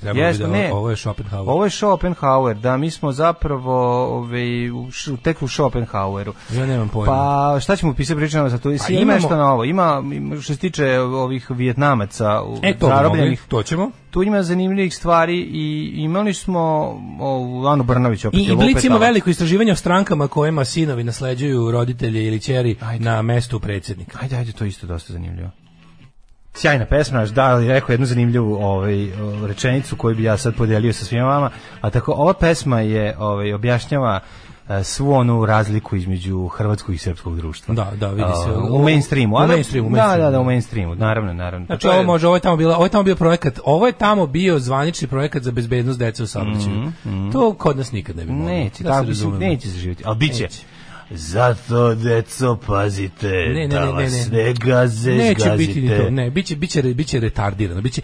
Speaker 7: trebalo bi
Speaker 6: Jesmo,
Speaker 7: da,
Speaker 6: ne.
Speaker 7: ovo je Schopenhauer.
Speaker 6: Pa Ovo je Schopenhauer, da, mi smo zapravo ovaj, u, š- tek u Schopenhaueru.
Speaker 7: Ja nemam pojma.
Speaker 6: Pa, šta ćemo pisati pričama za to? Pa, ima
Speaker 7: imamo-
Speaker 6: nešto novo, ima, ima- što se tiče ovih vijetnamaca
Speaker 7: E,
Speaker 6: u
Speaker 7: to, bi mogli,
Speaker 6: zarobljenih,
Speaker 7: to ćemo.
Speaker 6: tu ima zanimljivih stvari i imali smo ovu Anu Brnović opet.
Speaker 7: I,
Speaker 6: je
Speaker 7: i Blic ima
Speaker 6: lupetala.
Speaker 7: veliko istraživanje o strankama kojima sinovi nasleđuju roditelje ili ćeri na mestu predsjednika.
Speaker 6: Ajde, ajde, to je isto dosta zanimljivo. Sjajna pesma, naš da, ali rekao jednu zanimljivu ovaj, o, rečenicu koju bi ja sad podelio sa svima vama, a tako ova pesma je ovaj, objašnjava e, svu onu razliku između hrvatskog i srpskog društva.
Speaker 7: Da, da, vidi se.
Speaker 6: A, u mainstreamu.
Speaker 7: U
Speaker 6: ali-
Speaker 7: mainstreamu, u
Speaker 6: Da,
Speaker 7: mainstreamu.
Speaker 6: da, da, u mainstreamu, naravno, naravno. Pa
Speaker 7: Znači
Speaker 6: To je-
Speaker 7: ovo može, ovo je tamo bila, ovo je tamo bio projekat, ovo je tamo bio zvanični projekat za bezbednost dece u saobraćaju. To kod nas nikad ne bi moglo.
Speaker 6: Neće,
Speaker 7: da
Speaker 6: tako,
Speaker 7: se
Speaker 6: mislim,
Speaker 7: razumemo.
Speaker 6: neće zaživjeti, ali bit će.
Speaker 7: Neće.
Speaker 6: Zato, deco, pazite,
Speaker 7: Ne, ne,
Speaker 6: da
Speaker 7: ne, ne,
Speaker 6: vas
Speaker 7: ne.
Speaker 6: ne gaze,
Speaker 7: Neće
Speaker 6: zgazite.
Speaker 7: biti ni to, ne, biće biće re- biće retardirano, biće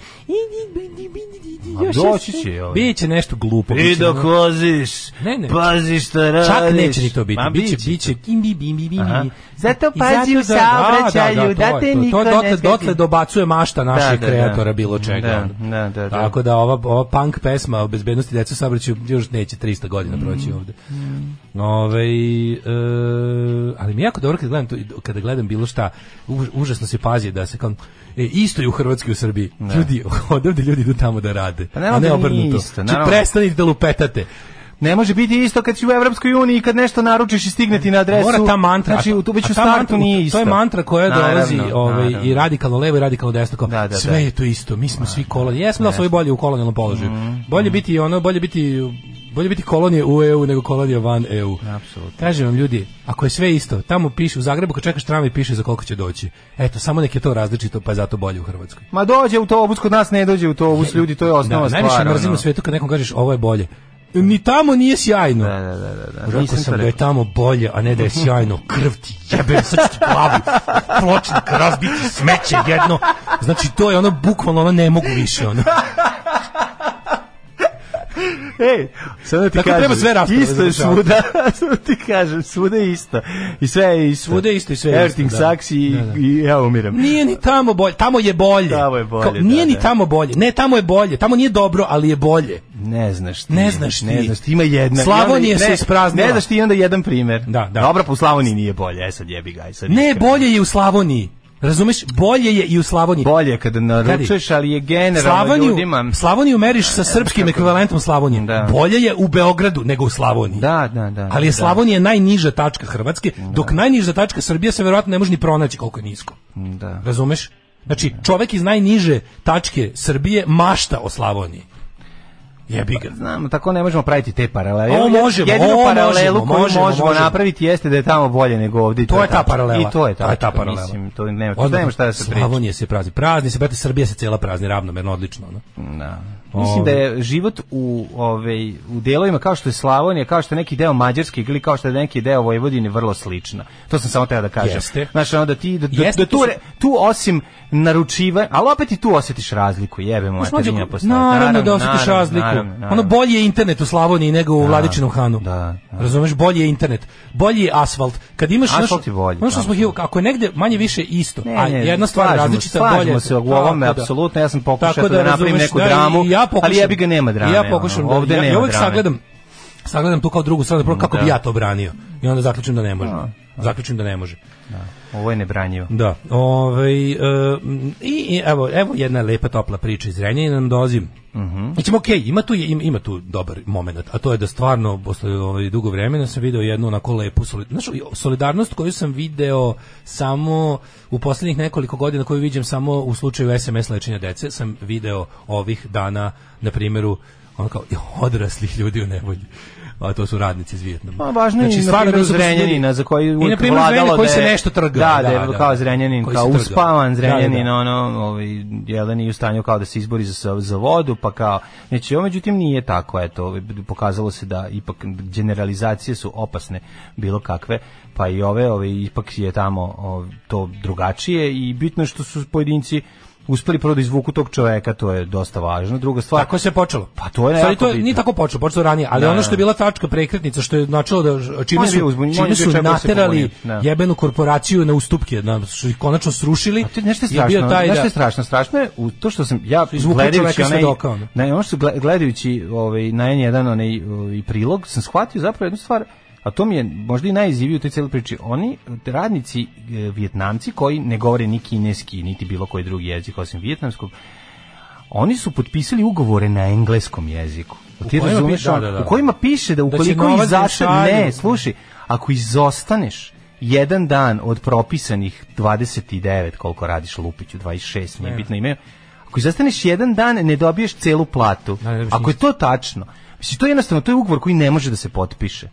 Speaker 6: Ma doći će, ovaj.
Speaker 7: Biće nešto glupo.
Speaker 6: I
Speaker 7: biće
Speaker 6: dok
Speaker 7: ono-
Speaker 6: voziš,
Speaker 7: Ne, ne.
Speaker 6: pazi šta radiš.
Speaker 7: Čak neće ni to biti.
Speaker 6: Ma,
Speaker 7: biće,
Speaker 6: biće.
Speaker 7: biće. Im, bi, bi, bi, bi,
Speaker 6: Aha.
Speaker 7: bi.
Speaker 6: Zato
Speaker 7: I
Speaker 6: pazi u
Speaker 7: zato da-
Speaker 6: saobraćaju, da
Speaker 7: to
Speaker 6: te
Speaker 7: je to.
Speaker 6: niko
Speaker 7: to,
Speaker 6: ne
Speaker 7: dotle,
Speaker 6: zgodi.
Speaker 7: Dotle dobacuje mašta naših
Speaker 6: Da, da,
Speaker 7: kreatora
Speaker 6: da.
Speaker 7: bilo čega.
Speaker 6: Da, da, da, da.
Speaker 7: Tako da ova, ova punk pesma o bezbednosti dece u saobraćaju još neće 300 godina
Speaker 6: Mm.
Speaker 7: proći ovde. Ove, e, ali mi je jako dobro kada gledam, to, i kada gledam bilo šta, u- užasno se pazi da se kao, e, isto je u Hrvatskoj i u Srbiji. Ljudi, odavde ljudi idu tamo da rade,
Speaker 6: Da. Pa naravno
Speaker 7: a ne
Speaker 6: da nije
Speaker 7: obrnuto.
Speaker 6: isto,
Speaker 7: Znači,
Speaker 6: naravno.
Speaker 7: prestanite da lupetate.
Speaker 6: Ne može biti isto kad si u Evropskoj uniji i kad nešto naručiš i stigne ti na adresu.
Speaker 7: Mora ta mantra.
Speaker 6: Znači, u,
Speaker 7: a-
Speaker 6: tu već
Speaker 7: a
Speaker 6: u
Speaker 7: ta
Speaker 6: startu
Speaker 7: mantra-
Speaker 6: nije isto.
Speaker 7: To je mantra koja
Speaker 6: Naravno,
Speaker 7: dolazi ovaj,
Speaker 6: naravno.
Speaker 7: i radikalno levo i radikalno desno. Kao,
Speaker 6: Da, da,
Speaker 7: sve
Speaker 6: da.
Speaker 7: je to isto, mi smo svi kolonije. Jesmo da su ovi bolje u kolonijalnom položaju. bolje biti ono, bolje biti bolje biti kolonije u EU nego kolonije van EU.
Speaker 6: Apsolutno.
Speaker 7: Kažem vam ljudi, ako je sve isto, tamo piše u Zagrebu kad čekaš tramvaj piše za koliko će doći. Eto, samo nek je to različito, pa je zato bolje u Hrvatskoj.
Speaker 6: Ma dođe autobus, kod nas ne dođe autobus, ljudi, to je osnova
Speaker 7: Da,
Speaker 6: stvar.
Speaker 7: najviše mrzim u
Speaker 6: ono.
Speaker 7: svetu kad nekom kažeš ovo je bolje. Ni tamo nije sjajno.
Speaker 6: Da, da, da, da, da.
Speaker 7: Rekao
Speaker 6: Nisam to
Speaker 7: sam da je
Speaker 6: rekao.
Speaker 7: tamo bolje, a ne da je sjajno. Krv ti jebe, sad ću ti glavu. Pločnik razbiti smeće jedno. Znači, to je ono bukvalno, ono ne mogu više. Ono.
Speaker 6: Ej, sad da ti
Speaker 7: Tako
Speaker 6: kažem.
Speaker 7: treba sve rasprave
Speaker 6: Isto je
Speaker 7: završavati.
Speaker 6: svuda, sad da ti kažem, svuda je isto. I sve je isto.
Speaker 7: Svuda je isto i sve je
Speaker 6: Everything
Speaker 7: isto, da.
Speaker 6: sucks i,
Speaker 7: Da, da.
Speaker 6: i ja umiram.
Speaker 7: Nije ni tamo bolje, tamo je bolje.
Speaker 6: Tamo je bolje, da,
Speaker 7: nije
Speaker 6: da.
Speaker 7: ni tamo bolje, ne, tamo je bolje. Tamo nije dobro, ali je bolje.
Speaker 6: Ne znaš ti.
Speaker 7: Ne znaš ti.
Speaker 6: Ne znaš ti, ima jedna.
Speaker 7: Slavonija
Speaker 6: I onda-
Speaker 7: se
Speaker 6: ne,
Speaker 7: ispraznila.
Speaker 6: Ne znaš ti i onda jedan primer.
Speaker 7: Da, da.
Speaker 6: Dobro, pa u Slavoniji nije bolje, e sad jebi ga. e Sad
Speaker 7: Ne,
Speaker 6: iskreno.
Speaker 7: bolje je u Slavoniji. Razumeš? Bolje je i u Slavoniji.
Speaker 6: Bolje je kada naručuješ, ali je generalno
Speaker 7: Slavoniju,
Speaker 6: ljudima...
Speaker 7: Slavoniju meriš sa srpskim ekvivalentom Slavonije.
Speaker 6: Da.
Speaker 7: Bolje je u Beogradu nego u Slavoniji.
Speaker 6: Da, da, da.
Speaker 7: Ali je
Speaker 6: da.
Speaker 7: Slavonija najniža tačka Hrvatske, dok najniža tačka Srbije se verovatno ne može ni pronaći koliko je nisko.
Speaker 6: Da.
Speaker 7: Razumeš? Znači, čovek iz najniže tačke Srbije mašta o Slavoniji. Jebi ga.
Speaker 6: Znam, tako ne možemo praviti te paralele.
Speaker 7: O, možemo,
Speaker 6: Jedinu
Speaker 7: o,
Speaker 6: paralelu
Speaker 7: možemo,
Speaker 6: koju možemo,
Speaker 7: možemo, možemo.
Speaker 6: napraviti jeste da je tamo bolje nego ovdje.
Speaker 7: To je ta
Speaker 6: tačno.
Speaker 7: paralela.
Speaker 6: I to je ta,
Speaker 7: ta, paralela.
Speaker 6: Mislim, to nema, to
Speaker 7: Odmah,
Speaker 6: nema šta da se priča.
Speaker 7: Slavonija se prazni. Prazni se, brate, Srbija se cela prazni, ravnomerno, odlično. Ono.
Speaker 6: Da. Mislim da je život u ovaj u delovima kao što je Slavonija, kao što je neki deo Mađarske ili kao što je neki deo Vojvodine vrlo slična. To sam samo teo da kažem.
Speaker 7: Jeste.
Speaker 6: Znaš, onda ti da, da,
Speaker 7: Jeste,
Speaker 6: da tu,
Speaker 7: tu su-
Speaker 6: re- tu osim naručivanja, ali opet i tu osjetiš razliku, jebe moja
Speaker 7: Mlađe,
Speaker 6: terinja postoji.
Speaker 7: naravno da osjetiš
Speaker 6: naravno,
Speaker 7: razliku.
Speaker 6: naravno, naravno.
Speaker 7: Ono bolje je internet u Slavoniji nego u Vladičinom Hanu.
Speaker 6: da, da.
Speaker 7: Razumeš, bolje je internet. Bolji je asfalt. Kad imaš
Speaker 6: Asfalt
Speaker 7: znaš-
Speaker 6: je bolji,
Speaker 7: Ono što smo
Speaker 6: apsolutno.
Speaker 7: hivo, ako je negde manje više isto,
Speaker 6: Ne,
Speaker 7: a
Speaker 6: ne,
Speaker 7: jedna stvar
Speaker 6: slažemo se,
Speaker 7: različita
Speaker 6: slažemo
Speaker 7: bolje.
Speaker 6: se u ovome,
Speaker 7: Tako da.
Speaker 6: apsolutno, ja sam pokušao
Speaker 7: Tako
Speaker 6: da napravim
Speaker 7: razumeš,
Speaker 6: neku
Speaker 7: da, i
Speaker 6: dramu,
Speaker 7: ja
Speaker 6: ali
Speaker 7: pokušam.
Speaker 6: jebi ga, nema drame,
Speaker 7: I Ja
Speaker 6: ono,
Speaker 7: pokušam, da-
Speaker 6: ovde
Speaker 7: ja, ja
Speaker 6: nema
Speaker 7: uvek
Speaker 6: drame.
Speaker 7: sagledam, sagledam tu kao drugu stranu, prvo kako bi
Speaker 6: Da.
Speaker 7: ja to branio. I onda zaključim da ne može. Zaključim da ne može.
Speaker 6: Ovo je nebranjivo.
Speaker 7: Da. Ovaj e, m, i, i evo, evo jedna lepa topla priča iz Renjanina nam dolazi. Mm Mislim, okej, ima tu, ima, ima tu dobar moment, a to je da stvarno, posle ovaj, dugo vremena sam video jednu onako lepu solidarnost, znaš, solidarnost koju sam video samo u poslednjih nekoliko godina, koju viđem samo u slučaju SMS lečenja dece, sam video ovih dana, na primjeru, ono kao, "Jo, odraslih ljudi u nevolji a to su radnici iz Vijetnama.
Speaker 6: Pa važno je, na primjer,
Speaker 7: da su
Speaker 6: Zrenjanina,
Speaker 7: ljudi-
Speaker 6: za koji
Speaker 7: I, na
Speaker 6: uvijek
Speaker 7: primjer, Zrenjanin
Speaker 6: vladalo
Speaker 7: koji
Speaker 6: da
Speaker 7: se
Speaker 6: je-
Speaker 7: nešto trga.
Speaker 6: Da, da, je kao Zrenjanin,
Speaker 7: koji
Speaker 6: kao
Speaker 7: se trga.
Speaker 6: uspavan
Speaker 7: Da, da, da.
Speaker 6: Zrenjanin, ono, ovaj, Jeleni je u stanju kao da se izbori za, za vodu, pa kao, znači, ovo međutim nije tako, eto, ovaj, pokazalo se da ipak generalizacije su opasne bilo kakve, pa i ove, ove ipak je tamo ovaj, to drugačije i bitno je što su pojedinci uspeli prvo da izvuku tog čoveka, to je dosta važno. Druga stvar,
Speaker 7: Tako se počelo.
Speaker 6: Pa to je
Speaker 7: Sorry,
Speaker 6: jako
Speaker 7: to
Speaker 6: bitno.
Speaker 7: nije tako počelo, počelo ranije, ali
Speaker 6: Da,
Speaker 7: ono
Speaker 6: da.
Speaker 7: što je bila tačka prekretnica što je značilo da
Speaker 6: On
Speaker 7: čime
Speaker 6: je bio
Speaker 7: su
Speaker 6: uzbunjen, on je
Speaker 7: čime
Speaker 6: bio
Speaker 7: su
Speaker 6: čak da se
Speaker 7: naterali
Speaker 6: pobuni, da.
Speaker 7: jebenu korporaciju na ustupke, na su ih konačno srušili.
Speaker 6: A to je nešto
Speaker 7: je bio
Speaker 6: strašno.
Speaker 7: taj
Speaker 6: Nešto
Speaker 7: da-
Speaker 6: je strašno. Strašno je u to što sam ja
Speaker 7: izvukli
Speaker 6: gledajući
Speaker 7: čoveka
Speaker 6: onaj
Speaker 7: svedoka, ono.
Speaker 6: ne, ono što gle- gledajući ovaj na N1 onaj ovaj, prilog sam shvatio zapravo jednu stvar a to mi je možda i najizivije u toj cijeloj priči. Oni, eh, radnici, e, vjetnamci koji ne govore ni kineski, niti bilo koji drugi jezik osim vjetnamskog, oni su potpisali ugovore na engleskom jeziku. Ti
Speaker 7: kojima
Speaker 6: razumeš
Speaker 7: piše- da,
Speaker 6: ono?
Speaker 7: da, da.
Speaker 6: U kojima piše da ukoliko
Speaker 7: novac da
Speaker 6: izostane,
Speaker 7: šalju.
Speaker 6: ne, slušaj, ako izostaneš jedan dan od propisanih 29, koliko radiš Lupiću, 26, nije bitno ime, ako izostaneš jedan dan, ne dobiješ celu platu.
Speaker 7: Da, ne dobiješ
Speaker 6: Ako je to tačno, mislim, to je jednostavno, to je ugovor koji ne može da se potpiše.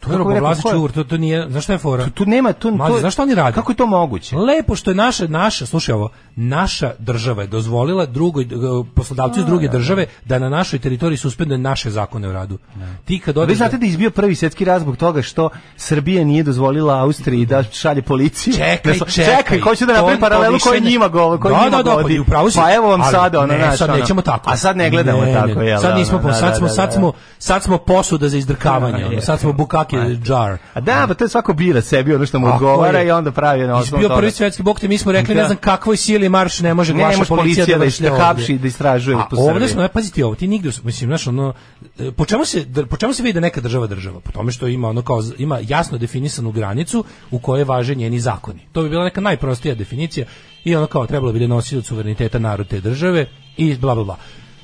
Speaker 7: To je
Speaker 6: Kako bi rekao,
Speaker 7: robovlasnički
Speaker 6: ko je-
Speaker 7: ugovor, to, to nije, znaš šta je fora?
Speaker 6: Tu, tu nema, tu,
Speaker 7: Mlađe,
Speaker 6: to je-
Speaker 7: znaš šta oni rade? Pa,
Speaker 6: Kako je to moguće?
Speaker 7: Lepo što je naša naša, slušaj ovo, naša država je dozvolila drugoj eh, poslodavcu iz druge države da na našoj teritoriji suspenduje naše zakone o radu. Ti kad
Speaker 6: Vi
Speaker 7: odeš
Speaker 6: znate da je izbio prvi svjetski rat zbog toga što Srbija nije dozvolila Austriji da šalje policiju.
Speaker 7: Čekaj,
Speaker 6: Da sl-
Speaker 7: čekaj.
Speaker 6: čekaj hoću da
Speaker 7: To-
Speaker 6: napravim
Speaker 7: to
Speaker 6: paralelu
Speaker 7: više
Speaker 6: koji
Speaker 7: ne-
Speaker 6: njima govori, koji
Speaker 7: Da,
Speaker 6: njima
Speaker 7: da, da, pa
Speaker 6: godi.
Speaker 7: i u pravu si.
Speaker 6: Pa evo vam
Speaker 7: Ali
Speaker 6: sad ono,
Speaker 7: ne,
Speaker 6: znaš,
Speaker 7: sad
Speaker 6: ono.
Speaker 7: nećemo tako.
Speaker 6: A sad ne gledamo
Speaker 7: Ne, ne,
Speaker 6: tako, jel?
Speaker 7: Sad
Speaker 6: ono,
Speaker 7: nismo,
Speaker 6: da,
Speaker 7: sad
Speaker 6: da,
Speaker 7: smo,
Speaker 6: da,
Speaker 7: sad
Speaker 6: da.
Speaker 7: smo, sad smo posuda za izdrkavanje,
Speaker 6: Da,
Speaker 7: ono,
Speaker 6: je.
Speaker 7: sad smo bukake jar.
Speaker 6: A da, pa to je svako bira sebi ono što mu
Speaker 7: Tako
Speaker 6: odgovara
Speaker 7: je.
Speaker 6: i onda pravi na osnovu
Speaker 7: Bio
Speaker 6: toga.
Speaker 7: prvi svetski bok, te mi smo rekli, ne
Speaker 6: Da.
Speaker 7: znam kakvoj sili marš ne može
Speaker 6: Ne, ne
Speaker 7: vaša
Speaker 6: može
Speaker 7: policija,
Speaker 6: policija
Speaker 7: da
Speaker 6: da
Speaker 7: vršlja
Speaker 6: ih hapši
Speaker 7: ovdje.
Speaker 6: i da istražuje
Speaker 7: A
Speaker 6: po
Speaker 7: ovdje
Speaker 6: Srbiji.
Speaker 7: smo, e, pazite ovo, ti nigdje, u- mislim, znaš, ono, e, po čemu se, dr- po čemu se vidi da neka država država? Po tome što ima, ono, kao, z- ima jasno definisanu granicu u kojoj važe njeni zakoni. To bi bila neka najprostija definicija i ono kao, trebalo bi da nosi od suvereniteta narod te države i bla, bla, bla.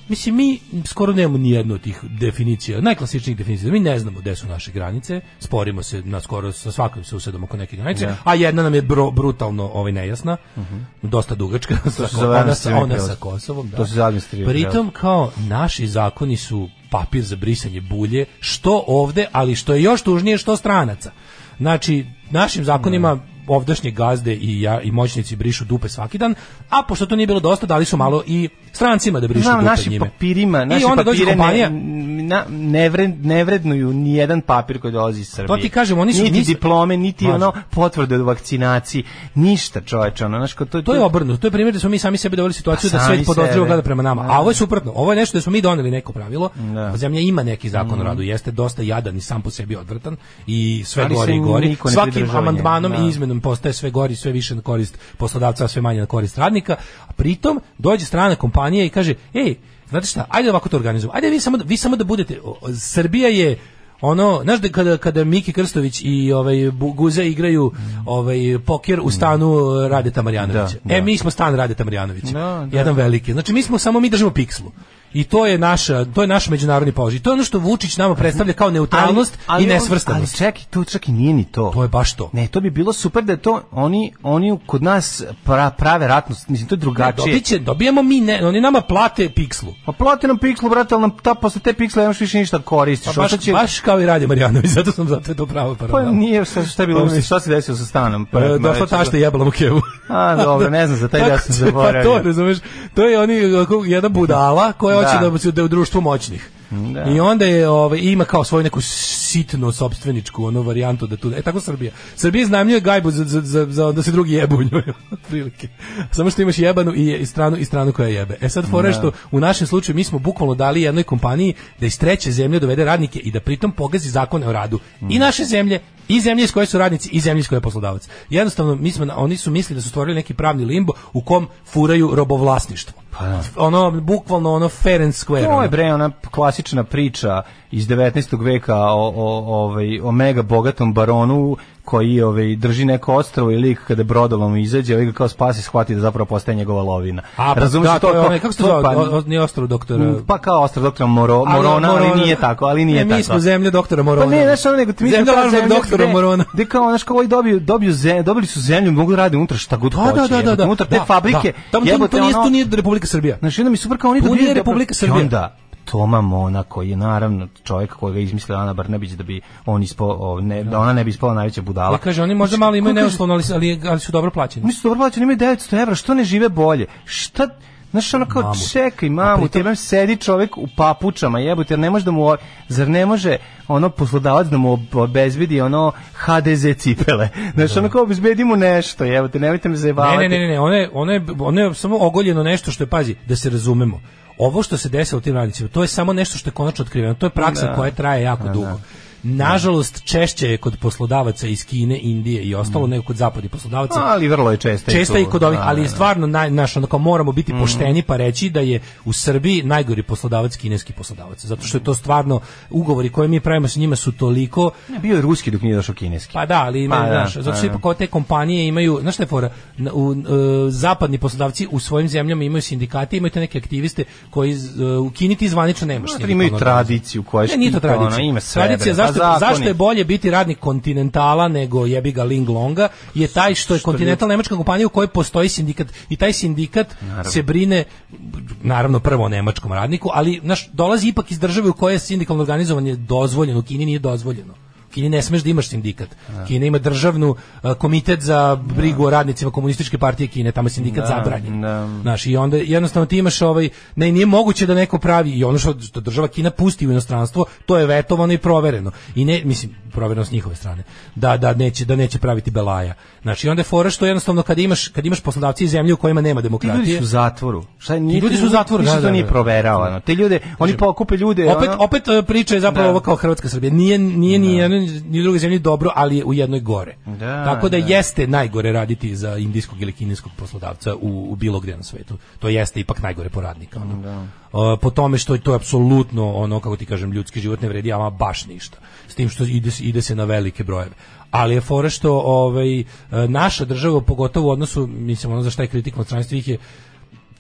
Speaker 7: Mislim, mi skoro nemamo ni jednu od tih definicija, najklasičnijih definicija. Mi ne znamo gde su naše granice, sporimo se na skoro sa svakim susedom oko neke granice,
Speaker 6: Da.
Speaker 7: a jedna nam je bro- brutalno ovaj, nejasna, dosta dugačka, sa,
Speaker 6: Mhm. se zove
Speaker 7: ona, sa, ona
Speaker 6: administrativni
Speaker 7: sa
Speaker 6: prelaz.
Speaker 7: Kosovom. Da.
Speaker 6: To se zove administrativni
Speaker 7: Pritom, kao, naši zakoni su papir za brisanje bulje, što ovde, ali što je još tužnije, što stranaca. Znači, našim zakonima
Speaker 6: Da.
Speaker 7: ovdašnje gazde i, ja, i moćnici brišu dupe svaki dan, a pošto to nije bilo dosta, dali su malo i strancima da brišu
Speaker 6: Znam,
Speaker 7: dupe
Speaker 6: naši
Speaker 7: njime.
Speaker 6: papirima,
Speaker 7: I
Speaker 6: naši
Speaker 7: onda dođe
Speaker 6: papire ne,
Speaker 7: kompanija,
Speaker 6: n- na, ne, vred, ne vrednuju ni jedan papir koji dolazi iz Srbije.
Speaker 7: ti kažem, oni su-
Speaker 6: niti
Speaker 7: nisu-
Speaker 6: diplome, niti
Speaker 7: Mlađe.
Speaker 6: ono potvrde o vakcinaciji, ništa, čoveče, ono, znaš, kao to,
Speaker 7: To je obrnuto. To je primjer da smo mi sami sebi doveli situaciju
Speaker 6: Pa
Speaker 7: da
Speaker 6: sami
Speaker 7: svet podozrivo
Speaker 6: sebe.
Speaker 7: gleda prema nama.
Speaker 6: Da.
Speaker 7: A ovo je suprotno. Ovo je nešto da smo mi doneli neko pravilo. Pa
Speaker 6: Da. Mhm.
Speaker 7: Zemlja ima neki zakon o radu, jeste dosta jadan i sam po sebi odvrtan i sve
Speaker 6: Ali
Speaker 7: gori
Speaker 6: se
Speaker 7: i gori.
Speaker 6: niko ne
Speaker 7: Svakim
Speaker 6: pridržava
Speaker 7: amandmanom
Speaker 6: njega, da.
Speaker 7: i izmenom postaje sve gori, i sve više na korist poslodavca, a sve manje na korist radnika. A pritom dođe strana kompanija i kaže: "Ej, znate šta? Ajde ovako to organizujemo. Ajde vi samo da, vi samo da budete o- o- Srbija je ono, znaš da kada, kada Miki Krstović i ovaj Bu- Guza igraju ovaj poker u stanu Radeta Marjanovića.
Speaker 6: Da,
Speaker 7: E
Speaker 6: da.
Speaker 7: mi smo stan Radeta Marjanovića.
Speaker 6: Da, da.
Speaker 7: Jedan veliki. Znači mi smo samo mi držimo pikslu. I to je naša, to je naš međunarodni položaj. To je ono što Vučić nama predstavlja kao neutralnost i
Speaker 6: on-
Speaker 7: nesvrstanost.
Speaker 6: Ali čekaj, to čak i nije ni to.
Speaker 7: to je baš to.
Speaker 6: Ne, to bi bilo super da je to oni oni kod nas pra, prave ratnost, mislim to je drugačije.
Speaker 7: Dobit će- dobijemo mi ne, oni nama plate pikslu.
Speaker 6: Pa plati nam pikslu, brate, ali nam ta, posle te piksle nemaš više ništa da koristiš.
Speaker 7: Pa baš,
Speaker 6: Ošteće-
Speaker 7: baš kao i Rade Marjanović, zato sam zato je to pravo
Speaker 6: Pa
Speaker 7: paralela.
Speaker 6: nije, šta, šta je bilo, mislim, šta se desilo sa stanom? Pa,
Speaker 7: E, došla tašta i jebala mu kevu.
Speaker 6: A, dobro, ne znam, za taj
Speaker 7: Tako
Speaker 6: deo sam
Speaker 7: će- Pa to,
Speaker 6: zaboravio.
Speaker 7: razumeš, to je oni, ovako, jedna budala koja
Speaker 6: Da.
Speaker 7: hoće da, se- da je u društvu moćnih.
Speaker 6: Da.
Speaker 7: I onda je ovaj ima kao svoju neku sitnu sopstveničku ono varijantu da tu e tako Srbija. Srbija iznajmljuje gajbu za za za, za da se drugi jebu u njoj otprilike. Samo što imaš jebanu i, i stranu i stranu koja jebe. E sad fora je što u našem slučaju mi smo bukvalno dali jednoj kompaniji da iz treće zemlje dovede radnike i da pritom pogazi zakone o radu i naše zemlje i zemlje iz koje su radnici i zemlje iz koje je poslodavac. Jednostavno mi smo na- oni su mislili da su stvorili neki pravni limbo u kom furaju robovlasništvo. Ono bukvalno ono fair and square.
Speaker 6: Pa da. To
Speaker 7: ono.
Speaker 6: je bre ona p- klasična priča iz 19. veka o, o, ovaj, o mega bogatom baronu koji ove, drži neko ostrovo i lik kada brodovom izađe, ovaj ga kao spasi, shvati da zapravo postaje njegova lovina.
Speaker 7: A, pa,
Speaker 6: Razumeš
Speaker 7: da, to je
Speaker 6: kao-
Speaker 7: onaj, kako se
Speaker 6: to
Speaker 7: zove,
Speaker 6: pa-
Speaker 7: o- o- nije ostalo doktora...
Speaker 6: Pa kao ostrov doktora Moro,
Speaker 7: Ali,
Speaker 6: Morona, ali nije tako, ali nije
Speaker 7: ne,
Speaker 6: tako.
Speaker 7: Mi smo zemlja doktora Morona.
Speaker 6: Pa ne, znaš, ono nego ti mi
Speaker 7: zemlja
Speaker 6: kao
Speaker 7: lažnog
Speaker 6: zemlja
Speaker 7: doktora
Speaker 6: gde-
Speaker 7: Morona.
Speaker 6: Gde kao, znaš, kao ovi dobiju, dobiju zemlju, dobili su zemlju, mogu da rade unutra šta god
Speaker 7: Da,
Speaker 6: hoće.
Speaker 7: da, da, da,
Speaker 6: jebote.
Speaker 7: da.
Speaker 6: Unutar te
Speaker 7: da, da.
Speaker 6: fabrike,
Speaker 7: Tamo, tamo,
Speaker 6: jebote,
Speaker 7: to, nije,
Speaker 6: ono-
Speaker 7: to nije Republika Srbija.
Speaker 6: Znaš, i onda mi je super kao oni da
Speaker 7: Tu
Speaker 6: dobijaju
Speaker 7: nije
Speaker 6: dobro-
Speaker 7: Republika
Speaker 6: I
Speaker 7: Srbija.
Speaker 6: onda Toma Mona koji je naravno čovjek kojega je izmislila Ana Brnabić da bi on ispo, o, ne, da ona ne bi ispala najveća budala.
Speaker 7: Ja kaže, oni možda
Speaker 6: Znači,
Speaker 7: malo imaju
Speaker 6: kako kaže-
Speaker 7: neuslovno, ali, ali, ali su dobro plaćeni.
Speaker 6: Oni su dobro plaćeni, imaju 900 evra, što ne žive bolje? Šta Znaš, ono kao, čekaj, mamu, ti imam sedi čovek u papučama, jebote, jer ne može da mu, o- zar ne može, ono, poslodavac da mu ob- obezbedi, ono, HDZ cipele. Znaš, ono kao, obezbedi mu nešto, jebote, nemojte me zajebavati.
Speaker 7: Da. Ne, ne, ne, ne, ono je, ono je, ono je samo ogoljeno nešto što je, pazi, da se razumemo. Ovo što se desilo tim radnicima, to je samo nešto što je konačno otkriveno. To je praksa koja traje jako dugo. Nažalost, češće je kod poslodavaca iz Kine, Indije i ostalo, nego kod zapadnih poslodavaca.
Speaker 6: Ali vrlo je često.
Speaker 7: Često i kod ovih, ali stvarno naj, naš, onako, moramo biti pošteni pa reći da je u Srbiji najgori poslodavac kineski poslodavac, zato što je to stvarno ugovori koje mi pravimo sa njima su toliko
Speaker 6: Bio je ruski dok nije došao kineski.
Speaker 7: pa da, ali ima,
Speaker 6: Pa da,
Speaker 7: znaš, zato
Speaker 6: pa
Speaker 7: što
Speaker 6: da.
Speaker 7: ipak ove te kompanije imaju, znaš šta je fora, Na- u, e, zapadni poslodavci u svojim zemljama imaju sindikate, imaju te neke aktiviste koji z- e, u Kini ti zvanično nemaš.
Speaker 6: Zato
Speaker 7: sindikalno
Speaker 6: imaju
Speaker 7: organizovano.
Speaker 6: tradiciju koja
Speaker 7: Ne, nije to
Speaker 6: štita, ono,
Speaker 7: tradicija.
Speaker 6: ima sve,
Speaker 7: tradicija
Speaker 6: bre, pa
Speaker 7: zašto,
Speaker 6: zakoni.
Speaker 7: zašto je bolje biti radnik kontinentala nego jebi ga Ling Longa je taj što je kontinental nemačka kompanija u kojoj postoji sindikat i taj sindikat se brine naravno prvo o nemačkom radniku, ali naš dolazi ipak iz države u kojoj je sindikalno organizovanje dozvoljeno, u Kini nije dozvoljeno. U Kini ne smeš da imaš sindikat. Kina ima državnu e, komitet za brigu o radnicima komunističke partije Kine, tamo je sindikat zabranjen.
Speaker 6: da.
Speaker 7: Znaš, i onda jednostavno ti imaš ovaj, ne, nije moguće da neko pravi, i ono što, što država Kina pusti u inostranstvo, to je vetovano i provereno. I ne, mislim, provereno s njihove strane, da, da, neće, da neće praviti belaja. Znaš, i onda je fora što jednostavno kad imaš, kad imaš poslodavci iz zemlje u kojima nema
Speaker 6: Ti ljudi
Speaker 7: demokratije,
Speaker 6: su u zatvoru. Šta je,
Speaker 7: ljudi su u zatvoru,
Speaker 6: ništa
Speaker 7: da,
Speaker 6: to
Speaker 7: da,
Speaker 6: nije
Speaker 7: da.
Speaker 6: proveravano. Te ljude, oni pokupe ljude,
Speaker 7: opet,
Speaker 6: ono-
Speaker 7: opet e, priča je zapravo
Speaker 6: Da.
Speaker 7: ovo kao Hrvatska Srbija. Nije, nije ni jedno ni u drugoj zemlji dobro, ali je u jednoj gore.
Speaker 6: Da,
Speaker 7: Tako da,
Speaker 6: da.
Speaker 7: jeste najgore raditi za indijskog ili kineskog poslodavca u, u bilo gdje na svetu. To jeste ipak najgore po radnika. ono.
Speaker 6: Da.
Speaker 7: E, po tome što je to apsolutno ono, kako ti kažem, ljudski život ne vredi, ama baš ništa. S tim što ide, se- ide se na velike brojeve. Ali je fora što ovaj, e, naša država, pogotovo u odnosu, mislim, ono za šta je kritik od strane svih je,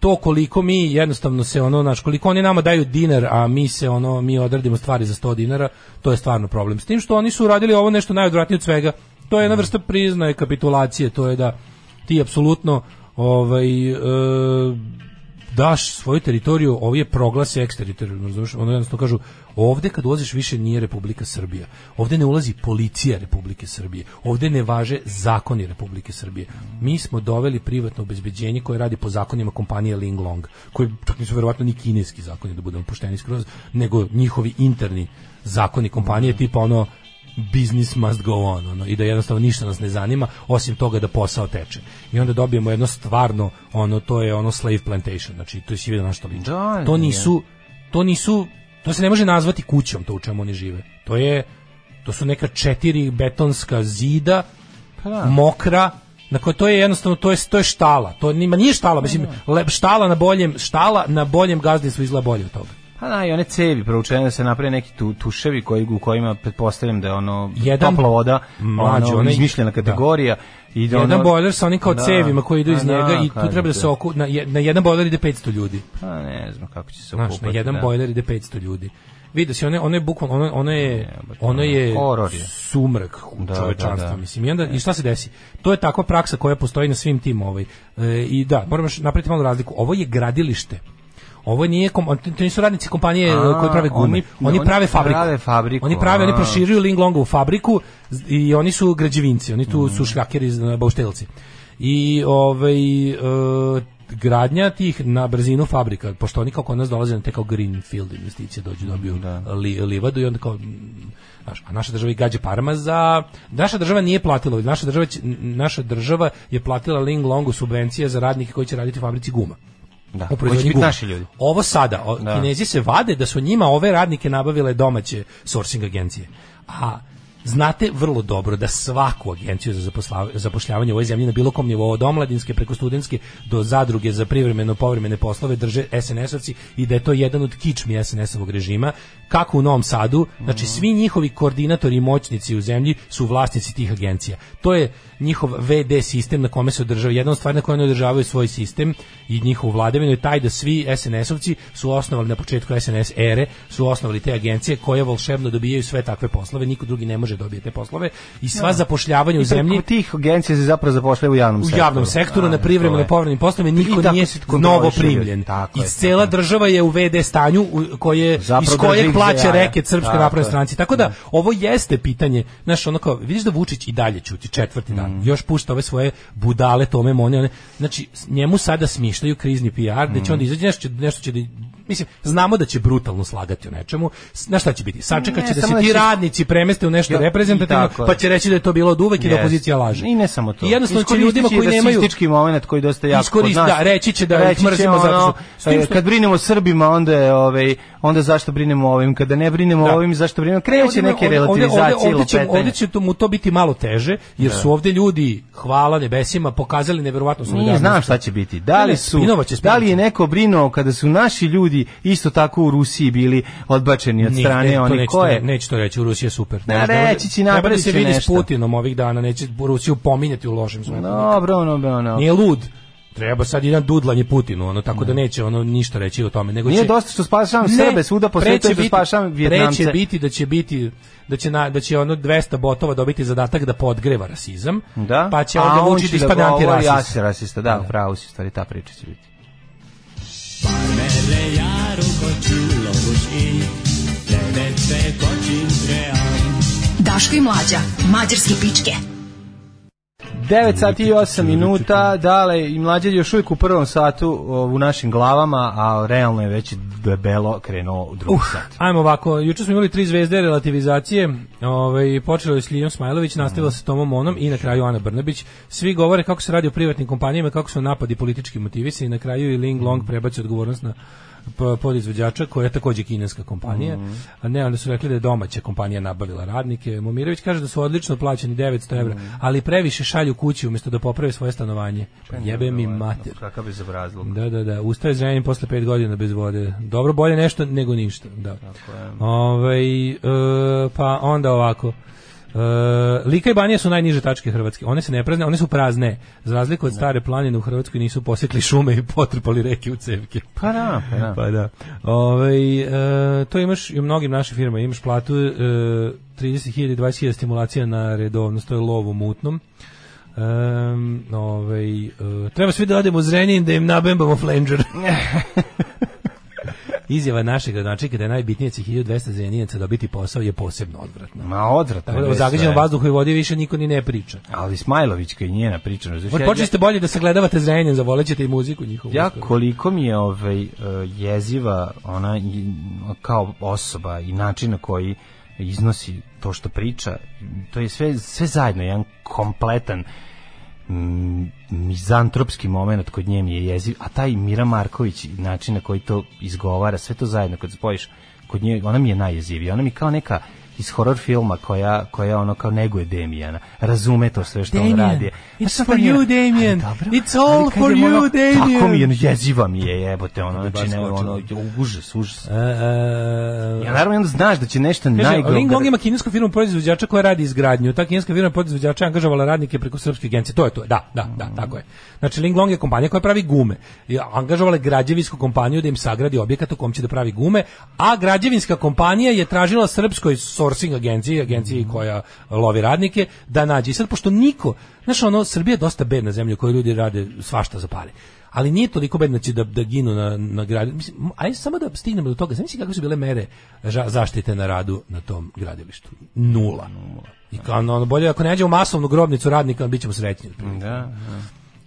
Speaker 7: to koliko mi jednostavno se ono naš koliko oni nama daju dinar a mi se ono mi odradimo stvari za 100 dinara to je stvarno problem s tim što oni su uradili ovo nešto najodvratnije od svega to je jedna vrsta priznaje kapitulacije to je da ti apsolutno ovaj e, daš svoju teritoriju ovi je proglase eksteritorijalno razumeš ono jednostavno kažu ovde kad ulaziš više nije Republika Srbija ovde ne ulazi policija Republike Srbije ovde ne važe zakoni Republike Srbije mi smo doveli privatno obezbeđenje koje radi po zakonima kompanije Ling Long koji čak nisu verovatno ni kineski zakoni da budemo pošteni skroz nego njihovi interni zakoni kompanije tipa ono business must go on ono, i da jednostavno ništa nas ne zanima osim toga da posao teče i onda dobijemo jedno stvarno ono to je ono slave plantation znači to si vidio na što liči
Speaker 6: Da,
Speaker 7: to
Speaker 6: nije.
Speaker 7: nisu to nisu to se ne može nazvati kućom to u čemu oni žive to je to su neka četiri betonska zida
Speaker 6: Pa da.
Speaker 7: mokra na kojoj to je jednostavno to je to je štala to nima nije štala mislim
Speaker 6: Da.
Speaker 7: le- štala na boljem štala na boljem gazdinstvu izgleda bolje od toga
Speaker 6: Pa da, i one cevi proučene da se naprave neki tu, tuševi koji, u kojima pretpostavljam da je ono
Speaker 7: Jedan-
Speaker 6: topla voda,
Speaker 7: Mlađe,
Speaker 6: ono,
Speaker 7: onaj- da.
Speaker 6: izmišljena kategorija. I da
Speaker 7: jedan
Speaker 6: ono-
Speaker 7: bojler sa onim kao
Speaker 6: Da.
Speaker 7: cevima koji idu iz
Speaker 6: A da,
Speaker 7: njega i tu
Speaker 6: kažem
Speaker 7: treba da
Speaker 6: ti.
Speaker 7: se oku, na, je- na jedan bojler ide 500 ljudi.
Speaker 6: Pa ne znam kako će se okupati.
Speaker 7: Znaš, na jedan
Speaker 6: da.
Speaker 7: bojler ide 500 ljudi. Vidio si, ono je, ono je bukvalno, ono, ono je, ono je
Speaker 6: Horor je.
Speaker 7: sumrak u
Speaker 6: Da,
Speaker 7: čovečanstva,
Speaker 6: da, da.
Speaker 7: mislim. I, onda, I šta se desi? To je takva praksa koja postoji na svim tim ovaj. E, I da, moramo još napraviti malu razliku. Ovo je gradilište. Ovo nije kom, on- to nisu radnici kompanije e,
Speaker 6: A,
Speaker 7: koji prave gume.
Speaker 6: Da, oni-
Speaker 7: Oni,
Speaker 6: oni
Speaker 7: prave fabriku.
Speaker 6: prave fabriku, da.
Speaker 7: Oni prave, oni
Speaker 6: a.
Speaker 7: proširuju Ling Longovu fabriku z- i oni su građevinci, oni
Speaker 6: Mm.
Speaker 7: tu su šljakeri, iz- bauštelci. I ovaj e, gradnja tih na brzinu fabrika, pošto oni kao kod nas dolaze na te kao greenfield investicije, dođu, dobiju
Speaker 6: Da.
Speaker 7: li- livadu i onda kao mm, znaš, a naša država i gađa parama za naša država nije platila, naša država, će- naša država je platila Ling Longu subvencije za radnike koji će raditi u fabrici guma
Speaker 6: Da.
Speaker 7: u
Speaker 6: Koji će
Speaker 7: proizvodnji
Speaker 6: biti
Speaker 7: guma.
Speaker 6: naši ljudi.
Speaker 7: Ovo sada, o, da Kinezi se vade da su njima ove radnike nabavile domaće sourcing agencije. A Znate vrlo dobro da svaku agenciju za zaposla- zapošljavanje u ovoj zemlji na bilo kom nivou, od omladinske preko studentske do zadruge za privremeno povremene poslove drže SNS-ovci i da je to jedan od kičmi SNS-ovog režima. Kako u Novom Sadu, znači
Speaker 6: Mhm.
Speaker 7: svi njihovi koordinatori i moćnici u zemlji su vlasnici tih agencija. To je njihov VD sistem na kome se održava, jedna od stvari na kojoj oni održavaju svoj sistem i njihovu vladavinu je taj da svi SNS-ovci su osnovali na početku SNS ere, su osnovali te agencije koje volšebno dobijaju sve takve poslove, niko drugi ne može dobiti te poslove i sva zapošljavanja u zemlji
Speaker 6: Preko tih agencija se zapravo zapošljava u javnom
Speaker 7: u
Speaker 6: sektoru.
Speaker 7: javnom sektoru
Speaker 6: A,
Speaker 7: na privremenim
Speaker 6: to
Speaker 7: i
Speaker 6: je.
Speaker 7: povremenim poslovima
Speaker 6: I
Speaker 7: niko
Speaker 6: tako
Speaker 7: nije
Speaker 6: se kontroliše
Speaker 7: novo
Speaker 6: uvijek.
Speaker 7: primljen.
Speaker 6: Tako
Speaker 7: I
Speaker 6: je,
Speaker 7: cela
Speaker 6: tako je.
Speaker 7: država je u VD stanju u- koje
Speaker 6: Zapravo
Speaker 7: iz
Speaker 6: drži
Speaker 7: kojeg
Speaker 6: ih za
Speaker 7: plaća
Speaker 6: jaja.
Speaker 7: reket srpske
Speaker 6: Tako
Speaker 7: napredne
Speaker 6: je. Mm.
Speaker 7: stranci. Tako da ovo jeste pitanje, znaš, ono kao vidiš da Vučić i dalje ćuti četvrti
Speaker 6: Mm.
Speaker 7: dan. Još pušta ove svoje budale Tome Mone, one. Znači s- njemu sada smišljaju krizni PR,
Speaker 6: Mm.
Speaker 7: da će on izaći nešto će, nešto će da Mislim, znamo da će brutalno slagati o nečemu. S- Znaš šta će biti? Sačekat će da
Speaker 6: Ne,
Speaker 7: se
Speaker 6: samo da
Speaker 7: ti
Speaker 6: će-
Speaker 7: radnici premeste u nešto
Speaker 6: Ja, i
Speaker 7: reprezentativno,
Speaker 6: tako je.
Speaker 7: pa će reći da je to bilo od uvek i da
Speaker 6: Jeste.
Speaker 7: opozicija laže.
Speaker 6: I ne samo to.
Speaker 7: I jednostavno će ljudima
Speaker 6: Iskoristiće da
Speaker 7: koji
Speaker 6: i
Speaker 7: nemaju...
Speaker 6: rasistički moment koji dosta jako
Speaker 7: Iskorist-
Speaker 6: kod nas.
Speaker 7: da, reći će da ih
Speaker 6: Reći će
Speaker 7: mrzimo
Speaker 6: ono,
Speaker 7: zato što- s tim
Speaker 6: e,
Speaker 7: što-
Speaker 6: Kad brinemo o Srbima, onda je, ovaj, onda zašto brinemo o ovim? Kada ne brinemo
Speaker 7: Da.
Speaker 6: o ovim, zašto brinemo? Kreće
Speaker 7: Ovdje-
Speaker 6: neke
Speaker 7: ovdje- ovdje-
Speaker 6: relativizacije i
Speaker 7: ovdje će-
Speaker 6: lupetanje.
Speaker 7: Ovdje će to mu to biti malo teže, jer su ovdje ljudi, hvala nebesima, pokazali neverovatnu
Speaker 6: Nije,
Speaker 7: solidarnost.
Speaker 6: znam šta će biti. Da
Speaker 7: Ne,
Speaker 6: li
Speaker 7: ne,
Speaker 6: su,
Speaker 7: Spinova će
Speaker 6: da li je
Speaker 7: spinovati.
Speaker 6: neko brinuo kada su naši ljudi isto tako u Rusiji bili odbačeni od
Speaker 7: Nije, ne,
Speaker 6: strane
Speaker 7: to
Speaker 6: onih
Speaker 7: neće,
Speaker 6: koje?
Speaker 7: to- neće to reći, u Rusiji je super.
Speaker 6: Ne,
Speaker 7: Znaš,
Speaker 6: reći će,
Speaker 7: treba da
Speaker 6: napravit
Speaker 7: se
Speaker 6: će
Speaker 7: vidi s
Speaker 6: nešto.
Speaker 7: Putinom ovih dana, neće Rusiju pominjati u lošem svetlu.
Speaker 6: Dobro, ono, ono.
Speaker 7: Nije lud. Treba sad jedan dudlanje Putinu, ono, tako da neće ono ništa reći o tome. Nego
Speaker 6: Nije
Speaker 7: će-
Speaker 6: dosta što spašavam
Speaker 7: Ne,
Speaker 6: Srbe svuda po
Speaker 7: pre
Speaker 6: svetu
Speaker 7: će
Speaker 6: što
Speaker 7: biti-
Speaker 6: spašavam
Speaker 7: pre
Speaker 6: Vjetnamce.
Speaker 7: će biti da će biti da će na, da će ono 200 botova dobiti zadatak da podgreva rasizam.
Speaker 6: Da?
Speaker 7: Pa će
Speaker 6: A
Speaker 7: onda
Speaker 6: on
Speaker 7: Vučić
Speaker 6: će da
Speaker 7: ispadne
Speaker 6: govori,
Speaker 7: antirasist.
Speaker 6: Ja se rasista, da, pravo si, u stvari ta priča će biti.
Speaker 4: Daško i mlađa, mađarske pičke.
Speaker 6: 9 sati i 8 minuta, dale, i mlađe još uvijek u prvom satu o, u našim glavama, a realno je već debelo krenuo u drugi sat.
Speaker 7: Ajmo ovako, juče smo imali tri zvezde relativizacije, ovaj, počelo je s Lijom Smajlović, nastavilo se s Tomom Onom i na kraju Ana Brnabić. Svi govore kako se radi o privatnim kompanijama, kako su napadi politički motivisi i na kraju i Ling Long prebaci odgovornost na p- podizvođača koja je takođe kineska kompanija. A ne, onda su rekli da je domaća kompanija nabavila radnike. Momirović kaže da su odlično plaćeni 900 evra, ali previše šalju kući umjesto da poprave svoje stanovanje. Pa jebe mi mater.
Speaker 6: Kakav je zabrazlog.
Speaker 7: Da, da, da. Ustaje zrenjanin posle pet godina bez vode. Dobro, bolje nešto nego ništa. Da. Ovaj, e, pa onda ovako. E, Lika i Banija su najniže tačke Hrvatske. One se ne prazne, one su prazne. Za razliku od stare planine u Hrvatskoj nisu posekli šume i potrpali reke u cevke.
Speaker 6: Pa da, pa da.
Speaker 7: Pa da. Ovaj, e, to imaš i u mnogim našim firmama. Imaš platu e, 30.000, 20.000 stimulacija na redovnost. To je lov u mutnom. Ehm, ovaj, e, treba svi da odemo u Zrenjanin da im nabembamo flanger. Izjava našeg gradonačelnika da je najbitnije da će 1200 zrenjinaca dobiti posao je posebno odvratna.
Speaker 6: Ma odvratno.
Speaker 7: Tako da
Speaker 6: je
Speaker 7: o zagađenom
Speaker 6: sve.
Speaker 7: vazduhu i vodi više niko ni ne priča.
Speaker 6: Ali Smajlovićka i njena priča. razumiješ, ja-
Speaker 7: Počeli ste bolje da sagledavate Zrenjanin, zavolećete i muziku njihovu.
Speaker 6: Ja
Speaker 7: uskoro.
Speaker 6: koliko mi je ovaj e, jeziva ona i- kao osoba i način na koji iznosi to što priča, to je sve sve zajedno jedan kompletan mm, mizantropski moment kod nje mi je jeziv, a taj Mira Marković i način na koji to izgovara, sve to zajedno kad spojiš, kod nje ona mi je najjezivija, ona mi kao neka iz horror filma koja, koja ono kao neguje Demijana, razume to sve što
Speaker 7: Damien,
Speaker 6: on radi.
Speaker 7: it's
Speaker 6: A sad
Speaker 7: for
Speaker 6: kad je-
Speaker 7: you, Damien.
Speaker 6: Ali dobro,
Speaker 7: It's all
Speaker 6: ali kad
Speaker 7: for
Speaker 6: je ono-
Speaker 7: you, Damien.
Speaker 6: Tako mi je, ono, jeziva mi je jebote, ono, znači ne,
Speaker 7: skočila.
Speaker 6: ono, jo, užas, užas.
Speaker 7: E, e,
Speaker 6: Ja naravno onda znaš da će nešto najgore...
Speaker 7: Kaže, Ling Long ima kinesku firmu proizvođača koja radi izgradnju. Ta kineska firma proizvođača je angažovala radnike preko srpske agencije. To je to. Da, da, da, tako je. Znači Ling Long je kompanija koja pravi gume. I angažovala je građevinsku kompaniju da im sagradi objekat u kom će da pravi gume, a građevinska kompanija je tražila srpskoj sourcing agenciji, agenciji koja lovi radnike, da nađe. I sad pošto niko, znaš ono, Srbija je dosta bedna zemlja u kojoj ljudi rade svašta za pare ali nije toliko bedno znači da, da ginu na, na gradu. Mislim, m- ajde samo da stignemo do toga. Znači kako su bile mere ža- zaštite na radu na tom gradilištu? Nula. I kao ono, ono, bolje ako nađemo masovnu grobnicu radnika, bit ćemo srećni. otprilike.
Speaker 6: Da,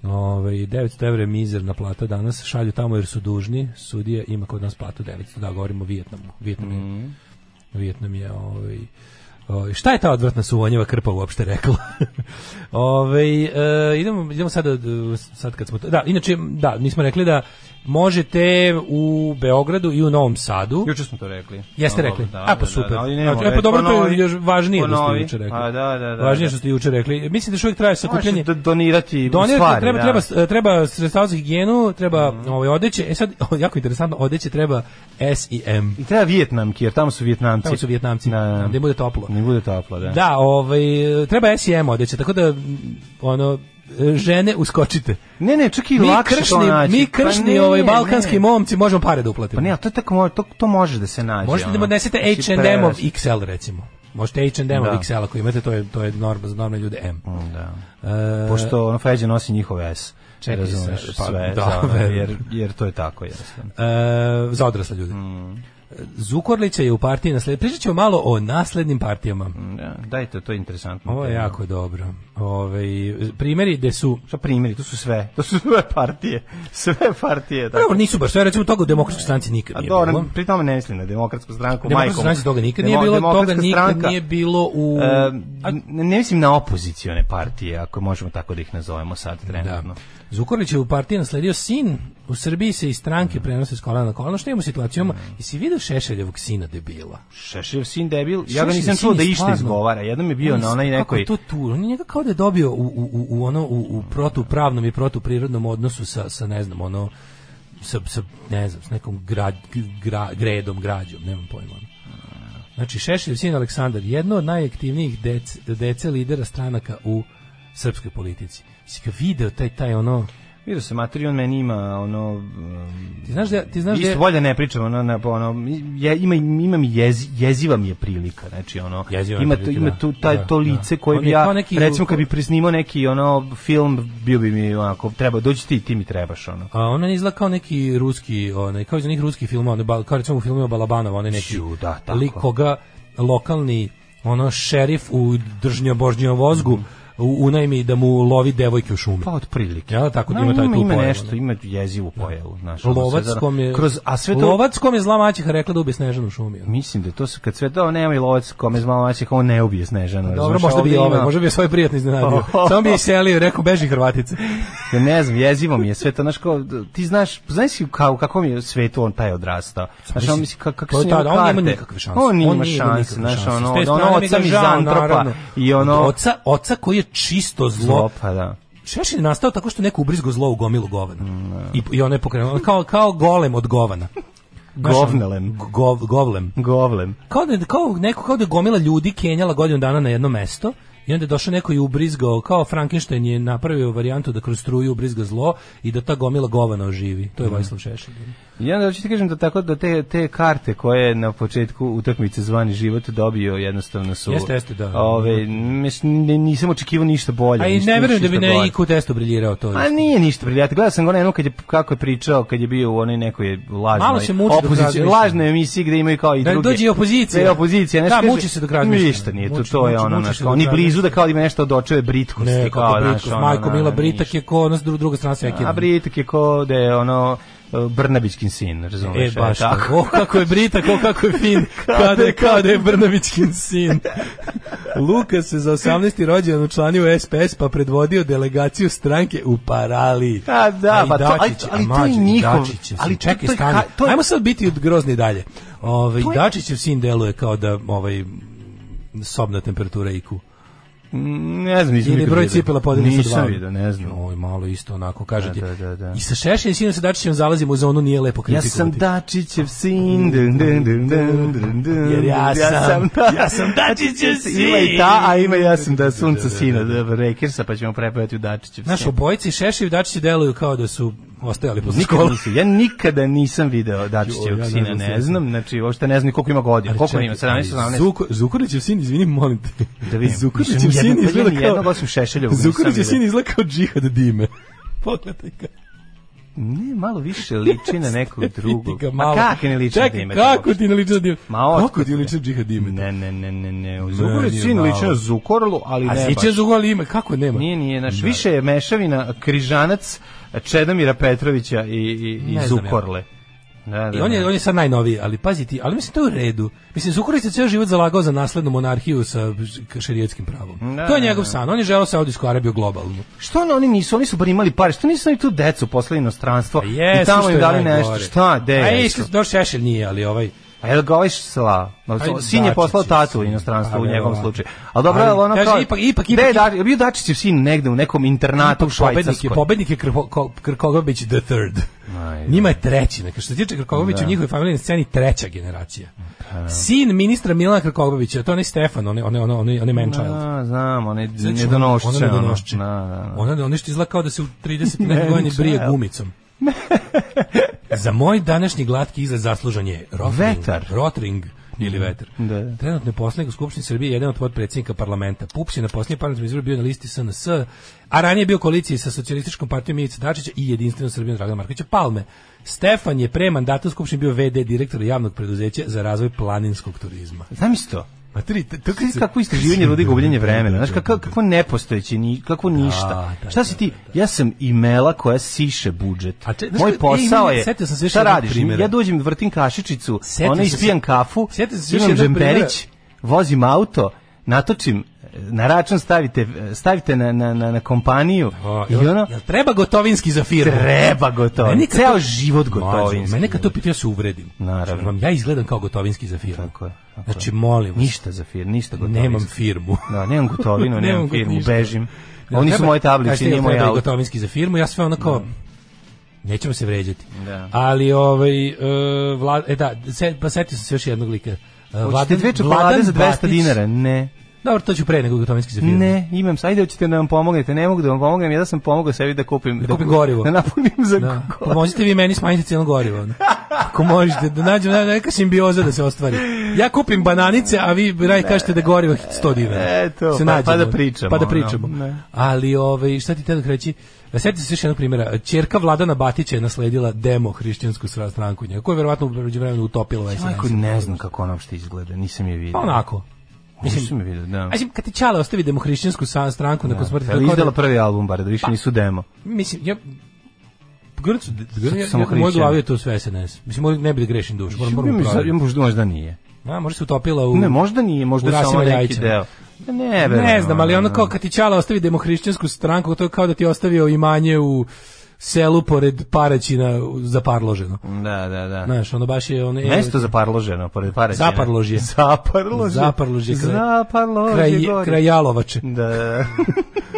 Speaker 7: Ove, 900 evra je mizerna plata danas, šalju tamo jer su dužni, sudija ima kod nas platu 900, da govorimo o Vijetnamu. Vijetnam je,
Speaker 6: Mhm.
Speaker 7: Vijetnam je ovaj, ovaj, šta je ta odvratna suvanjeva krpa uopšte rekla? Ovaj, e, Ove, idemo, idemo sad, od, eh, sad kad smo... to- Da, inače, da, nismo rekli da možete u Beogradu i u Novom Sadu.
Speaker 6: Juče smo to rekli.
Speaker 7: Jeste
Speaker 6: Ono,
Speaker 7: rekli.
Speaker 6: da,
Speaker 7: A pa
Speaker 6: da,
Speaker 7: super.
Speaker 6: Da, ali
Speaker 7: Znači,
Speaker 6: nemamo
Speaker 7: e pa dobro to je
Speaker 6: ponovi,
Speaker 7: još važnije da ste
Speaker 6: ponovi.
Speaker 7: juče rekli.
Speaker 6: A da, da, da.
Speaker 7: Važnije što ste juče rekli. Mislim da što uvijek traje sakupljanje.
Speaker 6: Možeš da donirati
Speaker 7: Donirati,
Speaker 6: stvari.
Speaker 7: treba,
Speaker 6: da. Mhm.
Speaker 7: treba, s- treba sredstava za higijenu, treba ovaj, odeće. E sad, jako interesantno, odeće treba S i M.
Speaker 6: I treba Vijetnamki, jer tamo su Vijetnamci.
Speaker 7: Tamo su Vijetnamci,
Speaker 6: Da, da.
Speaker 7: gde bude toplo.
Speaker 6: Ne bude toplo, da.
Speaker 7: Da, ovaj, treba S i M odeće, tako da, m, ono, žene uskočite.
Speaker 6: Ne, ne, čak i
Speaker 7: Mi
Speaker 6: lakše to
Speaker 7: kršni,
Speaker 6: naći.
Speaker 7: mi
Speaker 6: Pa
Speaker 7: kršni
Speaker 6: ne,
Speaker 7: ovaj,
Speaker 6: ne.
Speaker 7: balkanski momci možemo pare da uplatimo.
Speaker 6: Pa ne, ali to, je tako, mo- to, to može da se nađe.
Speaker 7: Možete da
Speaker 6: ono.
Speaker 7: podnesete
Speaker 6: Znači,
Speaker 7: H&M-ov
Speaker 6: prevest.
Speaker 7: XL recimo. Možete H&M-ov
Speaker 6: Da.
Speaker 7: XL ako imate, to je, to je norma za normalne ljude M.
Speaker 6: Da.
Speaker 7: E,
Speaker 6: Pošto ono Feđa nosi njihov S.
Speaker 7: Čekaj,
Speaker 6: razumeš,
Speaker 7: sad, pa,
Speaker 6: sve,
Speaker 7: da,
Speaker 6: za ono,
Speaker 7: verujem.
Speaker 6: jer, jer to je tako, jednostavno.
Speaker 7: e, za odrasle ljude. Zukorlića je u partiji nasled... Pričat ćemo malo o naslednim partijama.
Speaker 6: Da, dajte, to je interesantno. Da.
Speaker 7: Ovo je jako dobro. Ove, primjeri gde su...
Speaker 6: Šta primjeri, to su sve, to su sve partije, sve partije, da.
Speaker 7: Dobro, nisu baš sve, recimo toga u demokratskoj stranci nikad
Speaker 6: A
Speaker 7: nije
Speaker 6: dobro,
Speaker 7: bilo.
Speaker 6: pri tome ne mislim na demokratsku stranku,
Speaker 7: Demokratskoj
Speaker 6: majkom.
Speaker 7: stranci toga nikad
Speaker 6: Demo-
Speaker 7: nije bilo, toga
Speaker 6: demokratska
Speaker 7: nikad
Speaker 6: stranka,
Speaker 7: nije bilo u...
Speaker 6: e, ne ne mislim na opozicione partije, ako možemo tako da ih nazovemo sad trenutno.
Speaker 7: Da. Zukorlić je u partiji nasledio sin. U Srbiji se i stranke prenose s kolena na koleno. Što imamo situacijama?
Speaker 6: Mm.
Speaker 7: I si vidio Šešeljevog sina debila?
Speaker 6: Šešeljev sin debil, ja ga
Speaker 7: Šešeljev
Speaker 6: nisam
Speaker 7: sin
Speaker 6: čuo da
Speaker 7: je
Speaker 6: išta
Speaker 7: stvarno-
Speaker 6: izgovara. Jednom je bio
Speaker 7: On
Speaker 6: na onaj
Speaker 7: kako
Speaker 6: nekoj
Speaker 7: je to tu? On je njega kao da je dobio u, u, u- u ono, u, u protupravnom i protuprirodnom odnosu sa, sa ne znam, ono, sa, sa ne znam, s nekom grad, gra, gredom, građom, nemam pojma. Znači, Šešeljev sin Aleksandar, jedno od najaktivnijih dec, dece lidera stranaka u srpskoj politici. Si ga video, taj, taj ono...
Speaker 6: Vidio sam, materi, on meni ima ono... um,
Speaker 7: Ti znaš da, ti znaš da
Speaker 6: Isto
Speaker 7: je-
Speaker 6: bolje ne pričam, ono, ne, pa ono, je, ima, ima mi jezi, jeziva mi je prilika, znači, ono,
Speaker 7: Jeziva mi je
Speaker 6: ima,
Speaker 7: prilika,
Speaker 6: tu, ima
Speaker 7: da.
Speaker 6: tu taj,
Speaker 7: Da,
Speaker 6: to
Speaker 7: da.
Speaker 6: lice koje
Speaker 7: On
Speaker 6: bi
Speaker 7: je
Speaker 6: ja,
Speaker 7: kao neki-
Speaker 6: recimo, kad bi prisnimao neki, ono, film, bio bi mi, onako, treba, dođi ti, ti mi trebaš, ono.
Speaker 7: A ona je izgleda kao neki ruski, onaj, kao iz onih ruskih filmova, onaj, bal- kao recimo u filmima Balabanova, onaj neki
Speaker 6: Ju, da, tako.
Speaker 7: lik koga lokalni ono šerif u držnjo božnjom vozgu u, unajmi da mu lovi devojke u šumi.
Speaker 6: Pa otprilike.
Speaker 7: Jel' tako da
Speaker 6: No,
Speaker 7: ima taj tu
Speaker 6: ima
Speaker 7: pojavu,
Speaker 6: nešto,
Speaker 7: ne?
Speaker 6: ima jezivu pojavu, znaš. ono, sve
Speaker 7: Lovackom
Speaker 6: zada-
Speaker 7: je,
Speaker 6: Kroz, a sve to...
Speaker 7: Lovackom je zla maćeha rekla da ubije Snežanu u šumi. ono.
Speaker 6: Mislim da je to su, kad sve to, nema i lovac kome zmao maćih, on ne ubije Snežana.
Speaker 7: Dobro,
Speaker 6: razumeš,
Speaker 7: možda bi i
Speaker 6: znači, ovdje
Speaker 7: ovaj,
Speaker 6: ima-
Speaker 7: možda bi je svoj prijatno iznenadio.
Speaker 6: Oh.
Speaker 7: Samo bi je iselio, i rekao, beži Hrvatice.
Speaker 6: Ja ne znam, jezivo mi je sve to, znaš, kao, d- ti znaš, znaš si kao, u kakvom je svetu on taj odrastao. Znaš, on misli, kak, kako
Speaker 7: Pa To je
Speaker 6: su njemu
Speaker 7: tada, on nema
Speaker 6: karte.
Speaker 7: nikakve šanse.
Speaker 6: On
Speaker 7: On
Speaker 6: nema
Speaker 7: nije imao
Speaker 6: šanse,
Speaker 7: nikakve
Speaker 6: znaš,
Speaker 7: šanse.
Speaker 6: ono,
Speaker 7: S te
Speaker 6: ono,
Speaker 7: strane mi
Speaker 6: oca
Speaker 7: ga žao,
Speaker 6: mizantropa
Speaker 7: naravno.
Speaker 6: i ono,
Speaker 7: Oca, oca koji je čisto zlo.
Speaker 6: zlopa, da.
Speaker 7: Šešelj je nastao tako što je neko ubrizgo zlo u gomilu govana. I, I ona je pokrenula, kao, kao golem od govana. Znaš,
Speaker 6: Govnelem.
Speaker 7: ono, Gov, govlem.
Speaker 6: Govlem.
Speaker 7: Kao da, je- kao, neko, kao da je gomila ljudi kenjala godinu dana na jedno mesto i onda je došao neko i ubrizgao, kao Frankenstein je napravio varijantu da kroz struju ubrizga zlo i da ta gomila govana oživi. To je Vojislav Šešelj.
Speaker 6: Mm. Ja da ću ti kažem da tako da te, te karte koje je na početku utakmice zvani život dobio jednostavno su...
Speaker 7: Jeste, jeste, da.
Speaker 6: Ove, mislim, ne- nisam očekivao ništa bolje.
Speaker 7: A i
Speaker 6: ništa-
Speaker 7: ne verujem da bi
Speaker 6: ništa
Speaker 7: na
Speaker 6: gore.
Speaker 7: IQ testu briljirao to.
Speaker 6: A nije ništa briljata. Gledao sam ga ono kad je kako je pričao, kad je bio u onoj nekoj lažnoj
Speaker 7: Malo se muči dok razmišlja.
Speaker 6: lažnoj emisiji gde imaju kao i
Speaker 7: Da,
Speaker 6: druge.
Speaker 7: dođe i opozicija.
Speaker 6: Da, i opozicija, nešto
Speaker 7: Da,
Speaker 6: kaže,
Speaker 7: muči se dok razmišlja.
Speaker 6: Ništa nije, to
Speaker 7: Muči-
Speaker 6: to je
Speaker 7: muči-
Speaker 6: ono,
Speaker 7: muči
Speaker 6: znaš,
Speaker 7: se
Speaker 6: kao,
Speaker 7: dok
Speaker 6: oni
Speaker 7: razmišlja.
Speaker 6: blizu da kao da ima nešto od očeve britkosti,
Speaker 7: Ne, kako
Speaker 6: kao, znaš,
Speaker 7: Britkov,
Speaker 6: ono,
Speaker 7: majko
Speaker 6: ono,
Speaker 7: Mila
Speaker 6: ono,
Speaker 7: Britak
Speaker 6: ništa.
Speaker 7: je ko ono s dru- druga strana svekina.
Speaker 6: A Britak je ko da je ono e, Brnabićkin sin,
Speaker 7: E,
Speaker 6: razumeš?
Speaker 7: baš
Speaker 6: tako.
Speaker 7: tako. O, kako je Britak, o, kako je fin. Kada je, kada je Brnavićkin sin. Luka se za 18. rođendan učlanio u SPS, pa predvodio delegaciju stranke u Paraliji.
Speaker 6: A da,
Speaker 7: A i
Speaker 6: pa to-
Speaker 7: Dačić,
Speaker 6: ali-
Speaker 7: a
Speaker 6: ali to je
Speaker 7: mlađi, i
Speaker 6: njihov-
Speaker 7: Dačićev sin.
Speaker 6: ali to-
Speaker 7: čekaj,
Speaker 6: to je
Speaker 7: stani.
Speaker 6: ka- to je-
Speaker 7: Ajmo sad biti grozni dalje. Ove,
Speaker 6: To je-
Speaker 7: Dačićev sin deluje kao da ovaj, sobna temperatura IQ.
Speaker 6: Mm, Ne znam, nisam
Speaker 7: Ili
Speaker 6: nikad
Speaker 7: broj
Speaker 6: vidio.
Speaker 7: cipela podeljeno sa dva.
Speaker 6: Nisam vidio, ne znam.
Speaker 7: Oj, malo isto onako, kaže
Speaker 6: Da,
Speaker 7: ti.
Speaker 6: da, da, da.
Speaker 7: I sa Šešeljem i sinom sa Dačićem zalazimo u zonu nije lepo
Speaker 6: Ja
Speaker 7: kritikovati.
Speaker 6: sam Dačićev sin. Dun, dun, dun, dun, dun, dun. da-
Speaker 7: Jer ja sam- ja sam Dačićev
Speaker 6: Ima i
Speaker 7: sin.
Speaker 6: ta, a ima i ja sam da sunca sina, da Rekersa, pa ćemo prepevati u Dačićev
Speaker 7: Znaš,
Speaker 6: sin.
Speaker 7: obojici Šešelj i Dačić deluju kao da su ostajali posle
Speaker 6: Nikada
Speaker 7: škole.
Speaker 6: nisam, ja nikada nisam video
Speaker 7: Jo, ja
Speaker 6: Dačićevog
Speaker 7: ne
Speaker 6: sina,
Speaker 7: znam,
Speaker 6: ne
Speaker 7: sjećam.
Speaker 6: znam, znači uopšte ne znam ni koliko ima godina, koliko
Speaker 7: čekaj,
Speaker 6: ima, 17,
Speaker 7: ali
Speaker 6: 18.
Speaker 7: Zuko, Zukorlićev sin, izvini, molim te.
Speaker 6: Da vidim. pa
Speaker 7: Zukorlićev
Speaker 6: Nisam
Speaker 7: sin
Speaker 6: jednog-
Speaker 7: izgleda
Speaker 6: jednog-
Speaker 7: kao...
Speaker 6: jednog osim Šešeljevog nisam
Speaker 7: Zukorlićev sin
Speaker 6: vidio.
Speaker 7: izgleda kao džihad dime. Pogledaj ga.
Speaker 6: Ne, malo više liči na nekog drugog.
Speaker 7: Vidi ga
Speaker 6: Ma
Speaker 7: malo.
Speaker 6: kako ne liči na
Speaker 7: Čekaj,
Speaker 6: ime
Speaker 7: kako
Speaker 6: drugog?
Speaker 7: ti ne liči na dime?
Speaker 6: Ma otkud
Speaker 7: Kako ti ne
Speaker 6: ne?
Speaker 7: liči na džihad dime?
Speaker 6: Ne, ne, ne, ne, ne.
Speaker 7: Meni je
Speaker 6: Zukorlić sin
Speaker 7: malo.
Speaker 6: liči na Zukorlu, ali
Speaker 7: A
Speaker 6: ne baš.
Speaker 7: sliče Zukorlić Da. ime, kako nema?
Speaker 6: Nije, nije, znaš, više je mešavina Križanac, Čedomira Petrovića i, i, i
Speaker 7: Ne znam ja.
Speaker 6: Zukorle. Da, da,
Speaker 7: I on je,
Speaker 6: da.
Speaker 7: on je sad najnoviji, ali pazi ti, ali mislim to je u redu. Mislim, Zukorlić se ceo život zalagao za naslednu monarhiju sa šerijetskim pravom.
Speaker 6: Da,
Speaker 7: to je
Speaker 6: da,
Speaker 7: njegov
Speaker 6: da.
Speaker 7: san, on je želao Saudijsku Arabiju globalnu.
Speaker 6: Što ono, oni nisu, oni su bar imali pare, što nisu oni tu decu poslali inostranstvo
Speaker 7: Pa
Speaker 6: i
Speaker 7: jesu,
Speaker 6: tamo
Speaker 7: što
Speaker 6: im
Speaker 7: je
Speaker 6: dali
Speaker 7: najgore.
Speaker 6: nešto, šta, de,
Speaker 7: A
Speaker 6: je,
Speaker 7: isto, doš Šešelj nije, ali ovaj...
Speaker 6: a jel ga ovaj sla, Ma,
Speaker 7: Ajde,
Speaker 6: sin je poslao
Speaker 7: Dačić,
Speaker 6: tatu u
Speaker 7: sin.
Speaker 6: inostranstvo
Speaker 7: Pa,
Speaker 6: u njegovom
Speaker 7: verovatno.
Speaker 6: slučaju, ali dobro,
Speaker 7: Ali,
Speaker 6: ali ono
Speaker 7: kaže,
Speaker 6: kao,
Speaker 7: ipak- ipak-
Speaker 6: gde je
Speaker 7: ipak-
Speaker 6: Dačić, bio Dačićev sin negde u nekom internatu u
Speaker 7: Pobednik je,
Speaker 6: Švajcarskoj,
Speaker 7: pobednik je Krpo- Ko- Krkogobić the third.
Speaker 6: Ajde. Da.
Speaker 7: Njima je treći. Neka, što se tiče Krkogobića, u njihovoj familijnoj sceni treća generacija.
Speaker 6: Pa
Speaker 7: Sin ministra Milana Krkogobića, to je onaj Stefan, onaj, onaj, onaj, onaj, onaj manchild.
Speaker 6: a, znam, one
Speaker 7: Znači,
Speaker 6: nedonošče,
Speaker 7: Ona
Speaker 6: ono.
Speaker 7: nedonošče.
Speaker 6: Da, da, da.
Speaker 7: Ona, ona što izgleda kao da se u 30 nekog godini
Speaker 6: Manchild.
Speaker 7: brije gumicom. Za moj današnji glatki izgled zaslužan je Rotring,
Speaker 6: Vetar.
Speaker 7: Rotring ili vetar.
Speaker 6: Da.
Speaker 7: Trenutno je poslanik u Skupštini Srbije jedan od potpredsjednika parlamenta. Pups je na posljednjem parlamentarnom izboru bio na listi SNS, a ranije je bio u koaliciji sa socijalističkom partijom Ivica Dačića i jedinstvenom Srbijom Dragana Markovića Palme. Stefan je pre mandata u Skupštini bio VD direktor javnog preduzeća za razvoj planinskog turizma.
Speaker 6: Zamisli to.
Speaker 7: Ma tri, to kad
Speaker 6: Kako
Speaker 7: se-
Speaker 6: kako istraživanje rudi gubljenje vremena, znaš kako kako nepostojeći ni kako ništa.
Speaker 7: da,
Speaker 6: Šta si ti? Ja sam imela koja siše budžet.
Speaker 7: A če- znaš
Speaker 6: Moj
Speaker 7: kako- e,
Speaker 6: posao
Speaker 7: imam-
Speaker 6: je.
Speaker 7: setio sam se još
Speaker 6: Šta
Speaker 7: jednog
Speaker 6: radiš?
Speaker 7: primjera.
Speaker 6: Ja dođem, vrtim kašičicu,
Speaker 7: Setio
Speaker 6: ona
Speaker 7: sam se-
Speaker 6: ispijem kafu,
Speaker 7: setio sam se još
Speaker 6: imam
Speaker 7: jednog
Speaker 6: džemperić, vozim auto, natočim e, na račun stavite e, stavite na na na, na kompaniju
Speaker 7: O,
Speaker 6: i ono
Speaker 7: jel treba gotovinski za firmu?
Speaker 6: treba gotovo.
Speaker 7: Meni kad
Speaker 6: Ceo
Speaker 7: to-
Speaker 6: život gotovinski.
Speaker 7: Mlađo, Mene kad to pitaju, ja se uvredim.
Speaker 6: Naravno.
Speaker 7: Jer Vam ja izgledam kao gotovinski za firmu.
Speaker 6: Tako je, tako je.
Speaker 7: Znači, molim vas,
Speaker 6: ništa za fir, ništa gotovo.
Speaker 7: nemam firmu.
Speaker 6: Da, nemam gotovinu, nemam
Speaker 7: Nemam
Speaker 6: firmu,
Speaker 7: ništa.
Speaker 6: bežim.
Speaker 7: Jel
Speaker 6: Oni su
Speaker 7: treba-
Speaker 6: moje
Speaker 7: Znaš ti,
Speaker 6: tablice,
Speaker 7: jel
Speaker 6: nije moj
Speaker 7: treba da i
Speaker 6: auto.
Speaker 7: gotovinski za firmu, ja sve onako... Nećemo se vređati.
Speaker 6: Da.
Speaker 7: Ali, ovaj, e, vla, e, da, se, pa setio sam se još jednog lika. E,
Speaker 6: Hoćete
Speaker 7: Vladan-
Speaker 6: dve čokolade
Speaker 7: Vladan
Speaker 6: za 200
Speaker 7: Batić-
Speaker 6: dinara? Ne.
Speaker 7: Dobro, to ću pre nego gotovinski za firmu.
Speaker 6: Ne, imam, sa- ajde hoćete da nam pomognete, ne mogu da vam pomognem, ja da sam pomogao sebi da kupim, da,
Speaker 7: kupim gorivo.
Speaker 6: Da napunim za
Speaker 7: Da.
Speaker 6: da.
Speaker 7: Pomozite vi meni smanjiti cijenu goriva. ono. Ako možete, da nađem ne- neka simbioza da se ostvari. Ja kupim bananice, a vi raj kažete da je gorivo 100 dinara.
Speaker 6: E, to,
Speaker 7: se
Speaker 6: pa-
Speaker 7: nađemo.
Speaker 6: pa da pričamo,
Speaker 7: Pa da
Speaker 6: ono,
Speaker 7: pričamo.
Speaker 6: ne.
Speaker 7: Ali ovaj, šta ti tada reći? Sjetite se još jednog primjera. Čerka Vladana Batića je nasledila demo hrišćansku sra- stranku njega, koja je verovatno u međuvremenu utopila ovaj
Speaker 6: Majko,
Speaker 7: SNS.
Speaker 6: ne znam kako ona uopšte izgleda, nisam je vidio.
Speaker 7: Pa onako.
Speaker 6: Nisam je vidio, da.
Speaker 7: A Mislim, kad ti Čale ostavi demohrišćansku sa- stranku nakon smrti, to je
Speaker 6: Ali
Speaker 7: kao da-
Speaker 6: izdala prvi album, bar da
Speaker 7: Pa-
Speaker 6: više nisu demo.
Speaker 7: mislim, ja Grcu, grcu, ja,
Speaker 6: samo
Speaker 7: ja, u mojoj
Speaker 6: hrišćan.
Speaker 7: glavi je to sve SNS. Mislim, moram- ne bi da grešim dušu, moram, moram
Speaker 6: Mislim,
Speaker 7: provjeriti.
Speaker 6: možda, možda nije.
Speaker 7: A, možda se utopila u...
Speaker 6: Ne, možda nije, možda
Speaker 7: u
Speaker 6: je samo
Speaker 7: Rasima
Speaker 6: neki
Speaker 7: Ljajića.
Speaker 6: deo. Ne, ne,
Speaker 7: Ne znam, ali ono kao kad ti Čala ostavi demohrišćansku stranku, to je kao da ti je ostavio imanje u selu pored Paraćina za parloženo.
Speaker 6: Da, da, da.
Speaker 7: Znaš, ono baš je... Ono, e,
Speaker 6: Mesto zaparloženo, pored Paraćina.
Speaker 7: Zaparložje.
Speaker 6: Zaparložje.
Speaker 7: Zaparložje, kraj-
Speaker 6: Zaparložje.
Speaker 7: kraj,
Speaker 6: gore.
Speaker 7: kraj Jalovače.
Speaker 6: Da, da, da.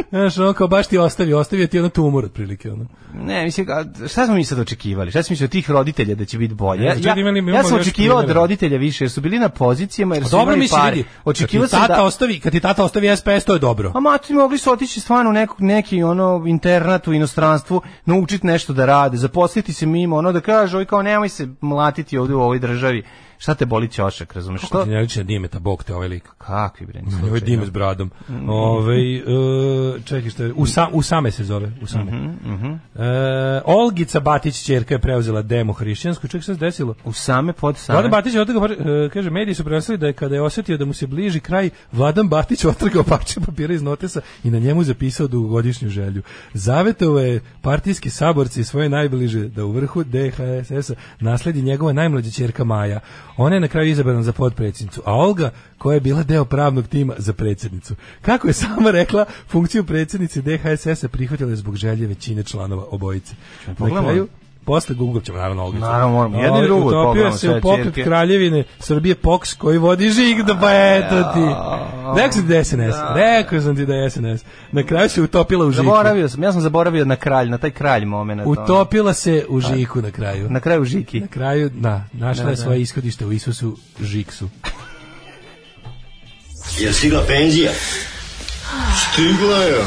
Speaker 7: Znaš, ono kao baš ti je ostavio, ostavio ti ono tumor otprilike. Ono.
Speaker 6: Ne, mislim, a šta smo mi sad očekivali? Šta smo mislili od tih roditelja da će biti bolje?
Speaker 7: Ne,
Speaker 6: Ja,
Speaker 7: znači,
Speaker 6: ja,
Speaker 7: imali- imamo
Speaker 6: ja sam
Speaker 7: još
Speaker 6: očekivao od
Speaker 7: primjera. Pa
Speaker 6: roditelja više, jer su bili na pozicijama, jer Pa su
Speaker 7: Dobro mi
Speaker 6: imali
Speaker 7: se
Speaker 6: pare.
Speaker 7: vidi.
Speaker 6: Očekivao
Speaker 7: Kad ti
Speaker 6: sam
Speaker 7: tata
Speaker 6: da... Pa
Speaker 7: ostavi, kad ti tata ostavi SPS, to je dobro.
Speaker 6: A mati mogli su otići stvarno u nekog, neki ono internat u inostranstvu, naučiti nešto da rade, zaposliti se mimo, ono da kaže, oj kao nemoj se mlatiti ovdje u ovoj državi. Šta te boli ćošak, razumeš?
Speaker 7: Što
Speaker 6: Što?
Speaker 7: ti ne liči na Dimeta, bog te ovaj lik.
Speaker 6: Kakvi bre, ni
Speaker 7: Ovo je
Speaker 6: slučajno.
Speaker 7: Dime s bradom. Ovaj, e, čekaj što je, usa, Usame se zove. Usame. E, Olgica Batić, čerka, je preuzela demo hrišćansku. Čekaj, šta se desilo?
Speaker 6: U same pod
Speaker 7: Vladan
Speaker 6: same.
Speaker 7: Batić je otrgao, e, kaže, mediji su prenosili da je kada je osjetio da mu se bliži kraj, Vladan Batić otrgao parče papira iz notesa i na njemu zapisao dugogodišnju želju. Zavetovao je partijski saborci i svoje najbliže da u vrhu DHSS-a nasledi njegova najmlađa ćerka Maja. Ona je na kraju izabrana za potpredsjednicu, a Olga, koja je bila deo pravnog tima, za predsjednicu. Kako je sama rekla, funkciju predsjednice DHSS-a prihvatila je zbog želje većine članova obojice. Na
Speaker 6: pogledamo?
Speaker 7: kraju, posle Google ćemo naravno Olga.
Speaker 6: Naravno, moramo. Jedno i
Speaker 7: Ovaj,
Speaker 6: drugo
Speaker 7: Utopio
Speaker 6: pogledamo
Speaker 7: se
Speaker 6: sve
Speaker 7: u pokret
Speaker 6: ćerke.
Speaker 7: kraljevine Srbije POKS koji vodi žig da pa eto ti. Rekao sam ti da je SNS. Rekao sam ti da je SNS. Na kraju se
Speaker 6: Da
Speaker 7: utopila u žiku.
Speaker 6: Zaboravio sam, ja sam zaboravio na kralj, na taj kralj moment. ono.
Speaker 7: Utopila se u žiku na kraju.
Speaker 6: Da. Na kraju Žiki.
Speaker 7: Na kraju, da, našla je svoje ishodište u Isusu Žiksu.
Speaker 1: Jel stigla penzija? Stigla je.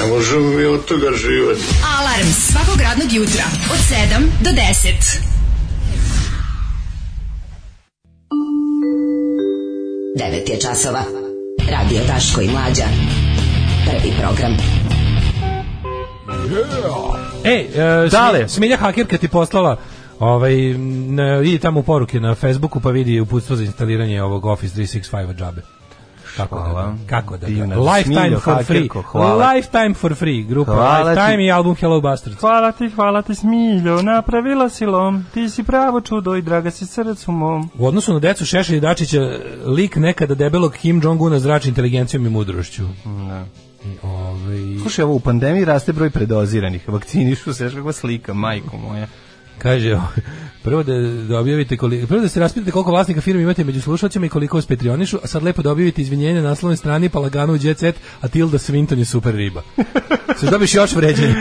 Speaker 1: Ne možemo mi od toga živati.
Speaker 4: Alarm svakog radnog jutra od 7 do 10.
Speaker 8: Devet je časova. Radio Daško i Mlađa. Prvi program.
Speaker 7: Ej, e,
Speaker 6: Dale.
Speaker 7: Smilja, Smilja Hakerka ti poslala ovaj, m, e, idi tamo u poruke na Facebooku pa vidi uputstvo za instaliranje ovog Office 365 džabe. Kako da
Speaker 6: Hvala.
Speaker 7: ga? Kako da ga?
Speaker 6: Divna si.
Speaker 7: Lifetime
Speaker 6: Smiljo
Speaker 7: for free.
Speaker 6: Hakerko, hvala ti.
Speaker 7: Lifetime for free. Grupa
Speaker 6: Hvala ti.
Speaker 7: Lifetime i album Hello Bastards.
Speaker 6: Hvala ti, hvala ti Smiljo, napravila si lom, ti si pravo čudo i draga si srcu mom.
Speaker 7: U odnosu na decu Šešelj i Dačića, lik nekada debelog Kim Jong-una zrači inteligencijom i mudrošću.
Speaker 6: Da.
Speaker 7: I ovaj,
Speaker 6: Slušaj, ovo u pandemiji raste broj predoziranih, vakcinišu se, znaš kakva slika, majko moja.
Speaker 7: kaže, prvo da, da objavite koliko, prvo da se raspitate koliko vlasnika firme imate među slušalcima i koliko vas petrionišu, a sad lepo da objavite izvinjenje na naslovnoj strani, pa lagano u Jet Set, a Tilda Swinton je super riba. Sad dobiš još vređenje.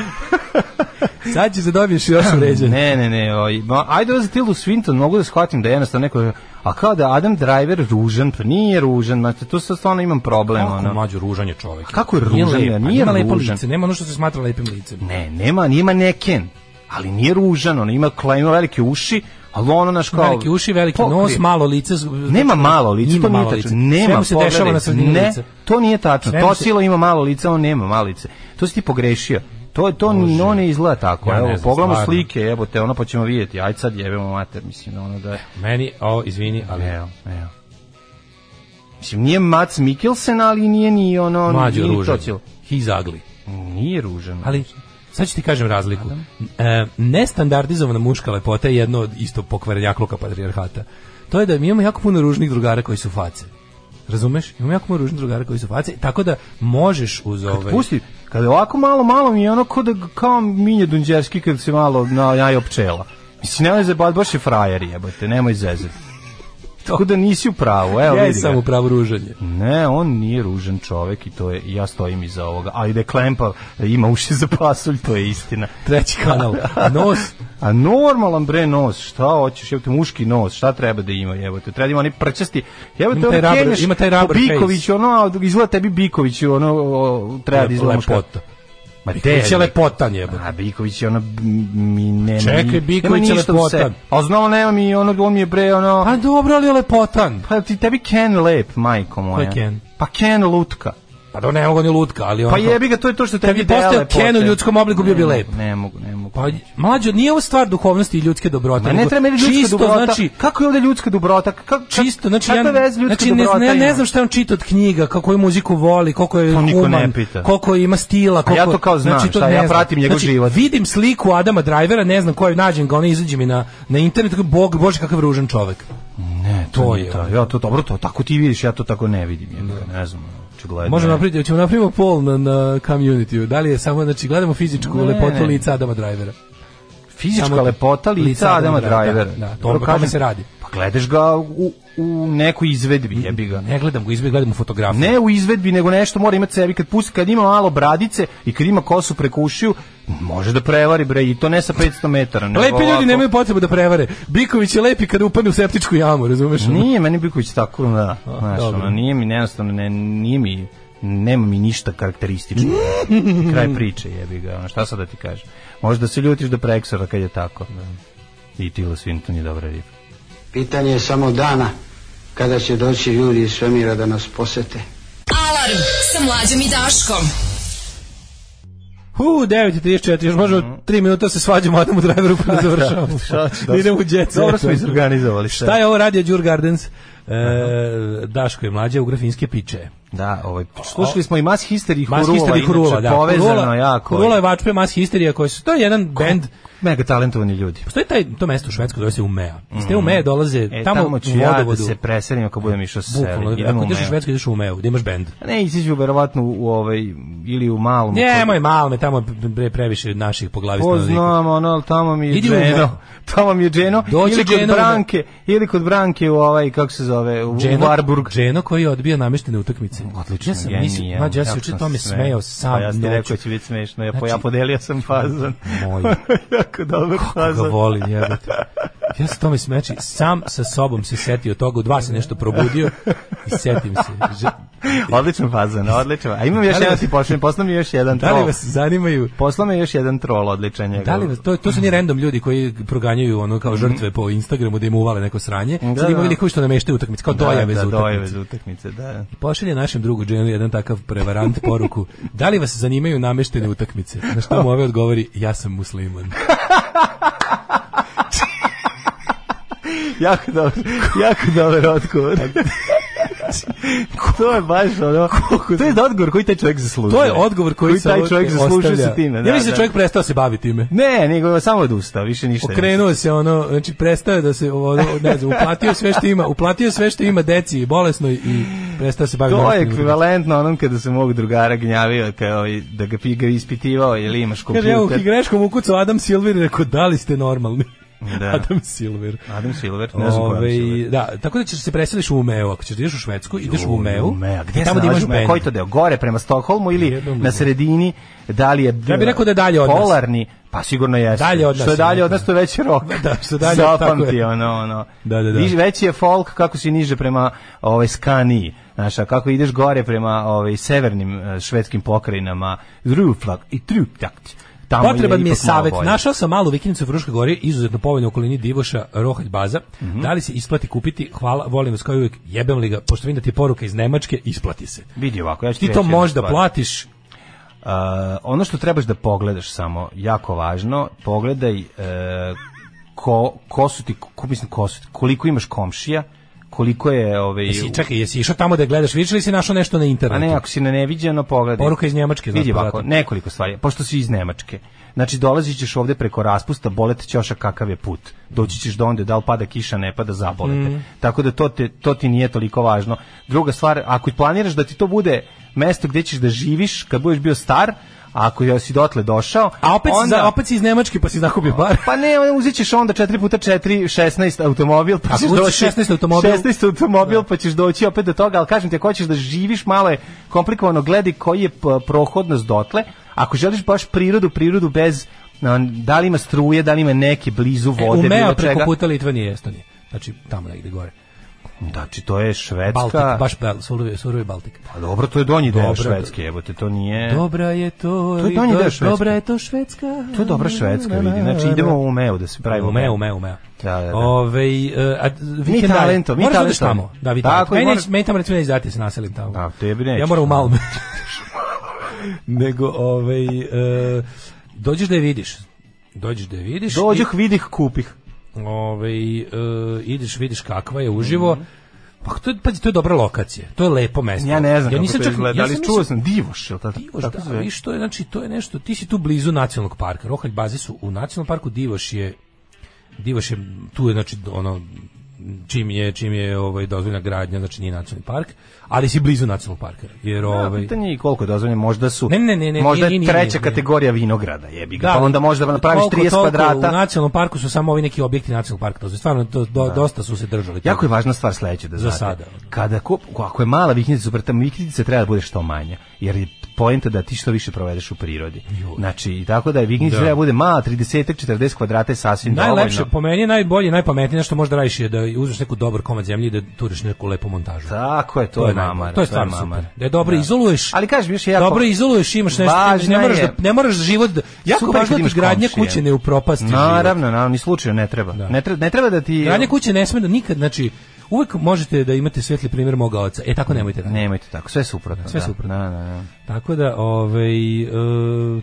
Speaker 7: Sad će se dobiješ još vređenje.
Speaker 6: Ne, ne, ne, oj, ma, ajde ovo za Tildu Swinton, mogu da shvatim da je jednostavno neko, a kao da Adam Driver ružan, pa nije ružan, znači, tu sad stvarno imam problem,
Speaker 7: Kako
Speaker 6: ono.
Speaker 7: mlađo ružan je čovek.
Speaker 6: Kako je
Speaker 7: Nije
Speaker 6: ružan,
Speaker 7: lep,
Speaker 6: ja,
Speaker 7: a
Speaker 6: nije
Speaker 7: nema lepo
Speaker 6: ružan.
Speaker 7: lice, nema ono što se smatra lepim licem.
Speaker 6: Ne, nema, nije maneken, ali nije ružan, ono, ima, kla- ima velike uši, ali ono, naš kao...
Speaker 7: veliki uši, veliki
Speaker 6: pokrije.
Speaker 7: nos, malo lice. z- znači,
Speaker 6: Nema malo lice,
Speaker 7: Ima
Speaker 6: to nije
Speaker 7: malo
Speaker 6: tačno.
Speaker 7: lice.
Speaker 6: Nema,
Speaker 7: Svemu se
Speaker 6: pogledaj,
Speaker 7: dešava na sredini
Speaker 6: ne,
Speaker 7: lica.
Speaker 6: to nije tačno.
Speaker 7: Svemu
Speaker 6: To
Speaker 7: se-
Speaker 6: silo ima malo lice, on nema malo lice. To si ti pogrešio. To je to ni no ne izgleda tako.
Speaker 7: Ja ne
Speaker 6: Evo,
Speaker 7: znam,
Speaker 6: pogledamo
Speaker 7: stvarno.
Speaker 6: slike, evo te, ono pa ćemo vidjeti. Aj sad jebemo mater, mislim, ono da je.
Speaker 7: Meni, o, izvini, ali...
Speaker 6: Evo, evo. Mislim, nije Mats Mikkelsen, ali nije ni ono...
Speaker 7: Mlađi
Speaker 6: nije ni
Speaker 7: ružan.
Speaker 6: to cijelo.
Speaker 7: He's ugly.
Speaker 6: Nije ružan.
Speaker 7: Ali, sad ću ti kažem razliku. E, nestandardizovana muška lepota je jedno od isto pokvarenjakluka patrijarhata. To je da mi imamo jako puno ružnih drugara koji su face. Razumeš? Imamo jako puno ružnih drugara koji su face, tako da možeš uz ove...
Speaker 6: Pusti, kada je ovako malo, malo mi je ono kao, da, kao Minja Dunđerski kad se malo na jajo pčela. Mislim, nemoj zebati, baš je frajer jebote, nemoj zezati. Tako da nisi u pravu, evo
Speaker 7: Ja
Speaker 6: vidi ga.
Speaker 7: sam upravo ružanje.
Speaker 6: Ne, on nije ružan čovek i to je, ja stojim iza ovoga. Ali da je klempa, da ima uši za pasulj, to je istina.
Speaker 7: Treći kanal. A Nos,
Speaker 6: A normalan bre nos, šta hoćeš, jebote, muški nos, šta treba da ima, jebote, treba da ima oni prčasti, jebote,
Speaker 7: Ima taj
Speaker 6: ono
Speaker 7: rubber-
Speaker 6: kenjaš
Speaker 7: ima taj
Speaker 6: po
Speaker 7: rubber face.
Speaker 6: Bikoviću, ono, a izgleda tebi Biković, ono, o, treba da izgleda muška.
Speaker 7: lepota.
Speaker 6: Ma
Speaker 7: Biković je
Speaker 6: te,
Speaker 7: lepotan jebote.
Speaker 6: A Biković je ono mi nema.
Speaker 7: Čekaj,
Speaker 6: ni-
Speaker 7: Biković
Speaker 6: nema
Speaker 7: je
Speaker 6: ništa u
Speaker 7: lepotan.
Speaker 6: sebi. A znao nema mi ono on mi je bre ono
Speaker 7: Pa dobro, ali je lepotan.
Speaker 6: pa ti tebi Ken lep, majko moja.
Speaker 7: Ko je Ken?
Speaker 6: Pa Ken lutka.
Speaker 7: Pa da ne mogu ni lutka, ali on.
Speaker 6: Pa jebi ga, to je to što
Speaker 7: Kad
Speaker 6: tebi
Speaker 7: bi
Speaker 6: dele
Speaker 7: postao
Speaker 6: lepote.
Speaker 7: Ken u ljudskom obliku, bio bi
Speaker 6: Ne,
Speaker 7: lep.
Speaker 6: Ne mogu, ne mogu.
Speaker 7: Pa mlađo, nije ovo stvar duhovnosti i ljudske dobrote.
Speaker 6: Ma ne
Speaker 7: nego
Speaker 6: treba meni ljudska
Speaker 7: čisto,
Speaker 6: dobrota.
Speaker 7: Znači,
Speaker 6: kako je ovde ljudska dobrota? Kako
Speaker 7: čisto, znači,
Speaker 6: ja,
Speaker 7: ja,
Speaker 6: vez ljudska
Speaker 7: znači ne,
Speaker 6: dobrota
Speaker 7: ne,
Speaker 6: ima?
Speaker 7: ne znam šta on čita od knjiga, kako je muziku voli, koliko je
Speaker 6: To niko ne
Speaker 7: human,
Speaker 6: pita.
Speaker 7: koliko ima stila, koliko...
Speaker 6: ja to kao znam,
Speaker 7: znači, to
Speaker 6: šta,
Speaker 7: ne
Speaker 6: ja
Speaker 7: znam.
Speaker 6: pratim njegov
Speaker 7: znači,
Speaker 6: život.
Speaker 7: vidim sliku Adama Drivera, ne znam koju nađem ga, ona izađe mi na, na internet, tako, bog, bože, kakav ružan čovek.
Speaker 6: Ne, to,
Speaker 7: To
Speaker 6: je.
Speaker 7: je. Da.
Speaker 6: ja to dobro, to tako ti vidiš, ja to tako ne vidim, jebi ga, ne znam. Očigledno.
Speaker 7: Možemo da
Speaker 6: je.
Speaker 7: napraviti, ćemo napravimo poll na, na community Da li je samo, znači, gledamo fizičku
Speaker 6: Ne,
Speaker 7: lepotu
Speaker 6: ne.
Speaker 7: lica Adama Drivera.
Speaker 6: Fizička
Speaker 7: Samo-
Speaker 6: lepota lica Adama Drivera.
Speaker 7: Da, da, to-
Speaker 6: Dobro
Speaker 7: o tome
Speaker 6: kažem,
Speaker 7: se radi.
Speaker 6: Pa gledaš ga u, u nekoj izvedbi, jebi ga.
Speaker 7: Ne gledam ga, izbjeg, gledam u fotografiju.
Speaker 6: Ne u izvedbi, nego nešto mora imati sebi. Kad, pusti, kad ima malo bradice i kad ima kosu preko ušiju, može da prevari, bre, i to ne sa 500 metara. nego
Speaker 7: Lepi
Speaker 6: ovako.
Speaker 7: ljudi nemaju potrebu da prevare. Biković je lepi kada upadne u septičku jamu, razumeš?
Speaker 6: Nije, meni Biković tako, da, znaš,
Speaker 7: dobro.
Speaker 6: ono, nije mi, jednostavno, ne, nije mi, nema mi ništa karakteristično. Kraj priče, jebi ga, ono, šta sad da ti kažem. Možda se ljutiš do preksora kad je tako.
Speaker 7: Da.
Speaker 6: I Tila Swinton je dobra riba.
Speaker 9: Pitanje je samo dana kada će doći ljudi iz svemira da nas posete.
Speaker 4: Alarm sa mlađom i Daškom.
Speaker 7: Hu, 9.34, još možemo
Speaker 6: Mhm.
Speaker 7: 3 minuta da se svađamo Adamu Driveru pa da završavamo.
Speaker 6: šta će, dobro.
Speaker 7: Idemo u djecu.
Speaker 6: Dobro smo izorganizovali sve.
Speaker 7: Šta je ovo radio Đur Gardens? E, Daško je mlađa u grafinske piče.
Speaker 6: Da, ovaj, slušali smo i Mass Hysteria i
Speaker 7: Mas
Speaker 6: Hurula,
Speaker 7: Histerija i Hurula, da.
Speaker 6: povezano
Speaker 7: Hurula-
Speaker 6: jako.
Speaker 7: Hurula je vačpe Mas Histerija koji su, to je jedan bend,
Speaker 6: Mega talentovani ljudi.
Speaker 7: postoji taj, to mesto u Švedskoj zove se Umea. Iz te Umea dolaze
Speaker 6: E,
Speaker 7: tamo,
Speaker 6: tamo,
Speaker 7: u
Speaker 6: ću ja da
Speaker 7: vodovodu.
Speaker 6: se preselim ako budem išao sa
Speaker 7: Bukvalno,
Speaker 6: seli.
Speaker 7: ako
Speaker 6: Idemo u
Speaker 7: ideš u
Speaker 6: Meo.
Speaker 7: Švedsku, ideš u Umeu, gde imaš bend.
Speaker 6: Ne, iziđu verovatno u ovaj, ili u malom.
Speaker 7: Ne, moj malo me tamo pre, previše naših po glavi
Speaker 6: Ko
Speaker 7: stanovnika.
Speaker 6: znam, ono, ali tamo mi je
Speaker 7: Idi u
Speaker 6: dženo.
Speaker 7: Meo.
Speaker 6: Tamo mi je dženo.
Speaker 7: Doći
Speaker 6: ili kod
Speaker 7: dženo u Meo.
Speaker 6: Branke, ili kod Branke u ovaj, kako se zove, u, u Warburg.
Speaker 7: Dženo koji je odbija nameštene utakmice.
Speaker 6: Odlično,
Speaker 7: ja sam,
Speaker 6: genijalno.
Speaker 7: mislim, mlađe, ja sam
Speaker 6: Jako
Speaker 7: juče
Speaker 6: sam
Speaker 7: tome
Speaker 6: se
Speaker 7: smejao sam.
Speaker 6: Pa ja sam ti
Speaker 7: noću.
Speaker 6: rekao da će biti smešno, ja, po,
Speaker 7: Znači,
Speaker 6: ja podelio sam fazan.
Speaker 7: Moj.
Speaker 6: jako dobar
Speaker 7: Kako ga
Speaker 6: fazan.
Speaker 7: volim, jebote. Ja sam tome smejao, znači, sam sa sobom se setio toga, u dva se nešto probudio i setim se. Že-
Speaker 6: Odličan fazan, odličan. A imam još
Speaker 7: Da li
Speaker 6: jedan
Speaker 7: vas-
Speaker 6: ti pošaljem, poslao mi još jedan
Speaker 7: Da li
Speaker 6: troll.
Speaker 7: vas zanimaju
Speaker 6: Poslao mi još jedan troll odličan njegov.
Speaker 7: Da li vas, to, to su ni random ljudi koji proganjaju ono kao žrtve po Instagramu da im uvale neko sranje. Da, Sad ima
Speaker 6: da.
Speaker 7: veliko koji što nameštaju utakmice, kao
Speaker 6: Da,
Speaker 7: dojave
Speaker 6: da,
Speaker 7: za
Speaker 6: dojave
Speaker 7: utakmice.
Speaker 6: za utakmice, da.
Speaker 7: Pošalje našem drugu dženu jedan takav prevarant poruku. Da li vas zanimaju nameštene utakmice? Na što mu ove odgovori, ja sam musliman.
Speaker 6: Jako dobar, jako dobar odgovor. to je baš ono, to je odgovor koji taj čovjek zaslužuje.
Speaker 7: To je odgovor koji, se
Speaker 6: taj
Speaker 7: ovdje
Speaker 6: čovjek zaslužuje
Speaker 7: ostavlja.
Speaker 6: sa time.
Speaker 7: ja mislim da čovjek prestao se baviti time.
Speaker 6: Ne, nego samo odustao, više ništa. ne misli.
Speaker 7: Okrenuo se ono, znači prestao je da se ovo, ne znam, uplatio sve što ima, uplatio sve što ima deci i bolesnoj i prestao se baviti.
Speaker 6: To je
Speaker 7: naučnim ljudima.
Speaker 6: ekvivalentno onom kada se mog drugara gnjavio kao i da ga pi- ga ispitivao ili imaš
Speaker 7: Kaže, evo,
Speaker 6: kompjuter.
Speaker 7: greškom ukucao Adam Silver i rekao, da li ste normalni?
Speaker 6: Da.
Speaker 7: Adam Silver.
Speaker 6: Adam Silver, ne znam ko je Adam
Speaker 7: Ovaj,
Speaker 6: Silver.
Speaker 7: Da, tako da ćeš se preseliš u Umeo, ako ćeš da ideš u Švedsku, ideš u Umeo.
Speaker 6: Umea,
Speaker 7: i tamo
Speaker 6: gde se
Speaker 7: da imaš
Speaker 6: nalazi Umea?
Speaker 7: bend.
Speaker 6: Koji to deo? Gore prema Stokholmu ili
Speaker 7: Jednom
Speaker 6: na
Speaker 7: ili-
Speaker 6: sredini? Da li je
Speaker 7: Ja bih rekao da je dalje od nas.
Speaker 6: Polarni, pa sigurno jeste.
Speaker 7: Dalje od nas
Speaker 6: Što je
Speaker 7: je,
Speaker 6: dalje od
Speaker 7: da.
Speaker 6: nas, to je veći rok.
Speaker 7: Da, što dalje, tako
Speaker 6: Zapamti,
Speaker 7: je.
Speaker 6: ono, ono.
Speaker 7: Da, da, da.
Speaker 6: Niži- veći je folk kako si niže prema ovaj, Skaniji. Znaš, a kako ideš gore prema ovaj, severnim eh, švedskim pokrajinama, Ruflag i Truptakt. Tamo
Speaker 7: Potreban
Speaker 6: je
Speaker 7: mi je
Speaker 6: ipak malo
Speaker 7: savjet.
Speaker 6: bolje.
Speaker 7: Našao sam malu vikendicu u Fruškoj gori, izuzetno povoljno u okolini Divoša, Rohalj baza.
Speaker 6: Mhm.
Speaker 7: Da li se isplati kupiti? Hvala, volim vas kao i uvijek, jebem li ga, pošto vidim da ti je poruka iz Nemačke, isplati se.
Speaker 6: Vidi ovako, ja ću
Speaker 7: Ti
Speaker 6: reći
Speaker 7: to
Speaker 6: jednu
Speaker 7: možda
Speaker 6: stvar.
Speaker 7: platiš,
Speaker 6: Uh, ono što trebaš da pogledaš samo, jako važno, pogledaj uh, ko, ko su ti, ko, mislim, ko su ti, koliko imaš komšija, koliko je... Ovaj,
Speaker 7: jesi, čekaj, jesi išao tamo da gledaš, vidiš li si našao nešto na
Speaker 6: a
Speaker 7: internetu?
Speaker 6: ne, ako si na neviđeno, pogledaj.
Speaker 7: Poruka iz Njemačke, znači,
Speaker 6: Vidi ovako,
Speaker 7: podatak.
Speaker 6: nekoliko stvari, pošto si iz Nemačke. Znači, dolazit ćeš ovde preko raspusta, bolet ćoša kakav je put. Doći ćeš do onda, da li pada kiša, ne pada, zabolete.
Speaker 7: Mm.
Speaker 6: Tako da to, te, to ti nije toliko važno. Druga stvar, ako planiraš da ti to bude mesto gde ćeš da živiš kad budeš bio star, a ako si dotle došao,
Speaker 7: A opet, si,
Speaker 6: onda,
Speaker 7: za- opet si iz Nemačke, pa si zakupio bar.
Speaker 6: pa ne, on uzet ćeš onda 4 puta 4, 16 automobil, pa
Speaker 7: Ako
Speaker 6: ćeš
Speaker 7: uzmeš
Speaker 6: doći
Speaker 7: 16 automobil- da.
Speaker 6: 16 automobil, pa ćeš doći opet do toga, ali kažem ti, ako hoćeš da živiš malo je komplikovano, gledaj koji je p- prohodnost dotle. Ako želiš baš prirodu, prirodu bez na, da li ima struje, da li ima neke blizu vode,
Speaker 7: E, Umeo
Speaker 6: bilo
Speaker 7: preko
Speaker 6: čega.
Speaker 7: puta Litvanije i Estonije. Znači, tamo negdje gore.
Speaker 6: Znači, to je Švedska.
Speaker 7: Baltik, baš Bal- surovi, surovi Baltik.
Speaker 6: Pa dobro, to je donji deo
Speaker 7: Dobro.
Speaker 6: Švedske, jebote, to nije...
Speaker 7: Dobra je to,
Speaker 6: E. To je donji
Speaker 7: do-
Speaker 6: deo Švedske.
Speaker 7: dobra je to Švedska.
Speaker 6: To je dobra Švedska, vidi. Znači, idemo u Umeo da se pravimo.
Speaker 7: Ume, ume, ume.
Speaker 6: Da, da, da.
Speaker 7: Ovej, e, a, vikend-
Speaker 6: talentom, mi
Speaker 7: Moraš da odeš
Speaker 6: talentom.
Speaker 7: tamo. Da, vi
Speaker 6: Tako
Speaker 7: talentom.
Speaker 6: je,
Speaker 7: Meni,
Speaker 6: moraš-
Speaker 7: meni tamo recimo ne izdati se naselim tamo.
Speaker 6: A, tebi neće.
Speaker 7: Ja moram u Malme. Nego, ovej, e, dođeš da je vidiš. Dođeš da je vidiš.
Speaker 6: Dođoh, vidih, kupih.
Speaker 7: i, Ovej, e, ideš, vidiš kakva je uživo. Pa to, je- pazi, to je dobra lokacija. To je lepo mesto.
Speaker 6: Mhm. Ja ne znam kako
Speaker 7: nisam
Speaker 6: to
Speaker 7: čak-
Speaker 6: izgleda, Da
Speaker 7: ja
Speaker 6: ali
Speaker 7: sam
Speaker 6: čuo
Speaker 7: mislio-
Speaker 6: sam Divoš, je li tako?
Speaker 7: Divoš,
Speaker 6: tako
Speaker 7: da,
Speaker 6: zove?
Speaker 7: ali što je, znači, to je nešto, ti si tu blizu nacionalnog parka, Rohalj baze su u nacionalnom parku, Divoš je, Divoš je, tu je, znači, ono, čim je, čim je ovaj, dozvoljena gradnja, znači nije nacionalni park, ali si blizu nacionalnog parka, jer
Speaker 6: Da,
Speaker 7: ovaj...
Speaker 6: pitanje je i koliko je dozvoljeno, možda su
Speaker 7: Ne, ne, ne, ne,
Speaker 6: možda
Speaker 7: nije,
Speaker 6: je
Speaker 7: nije,
Speaker 6: treća
Speaker 7: nije, nije.
Speaker 6: kategorija vinograda, jebi ga.
Speaker 7: Da,
Speaker 6: pa onda možda napraviš
Speaker 7: koliko
Speaker 6: 30
Speaker 7: toliko,
Speaker 6: kvadrata.
Speaker 7: U nacionalnom parku su samo ovi neki objekti nacionalnog parka, to stvarno do, do, dosta su se držali. toga.
Speaker 6: Da. Jako je važna stvar sledeća da
Speaker 7: Za
Speaker 6: znate.
Speaker 7: sada.
Speaker 6: Kada ko, ako je mala vikendica, super, tamo vikendica treba da bude što manja, jer je poenta da ti što više provedeš u prirodi. Znači, i tako da je vikendica treba da bude mala, 30 40 kvadrata je sasvim
Speaker 7: Najlepše,
Speaker 6: dovoljno.
Speaker 7: po meni je najbolje, najpametnije što možda radiš je da uzmeš neku dobar komad zemlje i da turiš neku lepu
Speaker 6: Da,
Speaker 7: montažu.
Speaker 6: Tako je, to, je mamar.
Speaker 7: najbolje. To je stvarno
Speaker 6: mamar.
Speaker 7: super. Da je dobro izoluješ.
Speaker 6: Ali kažem, još je jako-
Speaker 7: Dobro izoluješ, imaš nešto.
Speaker 6: Važna
Speaker 7: ne moraš
Speaker 6: je-
Speaker 7: da ne moraš život da- jako
Speaker 6: Super je
Speaker 7: važno
Speaker 6: kad
Speaker 7: da
Speaker 6: imaš
Speaker 7: ti gradnja
Speaker 6: komšije.
Speaker 7: kuće ne upropasti život.
Speaker 6: Naravno, naravno, ni slučajno ne treba. Ne, treba ne treba da ti...
Speaker 7: Gradnja kuće ne sme da nikad, znači uvek možete da imate svetli primjer moga oca. E tako nemojte raditi.
Speaker 6: Nemojte tako, sve suprotno.
Speaker 7: Sve
Speaker 6: da.
Speaker 7: suprotno.
Speaker 6: Da, da, da.
Speaker 7: Tako da, ovaj e,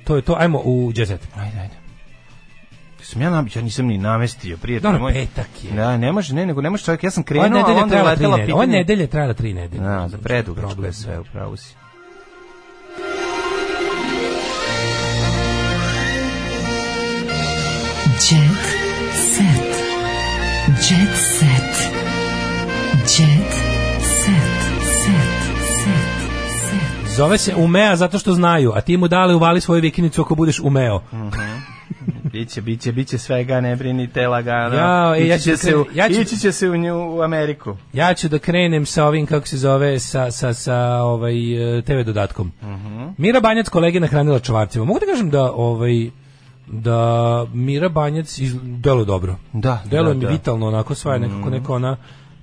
Speaker 7: to je to. Ajmo u džezet.
Speaker 6: Ajde, ajde. Sam ja, nam, ja nisam ni namestio, prijatelj
Speaker 7: Dobro,
Speaker 6: moj.
Speaker 7: petak je.
Speaker 6: Da, ne može, ne, nego ne može čovjek, ja sam
Speaker 7: Ova
Speaker 6: krenuo, a
Speaker 7: nedelja
Speaker 6: onda je
Speaker 7: trajala tri
Speaker 6: letela
Speaker 7: nedelje.
Speaker 6: pitanje.
Speaker 7: Ova nedelja je trajala tri nedelje.
Speaker 6: Da, za predugačko
Speaker 7: Problem.
Speaker 6: je sve, upravo si.
Speaker 4: Jet set. Jet set. Jet set. Set. Set. Set.
Speaker 7: Zove se Umea zato što znaju, a ti mu dale uvali svoju vikinicu ako budeš Umeo.
Speaker 6: Biće, biće, biće svega, ne brinite lagano.
Speaker 7: Jao, e,
Speaker 6: ići,
Speaker 7: ja ću
Speaker 6: će
Speaker 7: da
Speaker 6: se u,
Speaker 7: krenem- ja ću-
Speaker 6: ići će se u, nju, u Ameriku.
Speaker 7: Ja ću da krenem sa ovim, kako se zove, sa, sa, sa ovaj, e, TV dodatkom.
Speaker 6: Mhm.
Speaker 7: Mira Banjac kolege nahranila čvarcima. Mogu da kažem da ovaj da Mira Banjac iz, deluje dobro.
Speaker 6: Da,
Speaker 7: Deluje
Speaker 6: da,
Speaker 7: mi
Speaker 6: da. Mhm.
Speaker 7: vitalno, onako sva je nekako neka ona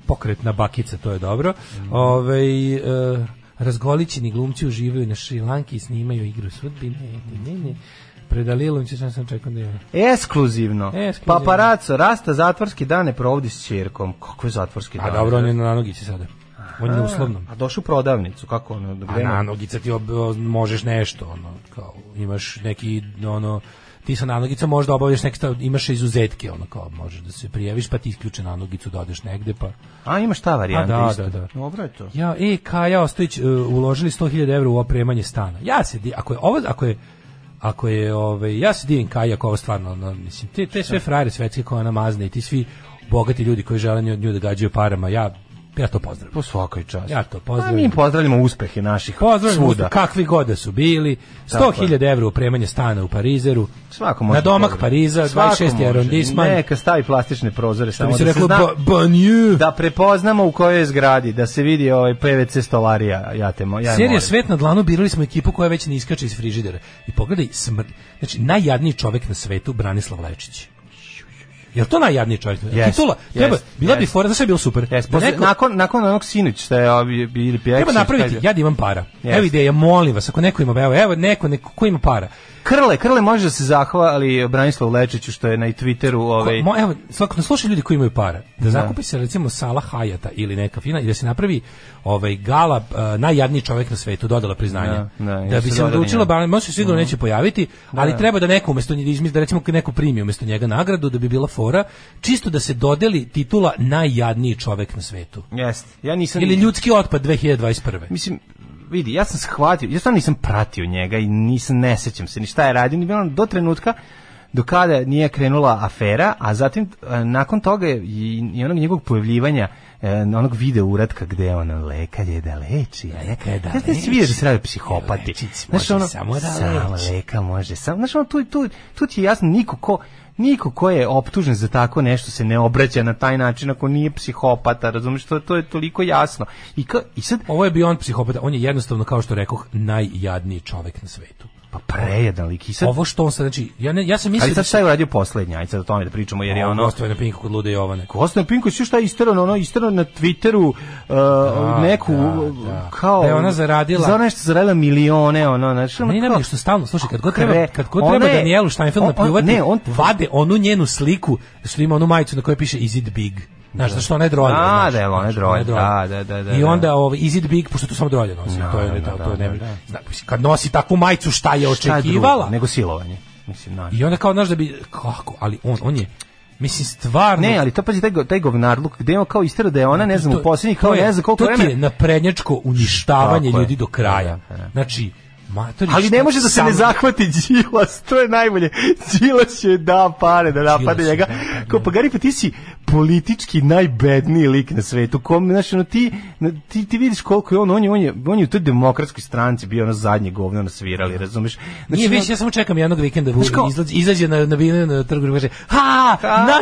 Speaker 7: pokretna bakica, to je dobro. Ovaj, e, razgolićeni glumci uživaju na Šrilanki i snimaju igru sudbine. Ne, ne, ne. Predalilom će sam sam čekao da je.
Speaker 6: Ekskluzivno.
Speaker 7: Ekskluzivno.
Speaker 6: Paparaco, rasta zatvorski dane provodi s čerkom. Kako je zatvorski
Speaker 7: A
Speaker 6: dan?
Speaker 7: Pa dobro, on je na nogici sada. On je na uslovnom.
Speaker 6: A došao u prodavnicu, kako ono? da
Speaker 7: A
Speaker 6: gde mu-
Speaker 7: na nogica ti ob, možeš nešto, ono, kao, imaš neki, ono, ti sa nanogicom možda obavljaš neke stav, imaš izuzetke, ono kao možeš da se prijaviš, pa ti isključe nanogicu da odeš negde, pa...
Speaker 6: A imaš ta varijanta
Speaker 7: A, da,
Speaker 6: isto.
Speaker 7: da, da.
Speaker 6: Dobro je to.
Speaker 7: Ja, e, Kaja Ostojić, e, uložili 100.000 evra u opremanje stana. Ja se, di- ako je ovo, ako je, ako je, ovaj, ja se divim Kaja, ako ovo stvarno, ono, mislim, te, te sve frajere svetske koje ona mazne i ti svi bogati ljudi koji žele nju, nju da gađaju parama, ja, ja to pozdravim.
Speaker 6: Po svakoj časti.
Speaker 7: Ja to
Speaker 6: A mi
Speaker 7: pozdravim.
Speaker 6: im pozdravljamo uspehe naših
Speaker 7: Pozdravljam
Speaker 6: svuda.
Speaker 7: svuda. kakvi god da su bili.
Speaker 6: Tako
Speaker 7: 100.000 evra upremanje stana u Parizeru.
Speaker 6: Svako može.
Speaker 7: Na domak
Speaker 6: pozdraviti.
Speaker 7: Pariza,
Speaker 6: Svako
Speaker 7: 26.
Speaker 6: može.
Speaker 7: arondisman.
Speaker 6: Neka stavi plastične prozore
Speaker 7: Što
Speaker 6: samo
Speaker 7: bi
Speaker 6: da
Speaker 7: se
Speaker 6: se
Speaker 7: reklo,
Speaker 6: zna
Speaker 7: ba, banju.
Speaker 6: da prepoznamo u kojoj je zgradi, da se vidi ovaj PVC stolarija, ja te mo, ja je
Speaker 7: Serija
Speaker 6: molim.
Speaker 7: Svet na dlanu birali smo ekipu koja već ne iskače iz frižidera. I pogledaj, smr... znači, najjadniji čovek na svetu, Branislav Lečić. Je to najjadniji čovjek?
Speaker 6: Jest,
Speaker 7: Titula, treba,
Speaker 6: jest,
Speaker 7: bila bi
Speaker 6: jest.
Speaker 7: fora, znaš šta je bilo super?
Speaker 6: Jes,
Speaker 7: da
Speaker 6: posle,
Speaker 7: neko,
Speaker 6: nakon, nakon onog sinoć što je ovi, bili pjeksi.
Speaker 7: treba napraviti, ja da imam para. Evo ideja, molim vas, ako neko ima, evo, evo neko, neko ko ima para.
Speaker 6: Krle, Krle može da se zahvali Branislavu Lečiću što je na i Twitteru
Speaker 7: Ko,
Speaker 6: ovaj,
Speaker 7: mo, evo, svako ne slušaj ljudi koji imaju para. Da zakupi se recimo sala Hayata ili neka fina i da se napravi ovaj gala uh, najjadniji čovjek na svetu dodala priznanja.
Speaker 6: Da, da,
Speaker 7: Da,
Speaker 6: ja
Speaker 7: bi
Speaker 6: se
Speaker 7: se
Speaker 6: dodala
Speaker 7: odlučila,
Speaker 6: njemu. Mhm.
Speaker 7: ba, možda se sigurno neće pojaviti, ali treba da neko umesto njega izmisli da recimo neko primi umesto njega nagradu da bi bila fora, čisto da se dodeli titula najjadniji čovjek na svetu.
Speaker 6: Jeste. Ja nisam
Speaker 7: Ili ljudski otpad 2021.
Speaker 6: mislim vidi, ja sam shvatio, ja stvarno nisam pratio njega i nisam ne sećam se ni šta je radio, ni bilo do trenutka do kada nije krenula afera, a zatim e, nakon toga je i, i onog njegovog pojavljivanja e, onog video uratka gde je on lekar je da leči, a
Speaker 7: Lekar je da
Speaker 6: Znaš, ti si
Speaker 7: leči.
Speaker 6: vidio da se radi psihopati.
Speaker 7: Lečit
Speaker 6: Znaš,
Speaker 7: može
Speaker 6: ono,
Speaker 7: samo da
Speaker 6: samo
Speaker 7: leči.
Speaker 6: leka može. Samo, znaš, ono, tu, tu, tu ti je jasno niko ko, niko ko je optužen za tako nešto se ne obraća na taj način ako nije psihopata, razumiješ, to, to je toliko jasno. I, ka, i sad,
Speaker 7: Ovo je bio on psihopata, on je jednostavno kao što rekoh najjadniji čovjek na svetu.
Speaker 6: Pa prejedan lik. I sad,
Speaker 7: Ovo što on sad, znači, ja, ne, ja sam mislio
Speaker 6: ali sad šta je uradio poslednja? Ajde sad o tome da pričamo, jer je
Speaker 7: Ovo
Speaker 6: ono...
Speaker 7: gostuje na Pinku kod Lude Jovane.
Speaker 6: Kostan Pinković je šta je isterano, ono isterano na Twitteru uh, neku uh,
Speaker 7: da, da.
Speaker 6: kao
Speaker 7: Da je ona zaradila-
Speaker 6: za nešto zaradila milione ono znači ono
Speaker 7: Meni
Speaker 6: kao-
Speaker 7: najbolje što stalno, slušaj, kad god
Speaker 6: Kre-
Speaker 7: treba, kad god
Speaker 6: ona
Speaker 7: treba
Speaker 6: je-
Speaker 7: Danielu Steinfeld
Speaker 6: on- on-
Speaker 7: napljuvati,
Speaker 6: ne, on-
Speaker 7: vade onu njenu sliku, što ima onu majicu na kojoj piše Is it big? Znaš, zašto ona je drolja.
Speaker 6: Da,
Speaker 7: znaš,
Speaker 6: da je, ona je
Speaker 7: znaš,
Speaker 6: drolja, da, da, da, da,
Speaker 7: I
Speaker 6: da.
Speaker 7: onda, ovaj, is it big, pošto to samo drolja nosi, to je,
Speaker 6: da,
Speaker 7: to, to je
Speaker 6: da,
Speaker 7: ne,
Speaker 6: da, da.
Speaker 7: Zna, mislim, kad nosi takvu majicu, šta je
Speaker 6: šta je drugo
Speaker 7: očekivala?
Speaker 6: nego silovanje mislim na
Speaker 7: I onda kao, znaš, da bi, kako, ali on, on je, mislim, stvarno,
Speaker 6: ne ali to pazi taj go- taj govnarluk gde je on kao istero da je ona ne znam u poslednjih kao
Speaker 7: to je-
Speaker 6: ne znam koliko
Speaker 7: to ti je
Speaker 6: vremena
Speaker 7: naprednjačko uništavanje
Speaker 6: Tako je.
Speaker 7: ljudi do kraja.
Speaker 6: Da, da.
Speaker 7: Znači, matori,
Speaker 6: ali ne može da se ne zahvati Đilas, to je najbolje. Đilas je da pare, da napade
Speaker 7: Đilas je
Speaker 6: njega.
Speaker 7: da, da.
Speaker 6: Kao pa Gari, pa ti si politički najbedniji lik na svetu. Kom, znaš, ono, ti, na- ti, ti vidiš koliko je on, on je, on je, on je u toj demokratskoj stranci bio ono zadnje govno nasvirali, razumeš? Znači,
Speaker 7: Nije
Speaker 6: ono-
Speaker 7: više, ja samo čekam jednog vikenda da
Speaker 6: Znaš kao-
Speaker 7: izlazi, izađe na, na, na, na trgu i kaže ha,
Speaker 6: Ha,
Speaker 7: naseli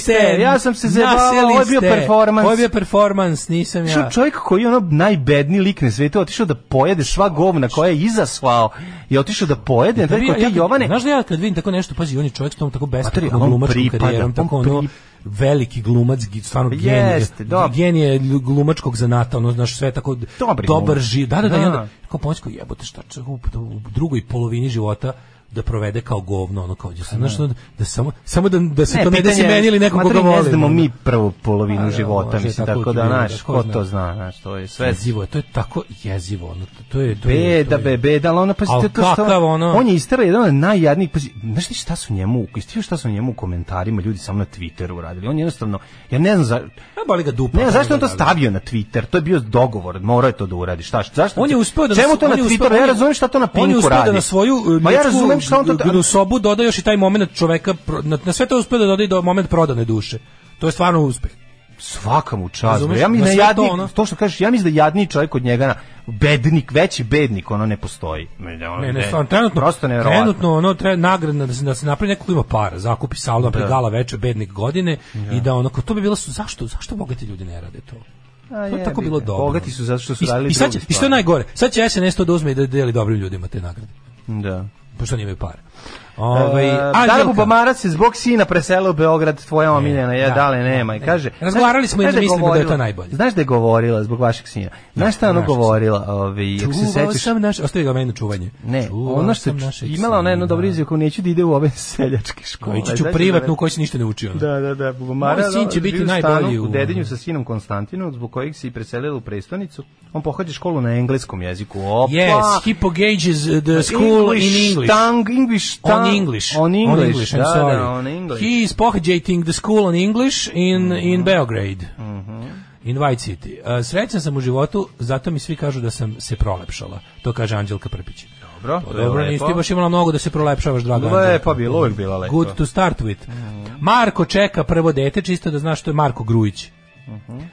Speaker 7: ste,
Speaker 6: ste, ja sam se zajebavao,
Speaker 7: naseli
Speaker 6: ovo je bio
Speaker 7: ste,
Speaker 6: performans."
Speaker 7: Ovo je bio performans, nisam
Speaker 6: Što
Speaker 7: ja.
Speaker 6: čovjek koji je ono najbedniji lik na svetu otišao da pojede sva govna koja je izaslao i otišao da pojede, da,
Speaker 7: Tebi-
Speaker 6: da,
Speaker 7: ja,
Speaker 6: ti Jovane,
Speaker 7: Znaš da ja kad vidim tako nešto, pazi, on je čovjek s tom tako
Speaker 6: Matori,
Speaker 7: besprekom
Speaker 6: ali on
Speaker 7: glumačkom
Speaker 6: pripada,
Speaker 7: karijerom,
Speaker 6: on
Speaker 7: tako ono
Speaker 6: pri-
Speaker 7: veliki glumac, gi- stvarno
Speaker 6: Pa
Speaker 7: genije.
Speaker 6: jeste, dobro.
Speaker 7: Genije glumačkog zanata, ono, znaš, sve tako
Speaker 6: Dobri
Speaker 7: dobar
Speaker 6: glumac.
Speaker 7: živ. Da, da, da, i
Speaker 6: Da.
Speaker 7: onda, kao pomoć kao jebote šta će u, u drugoj polovini života da provede kao govno, ono kao, znaš, da, da samo, samo da, da se to ne desi
Speaker 6: pitanje je,
Speaker 7: meni ili nekom
Speaker 6: mater,
Speaker 7: koga da,
Speaker 6: Ne
Speaker 7: volim.
Speaker 6: znamo
Speaker 7: ono.
Speaker 6: mi prvu polovinu
Speaker 7: A, da,
Speaker 6: života,
Speaker 7: može,
Speaker 6: mislim,
Speaker 7: tako
Speaker 6: tako,
Speaker 7: ti
Speaker 6: da,
Speaker 7: bilo,
Speaker 6: znaš,
Speaker 7: da, ko
Speaker 6: ko
Speaker 7: zna.
Speaker 6: to zna, znaš, to je sve...
Speaker 7: Jezivo je, to je tako jezivo, ono, to je... To je, to
Speaker 6: Beda,
Speaker 7: je,
Speaker 6: be, beda, ali ono, pa
Speaker 7: Al
Speaker 6: to, to
Speaker 7: kakav ono-
Speaker 6: On je istara jedan od najjadnijih, pa znaš ti šta su njemu, jesi ti vidio šta su njemu u komentarima ljudi samo na Twitteru uradili, on jednostavno, ja ne znam za...
Speaker 7: A boli ga dupa. da,
Speaker 6: Ne, znam zašto je on to
Speaker 7: boli.
Speaker 6: stavio na Twitter? To je bio dogovor, morao je to da uradi. Šta, zašto?
Speaker 7: On je uspeo da
Speaker 6: Čemu to
Speaker 7: on
Speaker 6: na
Speaker 7: je uspeo-
Speaker 6: Twitteru?
Speaker 7: on
Speaker 6: Ja
Speaker 7: je-
Speaker 6: razumem šta to na Pinku
Speaker 7: On
Speaker 6: radi.
Speaker 7: je uspeo da na svoju e,
Speaker 6: Ma ja
Speaker 7: ljudsku
Speaker 6: razumem šta on to...
Speaker 7: gnusobu da doda još i taj moment čoveka pro- na, na sve to je uspeo da doda i do moment prodane duše. To je stvarno uspeh.
Speaker 6: Svaka mu čast.
Speaker 7: Razumeš?
Speaker 6: bre. Ja
Speaker 7: Na
Speaker 6: mislim da
Speaker 7: sve to,
Speaker 6: jadni,
Speaker 7: ono.
Speaker 6: to, što kažeš, ja mislim da jadni čovjek od njega, na- bednik, veći bednik, ono ne postoji. Ne, ne, ono
Speaker 7: Ne, ne,
Speaker 6: Pa ne,
Speaker 7: stvarno, trenutno,
Speaker 6: prosto nevjerovatno.
Speaker 7: trenutno ono tre, nagradna da se, da se napravi neko ko ima para, zakupi salu, napravi
Speaker 6: Da.
Speaker 7: gala večer, bednik godine i da ono, kao to bi bilo, su- zašto, zašto bogati ljudi ne rade to?
Speaker 6: A
Speaker 7: To je
Speaker 6: Pa jebi
Speaker 7: tako bilo
Speaker 6: ga.
Speaker 7: dobro.
Speaker 6: Bogati su zato što su
Speaker 7: I-
Speaker 6: radili
Speaker 7: I, sad će,
Speaker 6: druge
Speaker 7: I što je
Speaker 6: stvari.
Speaker 7: najgore, sad će SNS to da uzme i da deli dobrim ljudima te nagrade,
Speaker 6: Da.
Speaker 7: pošto oni imaju para.
Speaker 6: Ovaj,
Speaker 7: Ovaj,
Speaker 6: Dara
Speaker 7: Anđelka.
Speaker 6: Bubamarac se zbog sina preselio u Beograd, tvoja omiljena, je,
Speaker 7: da,
Speaker 6: da, dale, nema. I kaže,
Speaker 7: Razgovarali smo i
Speaker 6: znaš
Speaker 7: da
Speaker 6: je
Speaker 7: mislimo da je
Speaker 6: govorila-
Speaker 7: to najbolje.
Speaker 6: Znaš da je govorila zbog vašeg sina? Znaš šta je ona
Speaker 7: znaš šta sam-
Speaker 6: govorila? Ovaj, ako se
Speaker 7: Čuvao
Speaker 6: sećaš,
Speaker 7: sam naš, ostavi ga meni na čuvanje.
Speaker 6: Ne,
Speaker 7: Čuvao
Speaker 6: ono što
Speaker 7: sam
Speaker 6: ću-
Speaker 7: našeg
Speaker 6: imala ona jednu
Speaker 7: sina.
Speaker 6: dobru izjavu koju neću da ide u ove seljačke škole.
Speaker 7: Koji ću
Speaker 6: Znaš da
Speaker 7: privatnu u
Speaker 6: je-
Speaker 7: kojoj se ništa ne uči. ono.
Speaker 6: Da, da, da. Bubamara,
Speaker 7: Moj sin će
Speaker 6: da,
Speaker 7: biti
Speaker 6: živi u
Speaker 7: najbolji
Speaker 6: stanu
Speaker 7: u-
Speaker 6: u Dedinju sa sinom Konstantinom, zbog kojeg se i preselila u prestonicu. On pohađa školu na engleskom jeziku. Opa!
Speaker 7: Yes, Hippo gauges the uh, school in English.
Speaker 6: Tang, English
Speaker 7: On
Speaker 6: tongue
Speaker 7: on English.
Speaker 6: On English,
Speaker 7: I'm
Speaker 6: da, da,
Speaker 7: sorry.
Speaker 6: on English. Mhm.
Speaker 7: He is pohđating the school on English in, in Belgrade. In White City. Uh, srećan sam u životu, zato mi svi kažu da sam se prolepšala. To kaže Anđelka Prpić.
Speaker 6: Dobro,
Speaker 7: Pa
Speaker 6: to je
Speaker 7: Dobro,
Speaker 6: lepo.
Speaker 7: nisi ti baš imala mnogo da se prolepšavaš, draga.
Speaker 6: Lepo pa
Speaker 7: Anđelka.
Speaker 6: bilo, uvijek bila lepo.
Speaker 7: Good to start with. Marko čeka prvo dete, čisto da znaš što je Marko Grujić.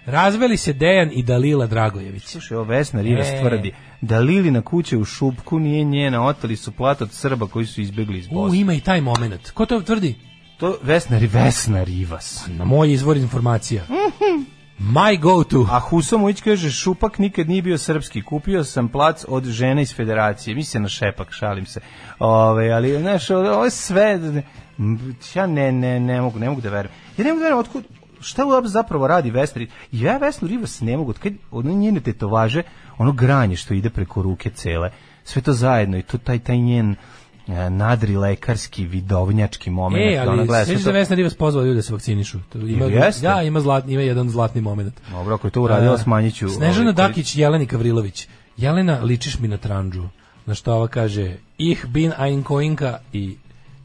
Speaker 7: Razveli se Dejan i Dalila Dragojević.
Speaker 6: Slušaj, ovo Vesna Rivas
Speaker 7: E.
Speaker 6: tvrdi da Lilina kuća u Šupku nije njena, oteli su plat od Srba koji su izbegli iz
Speaker 7: U,
Speaker 6: Bosne.
Speaker 7: ima i taj moment. Ko to tvrdi?
Speaker 6: To Vesna, Ri- Vesna Rivas.
Speaker 7: Na moj izvor informacija. My go to.
Speaker 6: A Husamović kaže, Šupak nikad nije bio srpski, kupio sam plac od žene iz federacije, mi se na šepak, šalim se. Ove, ali, znaš, ovo ovo je sve, m, ja ne, ne, ne mogu, ne mogu da verujem. Ja ne mogu da verujem, otkud, šta u zapravo radi Vesna Rivas? Ja Vesnu Rivas ne mogu, kad ono njene tetovaže, ono granje što ide preko ruke cele, sve to zajedno i to taj, taj njen e, nadri lekarski vidovnjački moment
Speaker 7: E, ali
Speaker 6: sve
Speaker 7: sveći
Speaker 6: to-
Speaker 7: se Vesna Rivas pozvala ljude da se vakcinišu. To Ima,
Speaker 6: Ili jeste?
Speaker 7: da, ima, zlatni, ima jedan zlatni moment.
Speaker 6: Dobro, ako je to uradila,
Speaker 7: A,
Speaker 6: smanjit ću...
Speaker 7: Snežana
Speaker 6: ovaj,
Speaker 7: Dakić, Jeleni Gavrilović. Jelena, ličiš mi na tranđu. Na što ova kaže, ih bin ein koinka i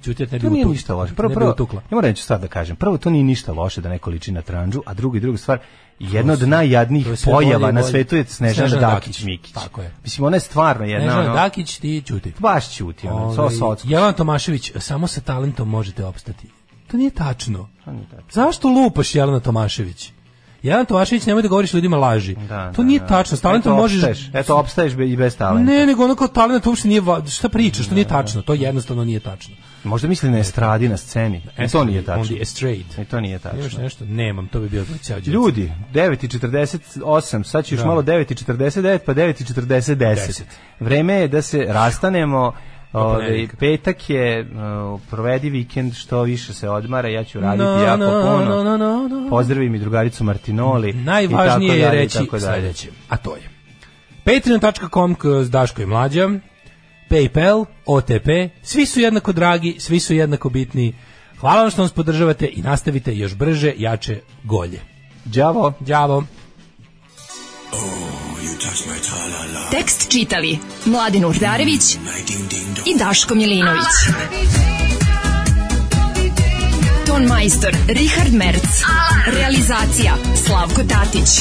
Speaker 7: ćutjet ne bi
Speaker 6: To nije
Speaker 7: utukla.
Speaker 6: ništa loše. Prvo,
Speaker 7: Ne bi
Speaker 6: prvo,
Speaker 7: utukla.
Speaker 6: ja moram reći sad da kažem. Prvo, to nije ništa loše da neko liči na tranđu, a druga i druga stvar, jedna od najjadnijih
Speaker 7: to je sve
Speaker 6: pojava
Speaker 7: bolje i
Speaker 6: na
Speaker 7: bolje.
Speaker 6: svetu je Snežana
Speaker 7: Snežana
Speaker 6: Dakić
Speaker 7: Dakić.
Speaker 6: Mikić.
Speaker 7: Tako je.
Speaker 6: Mislim, ona je stvarno jedna,
Speaker 7: Snežana
Speaker 6: ono,
Speaker 7: Dakić, ti ćuti.
Speaker 6: baš ćuti, ono, sa
Speaker 7: Ovaj,
Speaker 6: sa odsku.
Speaker 7: Jelena Tomašević, samo sa talentom možete opstati. To nije tačno. Zašto lupaš Jelena Tomašević? Jelena Tomašević, nemoj da govoriš ljudima laži.
Speaker 6: Da,
Speaker 7: to
Speaker 6: da,
Speaker 7: nije
Speaker 6: da.
Speaker 7: tačno. S talentom
Speaker 6: Eto,
Speaker 7: možeš...
Speaker 6: opstaješ. Eto, opstaješ be- i bez talenta.
Speaker 7: Ne, nego ono kao talent uopšte nije... va- Šta pričaš? To
Speaker 6: Da,
Speaker 7: nije tačno. To jednostavno nije tačno.
Speaker 6: Možda misli na estradi, na sceni. I E, to nije
Speaker 7: E, On
Speaker 6: tačno.
Speaker 7: the estrade.
Speaker 6: I to nije
Speaker 7: Imaš
Speaker 6: tačno.
Speaker 7: nešto? Nemam, to bi bio ceo đec.
Speaker 6: Ljudi, 9.48, sad će još
Speaker 7: Da.
Speaker 6: malo 9.49, pa 9.40. Vreme je da se rastanemo. Ove,
Speaker 7: ponedeljka.
Speaker 6: petak je, uh, provedi vikend, što više se odmara, ja ću raditi
Speaker 7: No,
Speaker 6: jako
Speaker 7: no,
Speaker 6: puno.
Speaker 7: no, no, no, no.
Speaker 6: Pozdravim i drugaricu Martinoli.
Speaker 7: Najvažnije
Speaker 6: i
Speaker 7: je
Speaker 6: tako dalje, i
Speaker 7: reći
Speaker 6: tako dalje.
Speaker 7: sledeće, a to je patreon.com kroz Daško i Mlađa, Paypal, OTP, svi su jednako dragi, svi su jednako bitni. Hvala vam što nas podržavate i nastavite još brže, jače, golje.
Speaker 6: Đavo.
Speaker 7: Đavo!
Speaker 4: Tekst čitali Mladin Urdarević i Daško Milinović. Ton majstor Richard Merc. Realizacija Slavko Tatić.